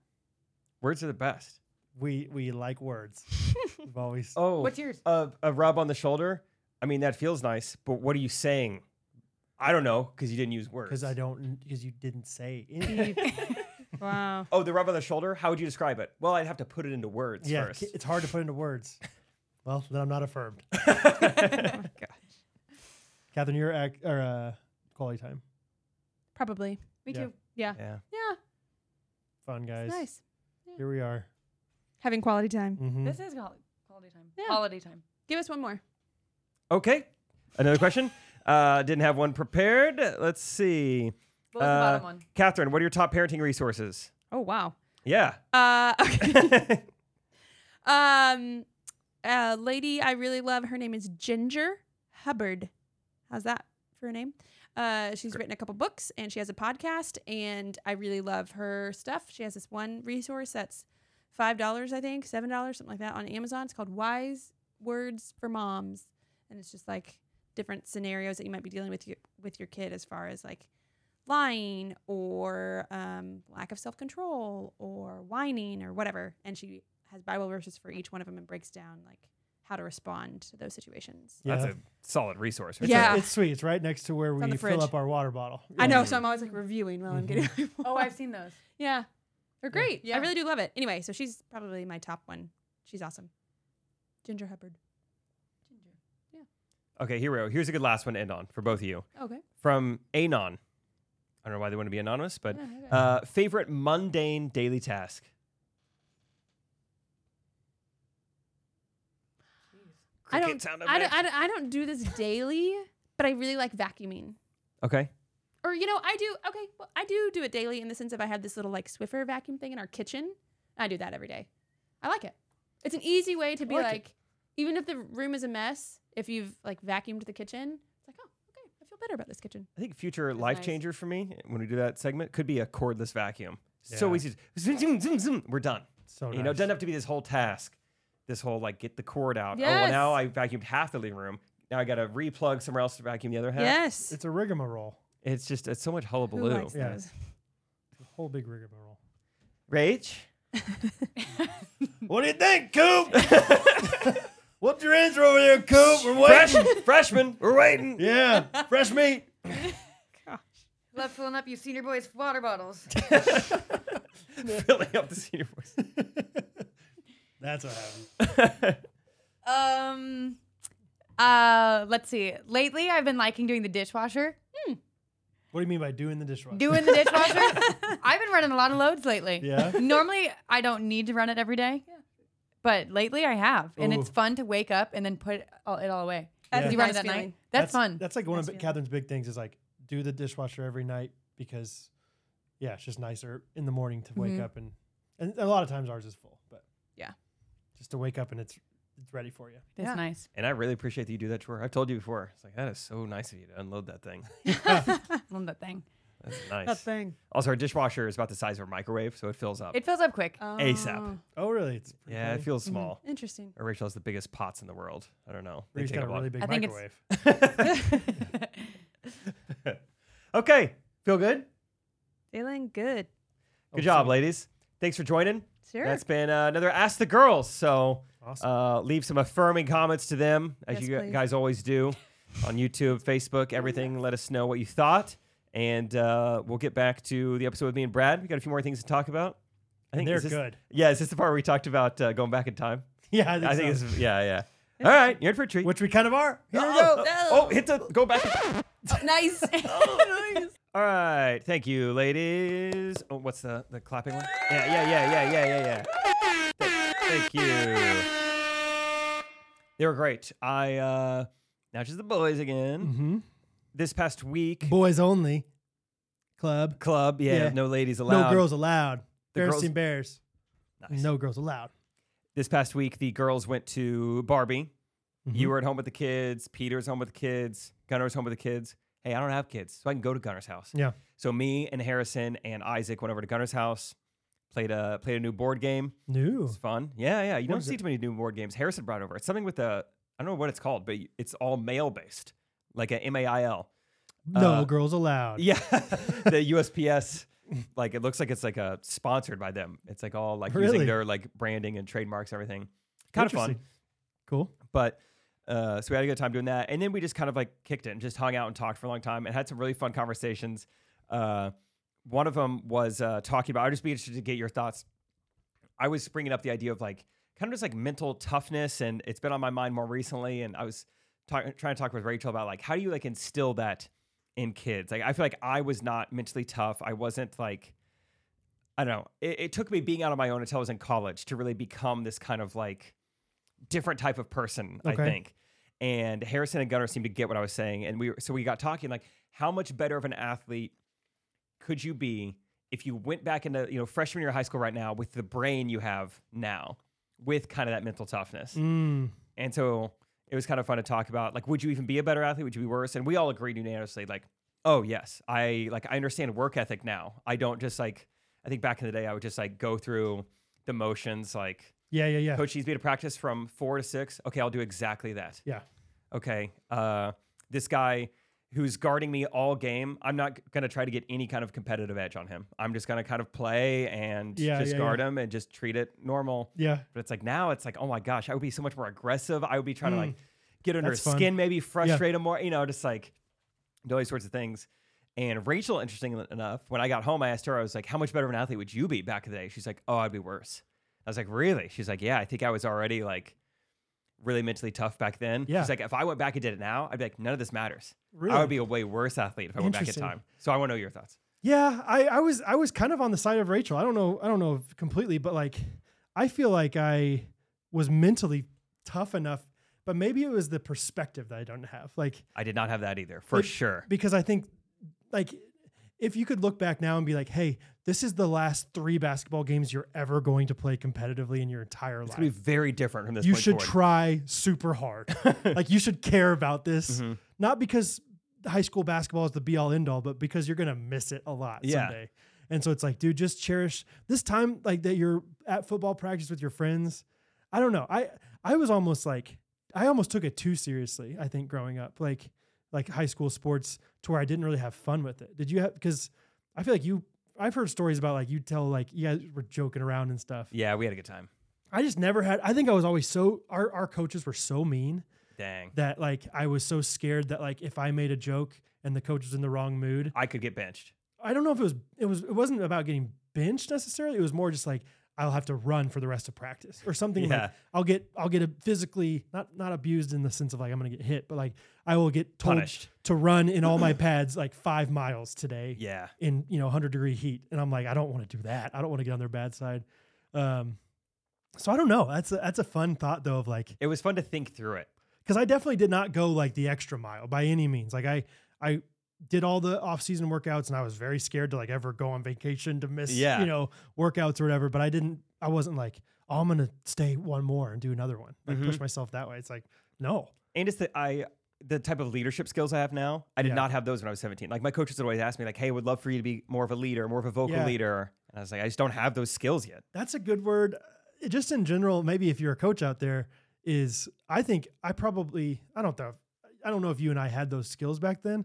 Speaker 2: Words are the best.
Speaker 1: [LAUGHS] We we like words. We've always
Speaker 2: Oh,
Speaker 4: what's yours?
Speaker 2: a, a rub on the shoulder. I mean, that feels nice, but what are you saying? I don't know because you didn't use words.
Speaker 1: because I don't because you didn't say anything.
Speaker 3: Wow.
Speaker 2: Oh, the rub on the shoulder. How would you describe it? Well, I'd have to put it into words
Speaker 1: [LAUGHS] yeah,
Speaker 2: first.
Speaker 1: ki- it's hard to put into words. Well, then I'm not affirmed.
Speaker 3: [LAUGHS] Oh
Speaker 2: [LAUGHS]
Speaker 1: Catherine, your act or uh, quality time.
Speaker 3: Probably.
Speaker 1: [LAUGHS]
Speaker 4: Me
Speaker 1: Yeah.
Speaker 4: too.
Speaker 2: yeah. Mm-hmm.
Speaker 3: Yeah.
Speaker 1: Fun guys.
Speaker 3: It's nice.
Speaker 1: Here we are.
Speaker 3: Having quality time.
Speaker 1: Mhm.
Speaker 4: This is quali- quality time.
Speaker 3: Yeah.
Speaker 4: Quality time.
Speaker 3: Give us one more.
Speaker 2: Okay. Another question. Uh, didn't have one prepared. Let's see.
Speaker 4: What
Speaker 2: Uh,
Speaker 4: was the bottom one?
Speaker 2: Catherine, what are your top parenting resources?
Speaker 3: Oh wow.
Speaker 1: [LAUGHS]
Speaker 2: Yeah.
Speaker 3: Uh, [LAUGHS] okay. um, a lady I really love. Her name is Ginger Hubbard. How's that for a name? Uh, she's written a couple books and she has a podcast, and I really love her stuff. She has this one resource that's five dollars, I think, seven dollars, something like that, on Amazon. It's called Wise Words for Moms, and it's just like different scenarios that you might be dealing with your, with your kid as far as like lying or um, lack of self control or whining or whatever. And she has Bible verses for each one of them and breaks down like how to respond to those situations.
Speaker 2: That's
Speaker 1: Yeah.
Speaker 2: a solid resource.
Speaker 1: It's,
Speaker 2: right
Speaker 1: a-
Speaker 2: there.
Speaker 3: Yeah.
Speaker 1: it's sweet. It's right next to where
Speaker 3: on
Speaker 1: we
Speaker 3: the
Speaker 1: fill
Speaker 3: fridge.
Speaker 1: up our water bottle.
Speaker 3: I know, so I'm always like reviewing while I'm getting.
Speaker 1: Mm-hmm.
Speaker 4: Oh, I've seen those.
Speaker 3: [LAUGHS] yeah, they're great.
Speaker 4: Yeah.
Speaker 3: I really do love it. Anyway, so she's probably my top one. She's awesome. Ginger Hubbard.
Speaker 2: Okay, here we go. Here's a good last one to end on for both of you.
Speaker 3: Okay.
Speaker 2: From Anon. I don't know why they want to be anonymous, but
Speaker 3: Yeah, Oh, okay.
Speaker 2: uh, favorite mundane daily task.
Speaker 3: I
Speaker 2: Cricket
Speaker 3: don't,
Speaker 2: sound
Speaker 3: I, don't,
Speaker 2: effect.
Speaker 3: I, don't, I don't do this daily, but I really like vacuuming.
Speaker 2: Okay.
Speaker 3: Or, you know, I do, okay, well, I do do it daily in the sense of I have this little like Swiffer vacuum thing in our kitchen. I do that every day. I like it. It's an easy way to be
Speaker 2: like
Speaker 3: like,
Speaker 2: it.
Speaker 3: even if the room is a mess, if you've like vacuumed the kitchen, it's like, oh, okay, I feel better about this kitchen.
Speaker 2: I think future
Speaker 4: That's
Speaker 2: life
Speaker 4: nice.
Speaker 2: changer for me eh, when we do that segment could be a cordless vacuum. So
Speaker 1: Yeah.
Speaker 2: easy. Zoom, zoom, zoom, zoom. We're done.
Speaker 1: So
Speaker 2: you know, it
Speaker 1: nice.
Speaker 2: doesn't have to be this whole task, this whole like get the cord out. Oh, well,
Speaker 3: Yes.
Speaker 2: now I vacuumed half the living room. Now I got to replug somewhere else to vacuum the other half.
Speaker 3: Yes.
Speaker 1: It's a rigmarole.
Speaker 2: It's just, it's so much
Speaker 3: Who
Speaker 2: hullabaloo.
Speaker 3: likes
Speaker 1: Yeah.
Speaker 3: those?
Speaker 1: It's a whole big rigmarole.
Speaker 2: Rach?
Speaker 1: What do you think, Coop? What's your answer over there, Coop? We're
Speaker 2: Fresh, freshman. We're waiting.
Speaker 1: Yeah,
Speaker 3: [LAUGHS]
Speaker 1: fresh meat.
Speaker 4: [LAUGHS] Love filling up you senior boys' water
Speaker 2: [LAUGHS]
Speaker 4: bottles.
Speaker 2: [LAUGHS] Filling up the senior voice.
Speaker 1: That's what happened.
Speaker 4: um, uh, let's see. Lately, I've been liking doing the dishwasher.
Speaker 1: What do you mean by doing the dishwasher?
Speaker 4: Doing the
Speaker 1: [LAUGHS]
Speaker 4: dishwasher. I've been running a lot of loads lately.
Speaker 1: Yeah?
Speaker 4: Normally, I don't need to run it every day. But lately, I have, and it's
Speaker 1: Ooh.
Speaker 4: fun to wake up and then put all, it all away.
Speaker 1: Yeah.
Speaker 3: That's
Speaker 4: Did
Speaker 3: a
Speaker 4: you run it
Speaker 3: nice
Speaker 4: that
Speaker 3: feeling.
Speaker 4: night? That's, fun.
Speaker 1: That's like one
Speaker 3: Nice
Speaker 1: of
Speaker 3: feeling.
Speaker 1: Catherine's big things is like do the dishwasher every night because yeah, it's just nicer in the morning to wake
Speaker 4: Mhm.
Speaker 1: up and and a lot of times ours is full, but
Speaker 3: Mm-hmm. Yeah.
Speaker 1: just to wake up and it's it's ready for you.
Speaker 4: That's
Speaker 3: Yeah.
Speaker 4: nice.
Speaker 2: And I really appreciate that you do that to her. I've told you before. It's like, that is so nice of you to unload that thing.
Speaker 4: Love that thing.
Speaker 2: That's nice.
Speaker 1: thing.
Speaker 2: Also, our dishwasher is about the size of a microwave, so it fills
Speaker 3: Oh.
Speaker 2: up.
Speaker 4: It fills up quick.
Speaker 2: ASAP.
Speaker 1: Oh, really? It's pretty
Speaker 2: yeah, it
Speaker 1: tiny.
Speaker 2: feels small.
Speaker 3: Interesting.
Speaker 2: Or Rachel has the biggest pots in the world. I don't know. They
Speaker 1: Reese's
Speaker 2: take
Speaker 1: got
Speaker 2: up
Speaker 1: a
Speaker 2: lot.
Speaker 1: really big
Speaker 4: I think it's-
Speaker 1: microwave.
Speaker 2: Okay, feel good.
Speaker 3: Feeling good.
Speaker 2: Good
Speaker 1: Oh,
Speaker 2: job,
Speaker 1: so-
Speaker 2: ladies. Thanks for joining.
Speaker 3: Sure.
Speaker 2: That's been uh, another Ask the Girls. So
Speaker 1: Awesome.
Speaker 2: uh, leave some affirming comments to them, as
Speaker 3: Yes,
Speaker 2: you gu-
Speaker 3: please.
Speaker 2: guys always do on YouTube, Facebook, everything. Let us know what you thought. And uh, we'll get back to the episode with me and Brad. We got a few more things to talk about. I
Speaker 1: they're
Speaker 2: is this-
Speaker 1: good.
Speaker 2: Yeah, is this the part where we talked about uh, going back in time?
Speaker 1: [LAUGHS] yeah, I think,
Speaker 2: I think
Speaker 1: so.
Speaker 2: it's yeah, yeah. All right, you're in for a treat.
Speaker 1: which we kind of are. Here we go.
Speaker 2: oh, oh, hit the go back.
Speaker 3: Oh, nice.
Speaker 1: [LAUGHS]
Speaker 3: [LAUGHS]
Speaker 2: All right, thank you, ladies. Oh, what's the the clapping one? Yeah, yeah, yeah, yeah, yeah, yeah, yeah. Thank, thank you. They were great. I uh now just the boys again.
Speaker 1: Mm-hmm.
Speaker 2: This past week,
Speaker 1: Boys only club.
Speaker 2: club. Yeah,
Speaker 1: Yeah.
Speaker 2: no ladies allowed.
Speaker 1: No girls allowed.
Speaker 2: The
Speaker 1: Bears
Speaker 2: girls-
Speaker 1: team bears.
Speaker 2: Nice.
Speaker 1: No girls allowed.
Speaker 2: This past week, the girls went to Barbie.
Speaker 1: Mm-hmm.
Speaker 2: You were at home with the kids. Peter's home with the kids. Gunner's home with the kids. Hey, I don't have kids, so I can go to Gunner's house.
Speaker 1: Yeah.
Speaker 2: So me and Harrison and Isaac went over to Gunner's house, played a played a new board game.
Speaker 1: New.
Speaker 2: It's fun. Yeah, yeah. You
Speaker 1: What
Speaker 2: don't
Speaker 1: is
Speaker 2: see
Speaker 1: it?
Speaker 2: too many new board games. Harrison brought over. It's something with a I don't know what it's called, but it's all male based, like a M A I L.
Speaker 1: No
Speaker 2: Uh,
Speaker 1: girls allowed.
Speaker 2: Yeah, [LAUGHS] the USPS. Like it looks like it's like a sponsored by them. It's like all like
Speaker 1: Really?
Speaker 2: using their like branding and trademarks, and everything. Kind of fun,
Speaker 1: Interesting. Cool.
Speaker 2: but uh, so we had a good time doing that. And then we just kind of like kicked it and just hung out and talked for a long time and had some really fun conversations. Uh, one of them was uh, talking about. I'd just be interested to get your thoughts. I was bringing up the idea of like kind of just like mental toughness, and it's been on my mind more recently. And I was talk- trying to talk with Rachel about like how do you like instill that in kids? Like I feel like I was not mentally tough. I wasn't like I don't know. It, it took me being out on my own until I was in college to really become this kind of like different type of person.
Speaker 1: Okay.
Speaker 2: I think. And Harrison and Gunnar seemed to get what I was saying, and we were, so we got talking like how much better of an athlete could you be if you went back into you know freshman year of high school right now with the brain you have now with kind of that mental toughness
Speaker 1: Mm.
Speaker 2: and so it was kind of fun to talk about like would you even be a better athlete would you be worse and we all agreed unanimously like oh yes i like i understand work ethic now i don't just like i think back in the day i would just like go through the motions like
Speaker 1: Yeah, yeah, yeah.
Speaker 2: coach needs me to practice from four to six okay i'll do exactly that
Speaker 1: Yeah.
Speaker 2: okay, uh, this guy who's guarding me all game, I'm not going to try to get any kind of competitive edge on him. I'm just going to kind of play and
Speaker 1: Yeah,
Speaker 2: just
Speaker 1: yeah,
Speaker 2: guard him and just treat it normal.
Speaker 1: Yeah.
Speaker 2: But it's like now it's like, oh my gosh, I would be so much more aggressive. I would be trying to like get under his
Speaker 1: Mm. That's fun.
Speaker 2: skin, maybe frustrate him more, you know, just like do all these sorts of things. And Rachel, interestingly enough, when I got home, I asked her, I was like, how much better of an athlete would you be back in the day? She's like, oh, I'd be worse. I was like, really? She's like, yeah, I think I was already like really mentally tough back then.
Speaker 1: Yeah.
Speaker 2: She's like, if I went back and did it now, I'd be like, none of this matters. I
Speaker 1: Really?
Speaker 2: would be a way worse athlete if I went back in
Speaker 1: Interesting.
Speaker 2: time. So I want to know your thoughts.
Speaker 1: Yeah, I, I was I was kind of on the side of Rachel. I don't know I don't know if completely, but like I feel like I was mentally tough enough, but maybe it was the perspective that I don't have. Like
Speaker 2: I did not have that either, for
Speaker 1: Like,
Speaker 2: sure.
Speaker 1: because I think like if you could look back now and be like, hey, this is the last three basketball games you're ever going to play competitively in your entire
Speaker 2: It's
Speaker 1: life.
Speaker 2: going to be very different from this
Speaker 1: you
Speaker 2: point
Speaker 1: should
Speaker 2: forward.
Speaker 1: try super
Speaker 2: [LAUGHS]
Speaker 1: hard. like you should care about this,
Speaker 2: Mm-hmm.
Speaker 1: not because high school basketball is the be all end all, but because you're gonna miss it a lot
Speaker 2: Yeah.
Speaker 1: someday. And so it's like, dude, just cherish this time, like that you're at football practice with your friends. I don't know. I I was almost like I almost took it too seriously. I think growing up, like like high school sports, to where I didn't really have fun with it. Did you have? Because I feel like you. I've heard stories about like you tell like you guys were joking around and stuff.
Speaker 2: yeah, we had a good time.
Speaker 1: I just never had. I think I was always so. Our our coaches were so mean
Speaker 2: Dang.
Speaker 1: that like I was so scared that like if I made a joke and the coach was in the wrong mood,
Speaker 2: I could get benched.
Speaker 1: I don't know if it was it was it wasn't about getting benched necessarily. It was more just like I'll have to run for the rest of practice or something
Speaker 2: Yeah.
Speaker 1: like I'll get I'll get a physically not not abused in the sense of like I'm gonna get hit, but like I will get told
Speaker 2: Punished.
Speaker 1: to run in
Speaker 2: [CLEARS THROAT]
Speaker 1: all my pads like five miles today
Speaker 2: Yeah.
Speaker 1: in you know 100 degree heat and i'm like i don't want to do that i don't want to get on their bad side um so i don't know that's a, that's a fun thought though of like
Speaker 2: It was fun to think through it.
Speaker 1: because i definitely did not go like the extra mile by any means like i i did all the off-season workouts and i was very scared to like ever go on vacation to miss
Speaker 2: Yeah.
Speaker 1: you know workouts or whatever but i didn't i wasn't like oh i'm gonna stay one more and do another one like push myself that way it's like no
Speaker 2: And it's that I the type of leadership skills I have now, I did
Speaker 1: Yeah.
Speaker 2: not have those when I was 17. Like my coaches would always ask me, like, hey, would love for you to be more of a leader, more of a vocal
Speaker 1: Yeah.
Speaker 2: leader. And I was like, I just don't have those skills yet.
Speaker 1: that's a good word. Uh, Just in general, maybe if you're a coach out there, is I think I probably I don't know I don't know if you and I had those skills back then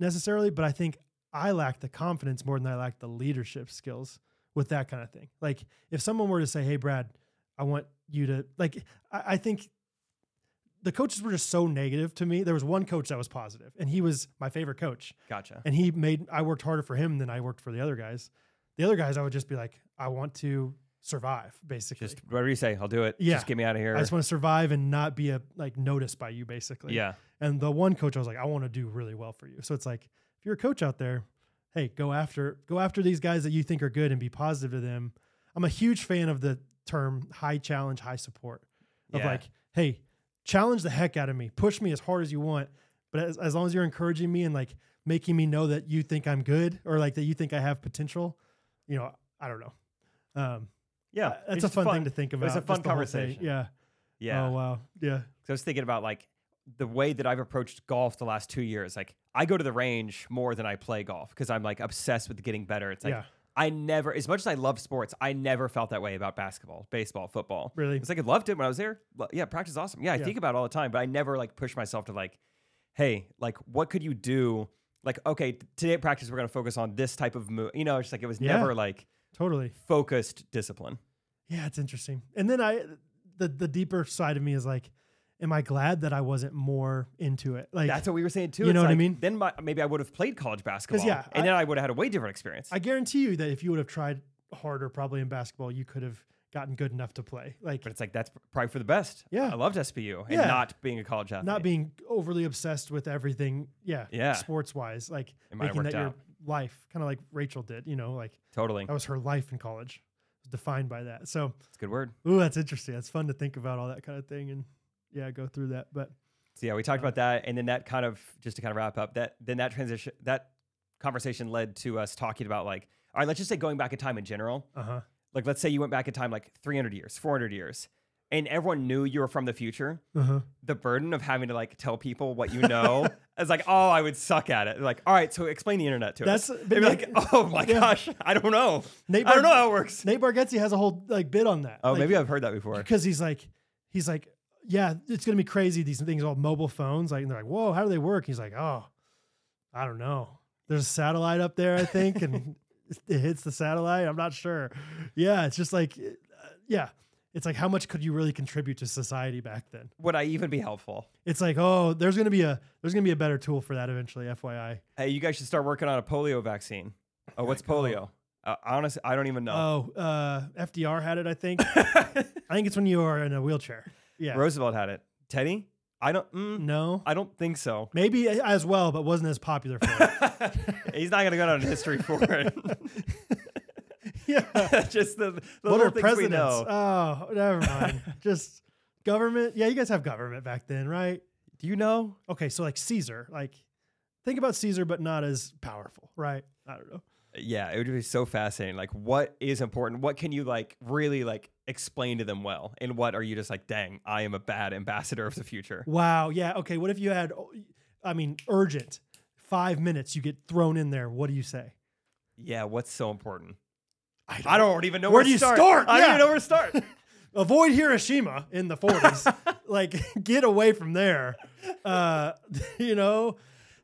Speaker 1: necessarily, but I think I lacked the confidence more than I lacked the leadership skills with that kind of thing. Like if someone were to say, "Hey, Brad, I want you to like," I, I think the coaches were just so negative to me. There was one coach that was positive, and he was my favorite coach
Speaker 2: Gotcha.
Speaker 1: and he made I worked harder for him than I worked for the other guys. The other guys, I would just be like, I want to survive, basically.
Speaker 2: Just whatever you say, I'll do it.
Speaker 1: Yeah.
Speaker 2: Just get me out of here.
Speaker 1: I just want to survive and not be a like noticed by you, basically.
Speaker 2: yeah.
Speaker 1: And the one coach, I was like, I want to do really well for you. So it's like, if you're a coach out there, hey, go after go after these guys that you think are good and be positive to them. I'm a huge fan of the term high challenge, high support. Of
Speaker 2: Yeah.
Speaker 1: like, hey, challenge the heck out of me, push me as hard as you want, but as, as long as you're encouraging me and like making me know that you think I'm good or like that you think I have potential, you know, I don't know. Um, Uh,
Speaker 2: Yeah, it's
Speaker 1: that's a
Speaker 2: just
Speaker 1: fun, thing to think about.
Speaker 2: It's a
Speaker 1: just
Speaker 2: fun
Speaker 1: the whole thing.
Speaker 2: conversation.
Speaker 1: Yeah.
Speaker 2: Yeah,
Speaker 1: Oh wow. Yeah.
Speaker 2: So I was thinking about like the way that I've approached golf the last two years. Like I go to the range more than I play golf because I'm like obsessed with getting better. It's like
Speaker 1: Yeah.
Speaker 2: I never, as much as I love sports, I never felt that way about basketball, baseball, football.
Speaker 1: Really?
Speaker 2: It's like I loved it when I was there. Lo- Yeah, practice is awesome. Yeah, I
Speaker 1: Yeah.
Speaker 2: think about it all the time, but I never like push myself to like, hey, like what could you do? Like, okay, t- today at practice we're gonna focus on this type of move. You know, it's like it was
Speaker 1: Yeah.
Speaker 2: never like
Speaker 1: Totally.
Speaker 2: focused discipline.
Speaker 1: Yeah, it's interesting. And then I, the the deeper side of me is like, am I glad that I wasn't more into it? Like
Speaker 2: That's what we were saying too.
Speaker 1: You
Speaker 2: It's
Speaker 1: know what I
Speaker 2: like,
Speaker 1: mean?
Speaker 2: Then my, maybe I would have played college basketball.
Speaker 1: yeah,
Speaker 2: and
Speaker 1: I-
Speaker 2: then I would have had a way different experience.
Speaker 1: I guarantee you that if you would have tried harder, probably in basketball, you could have gotten good enough to play. Like
Speaker 2: But it's like that's probably for the best.
Speaker 1: Yeah.
Speaker 2: I loved SPU and
Speaker 1: Yeah.
Speaker 2: not being a college athlete.
Speaker 1: not being overly obsessed with everything. Yeah.
Speaker 2: Yeah.
Speaker 1: Sports wise, like
Speaker 2: It might have
Speaker 1: making that
Speaker 2: worked
Speaker 1: your
Speaker 2: out.
Speaker 1: life, kind of like Rachel did. You know, like
Speaker 2: totally.
Speaker 1: that was her life in college, It was defined by that. So,
Speaker 2: It's a good word.
Speaker 1: ooh, that's interesting. That's fun to think about all that kind of thing and yeah, go through that. But
Speaker 2: So yeah, we talked about that, and then that kind of just to kind of wrap up that then that transition that conversation led to us talking about like all right, let's just say going back in time in general.
Speaker 1: uh huh.
Speaker 2: Like let's say you went back in time like 300 years, 400 years, and everyone knew you were from the future.
Speaker 1: Uh huh.
Speaker 2: The burden of having to like tell people what
Speaker 1: [LAUGHS]
Speaker 2: you know is like, oh, I would suck at it. Like, all right, so explain the internet to
Speaker 1: That's-
Speaker 2: us. They'd
Speaker 1: but
Speaker 2: be
Speaker 1: Nate-
Speaker 2: like, oh my
Speaker 1: Yeah.
Speaker 2: gosh, I don't know.
Speaker 1: Nate
Speaker 2: I don't
Speaker 1: Bar-
Speaker 2: know how it works.
Speaker 1: Nate Bargatze has a whole like bit on that.
Speaker 2: Oh,
Speaker 1: Like,
Speaker 2: maybe I've heard that before.
Speaker 1: because he's like he's like yeah it's gonna be crazy these things all mobile phones like and they're like whoa how do they work he's like oh i don't know there's a satellite up there i think and it hits the satellite i'm not sure yeah it's just like uh, yeah it's like how much could you really contribute to society back then
Speaker 2: Would I even be helpful?
Speaker 1: it's like oh there's gonna be a there's gonna be a better tool for that eventually fyi
Speaker 2: Hey, you guys should start working on a polio vaccine. Oh, what's polio? Uh, honestly, I don't even know.
Speaker 1: oh uh fdr had it i think i think it's when you are in a wheelchair yeah
Speaker 2: Roosevelt had it. Teddy? I don't. Mm,
Speaker 1: no
Speaker 2: I don't think
Speaker 1: [LAUGHS]
Speaker 2: so.
Speaker 1: maybe as well but wasn't as popular for it.
Speaker 2: He's not gonna go down in history for it.
Speaker 1: [LAUGHS]
Speaker 2: [LAUGHS]
Speaker 1: yeah
Speaker 2: Just the, the
Speaker 1: what
Speaker 2: little
Speaker 1: are
Speaker 2: things we
Speaker 1: presidents?
Speaker 2: know.
Speaker 1: Oh, [LAUGHS] never mind. Just government. Yeah, you guys have government back then, right?
Speaker 2: Do you know?
Speaker 1: Okay, so like Caesar, like think about Caesar, but not as powerful, right? I don't know.
Speaker 2: Yeah, it would be so fascinating. Like, what is important? What can you like really like explain to them well? And what are you just like? Dang, I am a bad ambassador of the future.
Speaker 1: Wow. Yeah. Okay. What if you had, oh, I mean, urgent, five minutes, you get thrown in there. What do you say?
Speaker 2: Yeah, what's so important?
Speaker 1: I
Speaker 2: I don't even know
Speaker 1: Where
Speaker 2: where,
Speaker 1: do
Speaker 2: to
Speaker 1: you start?
Speaker 2: I don't
Speaker 1: Yeah.
Speaker 2: even know where to start.
Speaker 1: [LAUGHS] avoid Hiroshima in the [LAUGHS] 40s. like, get away from there. Uh, [LAUGHS] you know,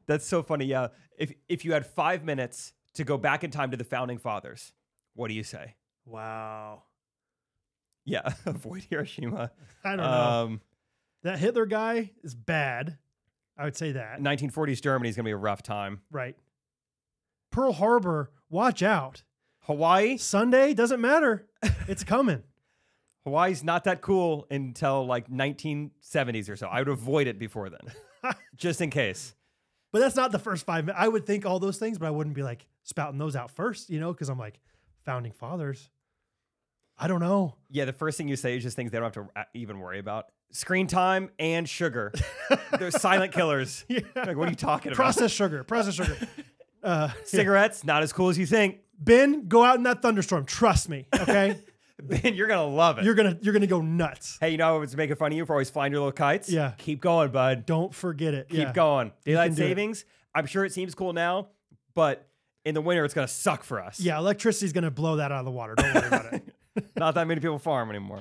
Speaker 2: That's so funny. Yeah. If if you had five minutes to go back in time to the founding fathers, what do you say?
Speaker 1: wow.
Speaker 2: Yeah, [LAUGHS] avoid Hiroshima.
Speaker 1: I don't know.
Speaker 2: Um,
Speaker 1: That Hitler guy is bad. I would say that.
Speaker 2: 1940s Germany is gonna be a rough time.
Speaker 1: Right. Pearl Harbor, watch out.
Speaker 2: Hawaii,
Speaker 1: Sunday doesn't matter. It's
Speaker 2: [LAUGHS]
Speaker 1: coming.
Speaker 2: Hawaii's not that cool until like 1970s or so. I would avoid it before
Speaker 1: [LAUGHS]
Speaker 2: then, just in case.
Speaker 1: but that's not the first five. mi- I would think all those things, but I wouldn't be like spouting those out first, you know, because I'm like, founding fathers. I don't know.
Speaker 2: Yeah, the first thing you say is just things they don't have to uh, even worry about. Screen time
Speaker 1: [LAUGHS]
Speaker 2: and sugar. They're silent killers. Like, what are you talking about? [LAUGHS]
Speaker 1: Processed sugar, processed sugar. Uh, yeah.
Speaker 2: Cigarettes, not as cool as you think.
Speaker 1: Ben, go out in that thunderstorm. Trust me.
Speaker 2: [LAUGHS]
Speaker 1: Okay.
Speaker 2: Ben, you're gonna love it.
Speaker 1: you're going to, you're going to go nuts.
Speaker 2: Hey, you know I was making fun of you for always flying your little kites?
Speaker 1: Yeah.
Speaker 2: Keep going, bud.
Speaker 1: Don't forget it.
Speaker 2: Keep going. Daylight
Speaker 1: can do it.
Speaker 2: savings. I'm sure it seems cool now, but in the winter it's gonna suck for us.
Speaker 1: Yeah. Electricity's going to blow that out of the water. Don't worry
Speaker 2: [LAUGHS]
Speaker 1: about it.
Speaker 2: Not that many people farm
Speaker 1: [LAUGHS]
Speaker 2: anymore.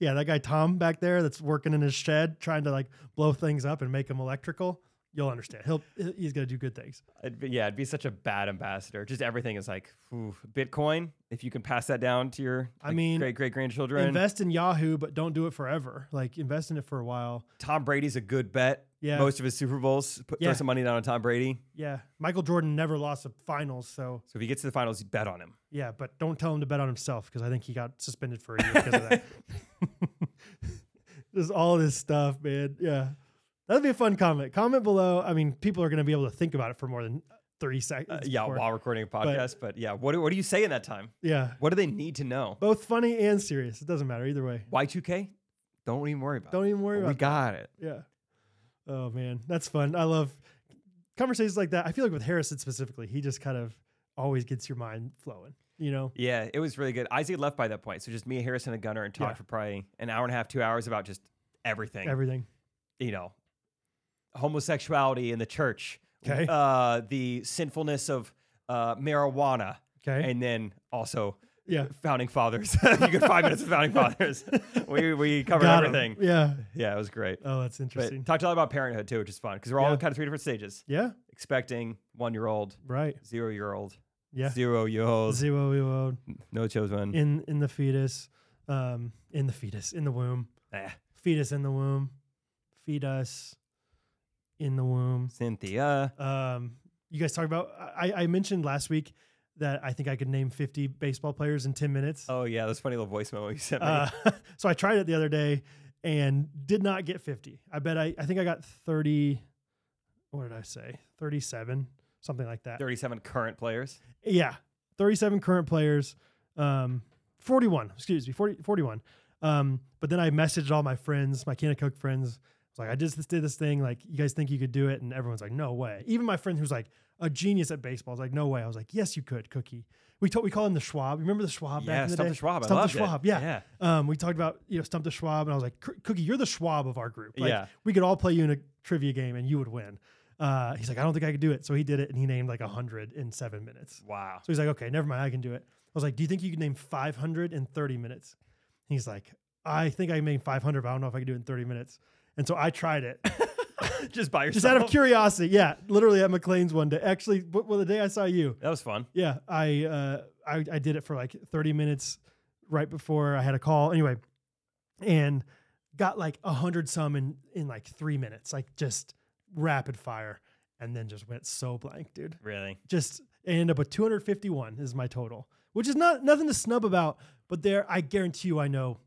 Speaker 1: Yeah, that guy Tom back there that's working in his shed trying to like blow things up and make them electrical. You'll understand. He'll he's gonna do good things.
Speaker 2: I'd be, yeah, I'd be such a bad ambassador. Just everything is like ooh, Bitcoin. If you can pass that down to your
Speaker 1: I mean,
Speaker 2: great great grandchildren.
Speaker 1: Invest in Yahoo, but don't do it forever. Like invest in it for a while.
Speaker 2: Tom Brady's a good bet.
Speaker 1: Yeah.
Speaker 2: Most of his Super Bowls. Put,
Speaker 1: Yeah.
Speaker 2: Throw some money down on Tom Brady.
Speaker 1: Yeah, Michael Jordan never lost a finals, so
Speaker 2: So if he gets to the finals, you bet on him.
Speaker 1: yeah. But don't tell him to bet on himself because I think he got suspended for a year because of that. [LAUGHS] Just all this stuff, man. Yeah, that'd be a fun comment. Comment below. I mean, people are gonna be able to think about it for more than thirty
Speaker 2: Uh,
Speaker 1: seconds.
Speaker 2: yeah,
Speaker 1: before-
Speaker 2: while recording a podcast. But, yeah, what do, what do you say in that time?
Speaker 1: yeah.
Speaker 2: What do they need to know?
Speaker 1: Both funny and serious. It doesn't matter either way.
Speaker 2: Y2K? Don't even worry about it.
Speaker 1: Don't even worry
Speaker 2: We
Speaker 1: about
Speaker 2: got it.
Speaker 1: Yeah. Oh man, that's fun. I love conversations like that. I feel like with Harrison specifically, he just kind of always gets your mind flowing. You know,
Speaker 2: Yeah, it was really good. Izzy left by that point, so just me, Harrison, and Gunner, and talked
Speaker 1: Yeah.
Speaker 2: for probably an hour and a half, two hours about just everything.
Speaker 1: everything.
Speaker 2: you know, homosexuality in the church,
Speaker 1: Okay.
Speaker 2: uh, the sinfulness of uh, marijuana,
Speaker 1: Okay.
Speaker 2: and then also
Speaker 1: yeah.
Speaker 2: founding fathers. [LAUGHS] you get five minutes
Speaker 1: [LAUGHS]
Speaker 2: of founding fathers. [LAUGHS] we we covered
Speaker 1: Got 'em.
Speaker 2: everything.
Speaker 1: Yeah.
Speaker 2: Yeah, it was great.
Speaker 1: Oh, that's
Speaker 2: But
Speaker 1: interesting.
Speaker 2: talked a lot about parenthood too, which is fun because we're all
Speaker 1: Yeah.
Speaker 2: in kind of three different stages:
Speaker 1: yeah.
Speaker 2: expecting, one year old,
Speaker 1: Right.
Speaker 2: zero year old,
Speaker 1: Yeah.
Speaker 2: zero Mm-hmm. year old,
Speaker 1: Zero year old
Speaker 2: no chosen.
Speaker 1: in in the fetus, um, in the fetus in the womb,
Speaker 2: Eh,
Speaker 1: fetus in the womb, fetus in the womb.
Speaker 2: Cynthia.
Speaker 1: Um, you guys talk about. I, I mentioned last week that I think I could name 50 baseball players in 10 minutes.
Speaker 2: Oh yeah, this funny little voice memo you sent me.
Speaker 1: Uh, [LAUGHS] so I tried it the other day and did not get 50. I bet I, I think I got 30. What did I say? 37, something like that.
Speaker 2: Thirty-seven current players.
Speaker 1: Yeah. 37 current players. Um, 41, excuse me, 40, 41. Um, but then I messaged all my friends, my Canada Cook friends. I was like, I just did this thing. Like, you guys think you could do it? And everyone's like, no way. Even my friend who's like a genius at baseball is like, no way. I was like, yes, you could, Cookie. We told, we call him the Schwab. Remember the Schwab back
Speaker 2: yeah,
Speaker 1: in the
Speaker 2: Stump
Speaker 1: day?
Speaker 2: the Schwab. I
Speaker 1: Stump the
Speaker 2: loved it.
Speaker 1: Schwab. Yeah.
Speaker 2: yeah.
Speaker 1: Um, we talked about you know stump the Schwab, and I was like, "Coo- Cookie, you're the Schwab of our group. Like,
Speaker 2: Yeah.
Speaker 1: we could all play you in a trivia game, and you would win. Uh, he's like, I don't think I could do it, so he did it, and he named like hundred in seven minutes.
Speaker 2: Wow.
Speaker 1: So he's like, okay, never mind, I can do it. I was like, do you think you can name five hundred in thirty minutes? He's like, I think I can name five hundred, but I don't know if I can do it in thirty minutes. And so I tried it. [LAUGHS]
Speaker 2: [LAUGHS] Just by yourself.
Speaker 1: Just out of curiosity, yeah, literally at McLean's one day. Actually, w- well, the day I saw you,
Speaker 2: That was fun.
Speaker 1: yeah, I uh, I, I did it for like 30 minutes right before I had a call. Anyway, and got like a hundred some in in like three minutes, like just rapid fire, and then just went so blank, dude.
Speaker 2: Really?
Speaker 1: Just I ended up with 251 is my total, which is not nothing to snub about, but there I guarantee you I know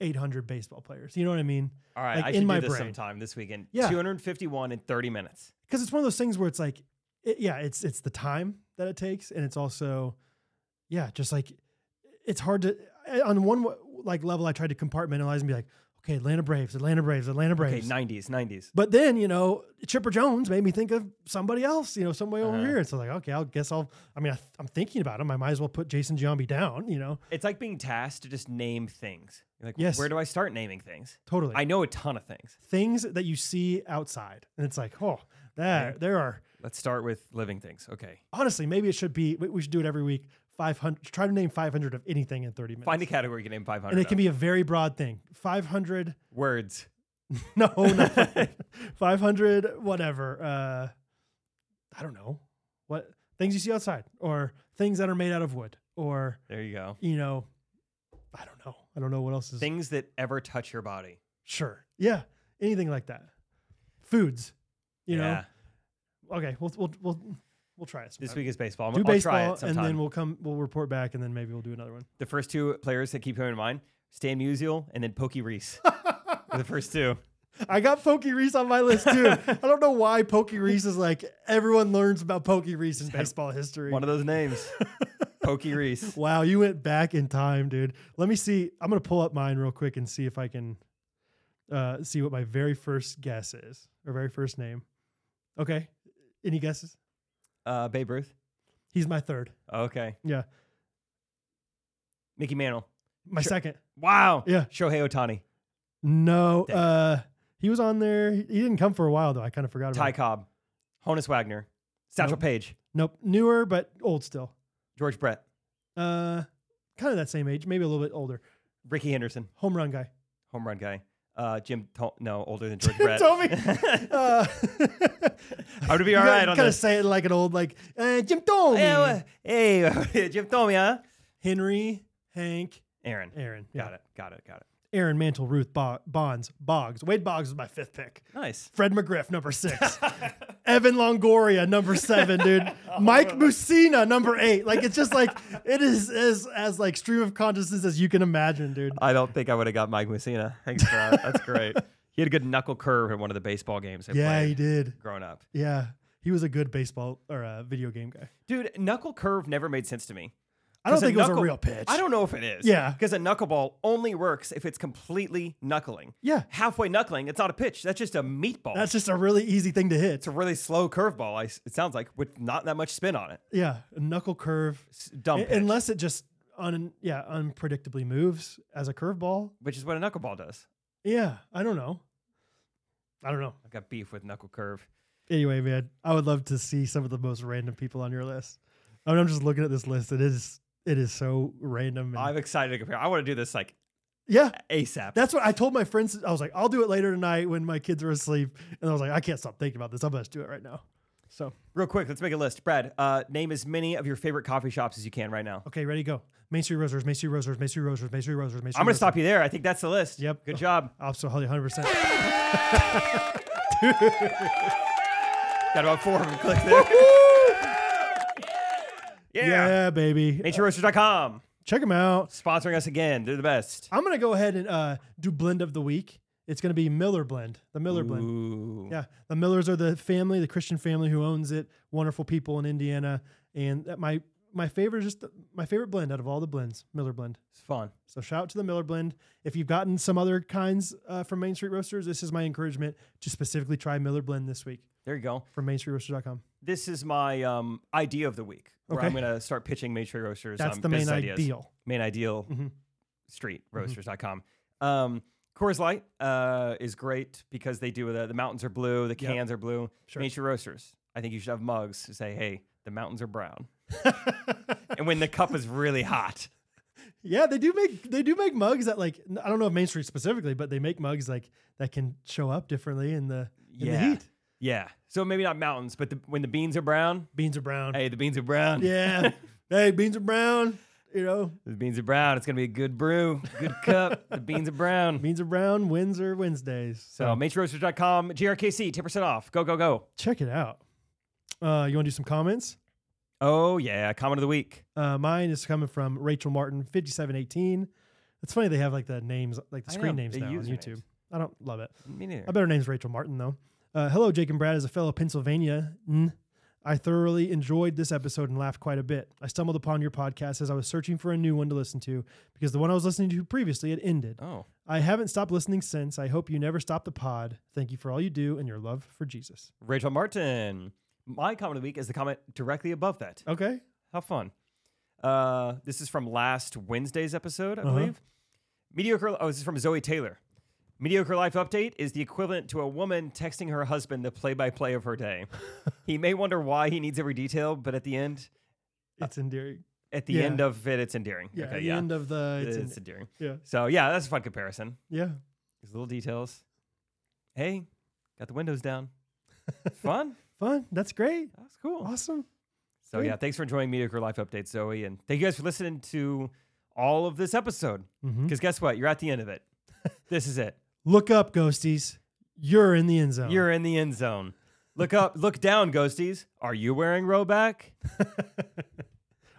Speaker 1: 800 baseball players. You know what I mean?
Speaker 2: All right.
Speaker 1: Like,
Speaker 2: I
Speaker 1: in
Speaker 2: should
Speaker 1: my
Speaker 2: do this
Speaker 1: brain.
Speaker 2: sometime this weekend.
Speaker 1: Yeah.
Speaker 2: 251 in 30 minutes.
Speaker 1: because it's one of those things where it's like, it, yeah, it's it's the time that it takes, and it's also, yeah, just like it's hard to I- on one w- like level. I tried to compartmentalize and be like, okay, Atlanta Braves, Atlanta Braves, Atlanta
Speaker 2: Okay,
Speaker 1: Braves.
Speaker 2: 90s, 90s.
Speaker 1: but then you know Chipper Jones made me think of somebody else, you know, somebody over
Speaker 2: Uh-huh.
Speaker 1: here. And so like, okay, I'll guess I'll. I mean, I, th- I'm thinking about him. I might as well put Jason Giambi down, you know.
Speaker 2: It's like being tasked to just name things. You're like,
Speaker 1: Yes.
Speaker 2: where do I start naming things?
Speaker 1: Totally.
Speaker 2: I know a ton of things.
Speaker 1: Things that you see outside, and it's like, oh, there there are.
Speaker 2: Let's start with living things. Okay.
Speaker 1: honestly, maybe it should be. We we should do it every week. Five hundred. Try to name five hundred of anything in thirty minutes,
Speaker 2: Find a category you can name 500.
Speaker 1: and it can
Speaker 2: of.
Speaker 1: be a very broad thing. Five hundred. [LAUGHS]
Speaker 2: words.
Speaker 1: No,
Speaker 2: [LAUGHS]
Speaker 1: not five hundred. Whatever. Uh, I don't know what things you see outside, or things that are made out of wood, or
Speaker 2: There you go.
Speaker 1: you know, I don't know. I don't know what else is.
Speaker 2: Things that ever touch your body.
Speaker 1: Sure. Yeah. Anything like that. Foods. You
Speaker 2: yeah.
Speaker 1: know. Okay. We'll we'll we'll we'll try it. Sometime.
Speaker 2: This week is baseball. I'm,
Speaker 1: do
Speaker 2: I'll try
Speaker 1: baseball,
Speaker 2: it
Speaker 1: and
Speaker 2: sometime.
Speaker 1: then we'll come. We'll report back, and then maybe we'll do another one.
Speaker 2: the first two players that keep coming to mind Stan Musial and then
Speaker 1: [LAUGHS]
Speaker 2: Pokey Reese. Were the first two.
Speaker 1: I got Pokey Reese on my list too. I don't know why Pokey Reese is like everyone learns about Pokey Reese in baseball history.
Speaker 2: One of those names. [LAUGHS] Pokey
Speaker 1: [LAUGHS]
Speaker 2: Reese.
Speaker 1: wow, you went back in time, dude. Let me see. I'm gonna pull up mine real quick and see if I can uh, see what my very first guess is or very first name. Okay, any guesses?
Speaker 2: Uh, Babe Ruth.
Speaker 1: He's my third.
Speaker 2: Okay.
Speaker 1: Yeah,
Speaker 2: Mickey Mantle.
Speaker 1: my
Speaker 2: Sure.
Speaker 1: second.
Speaker 2: Wow.
Speaker 1: Yeah.
Speaker 2: Shohei Otani.
Speaker 1: No,
Speaker 2: Dang.
Speaker 1: uh, he was on there. He he didn't come for a while though. I kind of forgot about.
Speaker 2: Ty
Speaker 1: him.
Speaker 2: Cobb. Honus Wagner. Satchel
Speaker 1: Nope.
Speaker 2: Paige.
Speaker 1: Nope, newer but old still.
Speaker 2: George Brett.
Speaker 1: Uh, kind of that same age, maybe a little bit older.
Speaker 2: Ricky Henderson.
Speaker 1: Home run
Speaker 2: [LAUGHS]
Speaker 1: guy.
Speaker 2: Home run guy. Uh, Jim, Tol- no, older than George Brett.
Speaker 1: Tommy. Uh,
Speaker 2: [LAUGHS]
Speaker 1: [LAUGHS]
Speaker 2: I would be all right on
Speaker 1: Kind of
Speaker 2: this.
Speaker 1: say it like an old like uh, Jim Tommy.
Speaker 2: Hey, uh, hey, [LAUGHS] Jim Tomey, huh?
Speaker 1: Henry, Hank,
Speaker 2: Aaron.
Speaker 1: Aaron.
Speaker 2: Got it. Got it. Got it.
Speaker 1: Aaron Mantle, Ruth Bo- Bonds, Boggs. Wade Boggs was my fifth pick.
Speaker 2: Nice.
Speaker 1: Fred McGriff, number
Speaker 2: [LAUGHS]
Speaker 1: six. Evan Longoria, number seven, dude.
Speaker 2: Oh,
Speaker 1: Mike Musina, number eight. Like it's just like it is as as like stream of consciousness as you can imagine, dude.
Speaker 2: I don't think I would have got Mike Messina. Thanks for that. That's
Speaker 1: [LAUGHS]
Speaker 2: great. He had a good knuckle curve in one of the baseball games I
Speaker 1: yeah,
Speaker 2: played
Speaker 1: he did.
Speaker 2: growing up.
Speaker 1: Yeah, he was a good baseball or uh, video game guy.
Speaker 2: Dude, knuckle curve never made sense to me.
Speaker 1: I don't
Speaker 2: 'Cause
Speaker 1: think it was a
Speaker 2: knuckle-
Speaker 1: real pitch.
Speaker 2: I don't know if it is.
Speaker 1: Yeah.
Speaker 2: Because a knuckleball only works if it's completely knuckling.
Speaker 1: Yeah.
Speaker 2: Halfway knuckling, it's not a pitch. That's just a meatball.
Speaker 1: That's just a really easy thing to hit.
Speaker 2: it's a really slow curveball. I s it sounds like with not that much spin on it.
Speaker 1: Yeah, a knuckle curve.
Speaker 2: It's dumb.
Speaker 1: Un-
Speaker 2: pitch,
Speaker 1: Unless it just un yeah unpredictably moves as a curveball.
Speaker 2: which is what a knuckleball does.
Speaker 1: Yeah, I don't know. I don't know.
Speaker 2: I've got beef with knuckle curve.
Speaker 1: Anyway, man, I would love to see some of the most random people on your list. I mean, I'm just looking at this list. It is it is so random. and-
Speaker 2: I'm excited to compare. I want to do this like
Speaker 1: yeah,
Speaker 2: ASAP.
Speaker 1: that's what I told my friends. I was like, I'll do it later tonight when my kids are asleep. And I was like, I can't stop thinking about this. I'm gonna do it right now. So
Speaker 2: Real quick, let's make a list. Brad, uh, name as many of your favorite coffee shops as you can right now.
Speaker 1: okay, ready go. Main Street Roasters, Main Street Roasters, Main Street Roasters, Main Street Roasters, Oh, Main Street.
Speaker 2: I'm going to stop you there. I think that's the list.
Speaker 1: Yep.
Speaker 2: Good job.
Speaker 1: Absolutely, hundred percent.
Speaker 2: Got about four of them. Click there. [LAUGHS] yeah.
Speaker 1: Yeah, baby.
Speaker 2: NatureRoasters.com.
Speaker 1: Check them out.
Speaker 2: Sponsoring us again. They're the best.
Speaker 1: I'm gonna go ahead and uh, do blend of the week. It's gonna be Miller Blend, the Miller Blend.
Speaker 2: Ooh.
Speaker 1: Yeah, the Millers are the family, the Christian family who owns it. Wonderful people in Indiana, and that my my favorite is just the, my favorite blend out of all the blends, Miller Blend.
Speaker 2: It's fun.
Speaker 1: So shout out to the Miller Blend. If you've gotten some other kinds uh, from Main Street Roasters, this is my encouragement to specifically try Miller Blend this week
Speaker 2: There you go.
Speaker 1: from MainStreetRoasters.com.
Speaker 2: This is my um, idea of the week where
Speaker 1: Okay.
Speaker 2: I'm going to start pitching Main Street Roasters.
Speaker 1: That's
Speaker 2: um,
Speaker 1: the main
Speaker 2: business ideas.
Speaker 1: ideal. Mm-hmm.
Speaker 2: Main ideal
Speaker 1: Mhm.
Speaker 2: street roasters.com. Um, Coors Light uh, is great because they do the, the mountains are blue, the
Speaker 1: Yep.
Speaker 2: cans are blue.
Speaker 1: Sure.
Speaker 2: Main Street Roasters. I think you should have mugs to say, hey, the mountains are
Speaker 1: [LAUGHS]
Speaker 2: brown. and when the cup is really hot.
Speaker 1: Yeah, they do make they do make mugs that like n- I don't know if Main Street specifically, but they make mugs like that can show up differently in the in the
Speaker 2: Yeah.
Speaker 1: heat.
Speaker 2: Yeah. So maybe not mountains, but the, when the beans are brown,
Speaker 1: Beans are brown.
Speaker 2: hey, the beans are brown.
Speaker 1: [LAUGHS] Yeah. hey, beans are brown. You know,
Speaker 2: The beans are brown. It's going to be a good brew, good cup. the beans are brown.
Speaker 1: beans are brown. Wins are Wednesdays. So
Speaker 2: So matroasters.com, GRKC, 10% off. Go, go, go.
Speaker 1: check it out. Uh, you want to do some comments?
Speaker 2: Oh, yeah. Comment of the week.
Speaker 1: Uh, mine is coming from Rachel Martin, fifty-seven eighteen. It's funny they have like the names, like the
Speaker 2: I know,
Speaker 1: screen names
Speaker 2: the
Speaker 1: now on
Speaker 2: usernames.
Speaker 1: YouTube. I don't love it.
Speaker 2: Me neither.
Speaker 1: I bet her name's Rachel Martin, though. Uh, hello, Jake and Brad. As a fellow Pennsylvania, mm, I thoroughly enjoyed this episode and laughed quite a bit. I stumbled upon your podcast as I was searching for a new one to listen to because the one I was listening to previously had ended.
Speaker 2: Oh,
Speaker 1: I haven't stopped listening since. I hope you never stop the pod. Thank you for all you do and your love for Jesus.
Speaker 2: Rachel Martin. My comment of the week is the comment directly above that.
Speaker 1: Okay.
Speaker 2: How fun. Uh, this is from last Wednesday's episode, I
Speaker 1: Uh-huh.
Speaker 2: believe. Mediocre. Oh, this is from Zoe Taylor. Mediocre Life Update is the equivalent to a woman texting her husband the play by play of
Speaker 1: [LAUGHS]
Speaker 2: her day. he may wonder why he needs every detail, but at the end,
Speaker 1: It's endearing.
Speaker 2: at the
Speaker 1: Yeah.
Speaker 2: end of it, it's endearing.
Speaker 1: Yeah.
Speaker 2: Uh, okay,
Speaker 1: at the
Speaker 2: yeah.
Speaker 1: end of the. It's
Speaker 2: it's,
Speaker 1: en-
Speaker 2: endearing.
Speaker 1: yeah.
Speaker 2: So, yeah, that's a fun comparison.
Speaker 1: Yeah.
Speaker 2: These little details. Hey, got the windows
Speaker 1: [LAUGHS]
Speaker 2: down. fun.
Speaker 1: Fun. That's great.
Speaker 2: That's cool.
Speaker 1: Awesome.
Speaker 2: So
Speaker 1: Good.
Speaker 2: yeah, thanks for joining Mediocre Life Update, Zoe, and thank you guys for listening to all of this episode. Because
Speaker 1: Mhm.
Speaker 2: guess what? You're at the end
Speaker 1: [LAUGHS]
Speaker 2: of it. this is it.
Speaker 1: Look up, ghosties. You're in the end zone.
Speaker 2: You're in the end zone. Look up, look down, ghosties. Are you wearing Roback?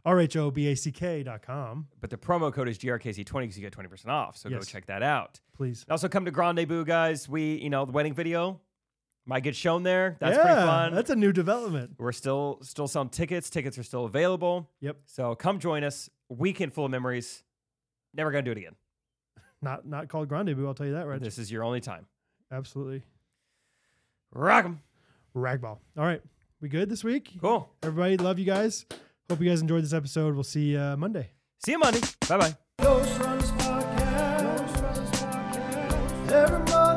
Speaker 1: R H O B A C K dot com.
Speaker 2: But the promo code is GRKC20 because you get 20% off. So go
Speaker 1: Yes.
Speaker 2: check that out.
Speaker 1: Please.
Speaker 2: And also come to Grand Debut, guys. We, you know, the wedding video might get shown there. That's pretty fun.
Speaker 1: That's a new development.
Speaker 2: We're still still selling tickets. Tickets are still available.
Speaker 1: Yep.
Speaker 2: So come join us. Weekend full of memories. Never gonna do it again.
Speaker 1: Not not called Grande Boo, I'll tell you that right.
Speaker 2: This is your only time.
Speaker 1: Absolutely.
Speaker 2: Rock 'em.
Speaker 1: Ragball. All right. We good this week?
Speaker 2: Cool.
Speaker 1: Everybody, love you guys. Hope you guys enjoyed this episode. We'll see you uh, Monday.
Speaker 2: See you Monday. Bye bye.
Speaker 5: Ghost Runners Podcast. Ghost Runners Podcast. Every Monday.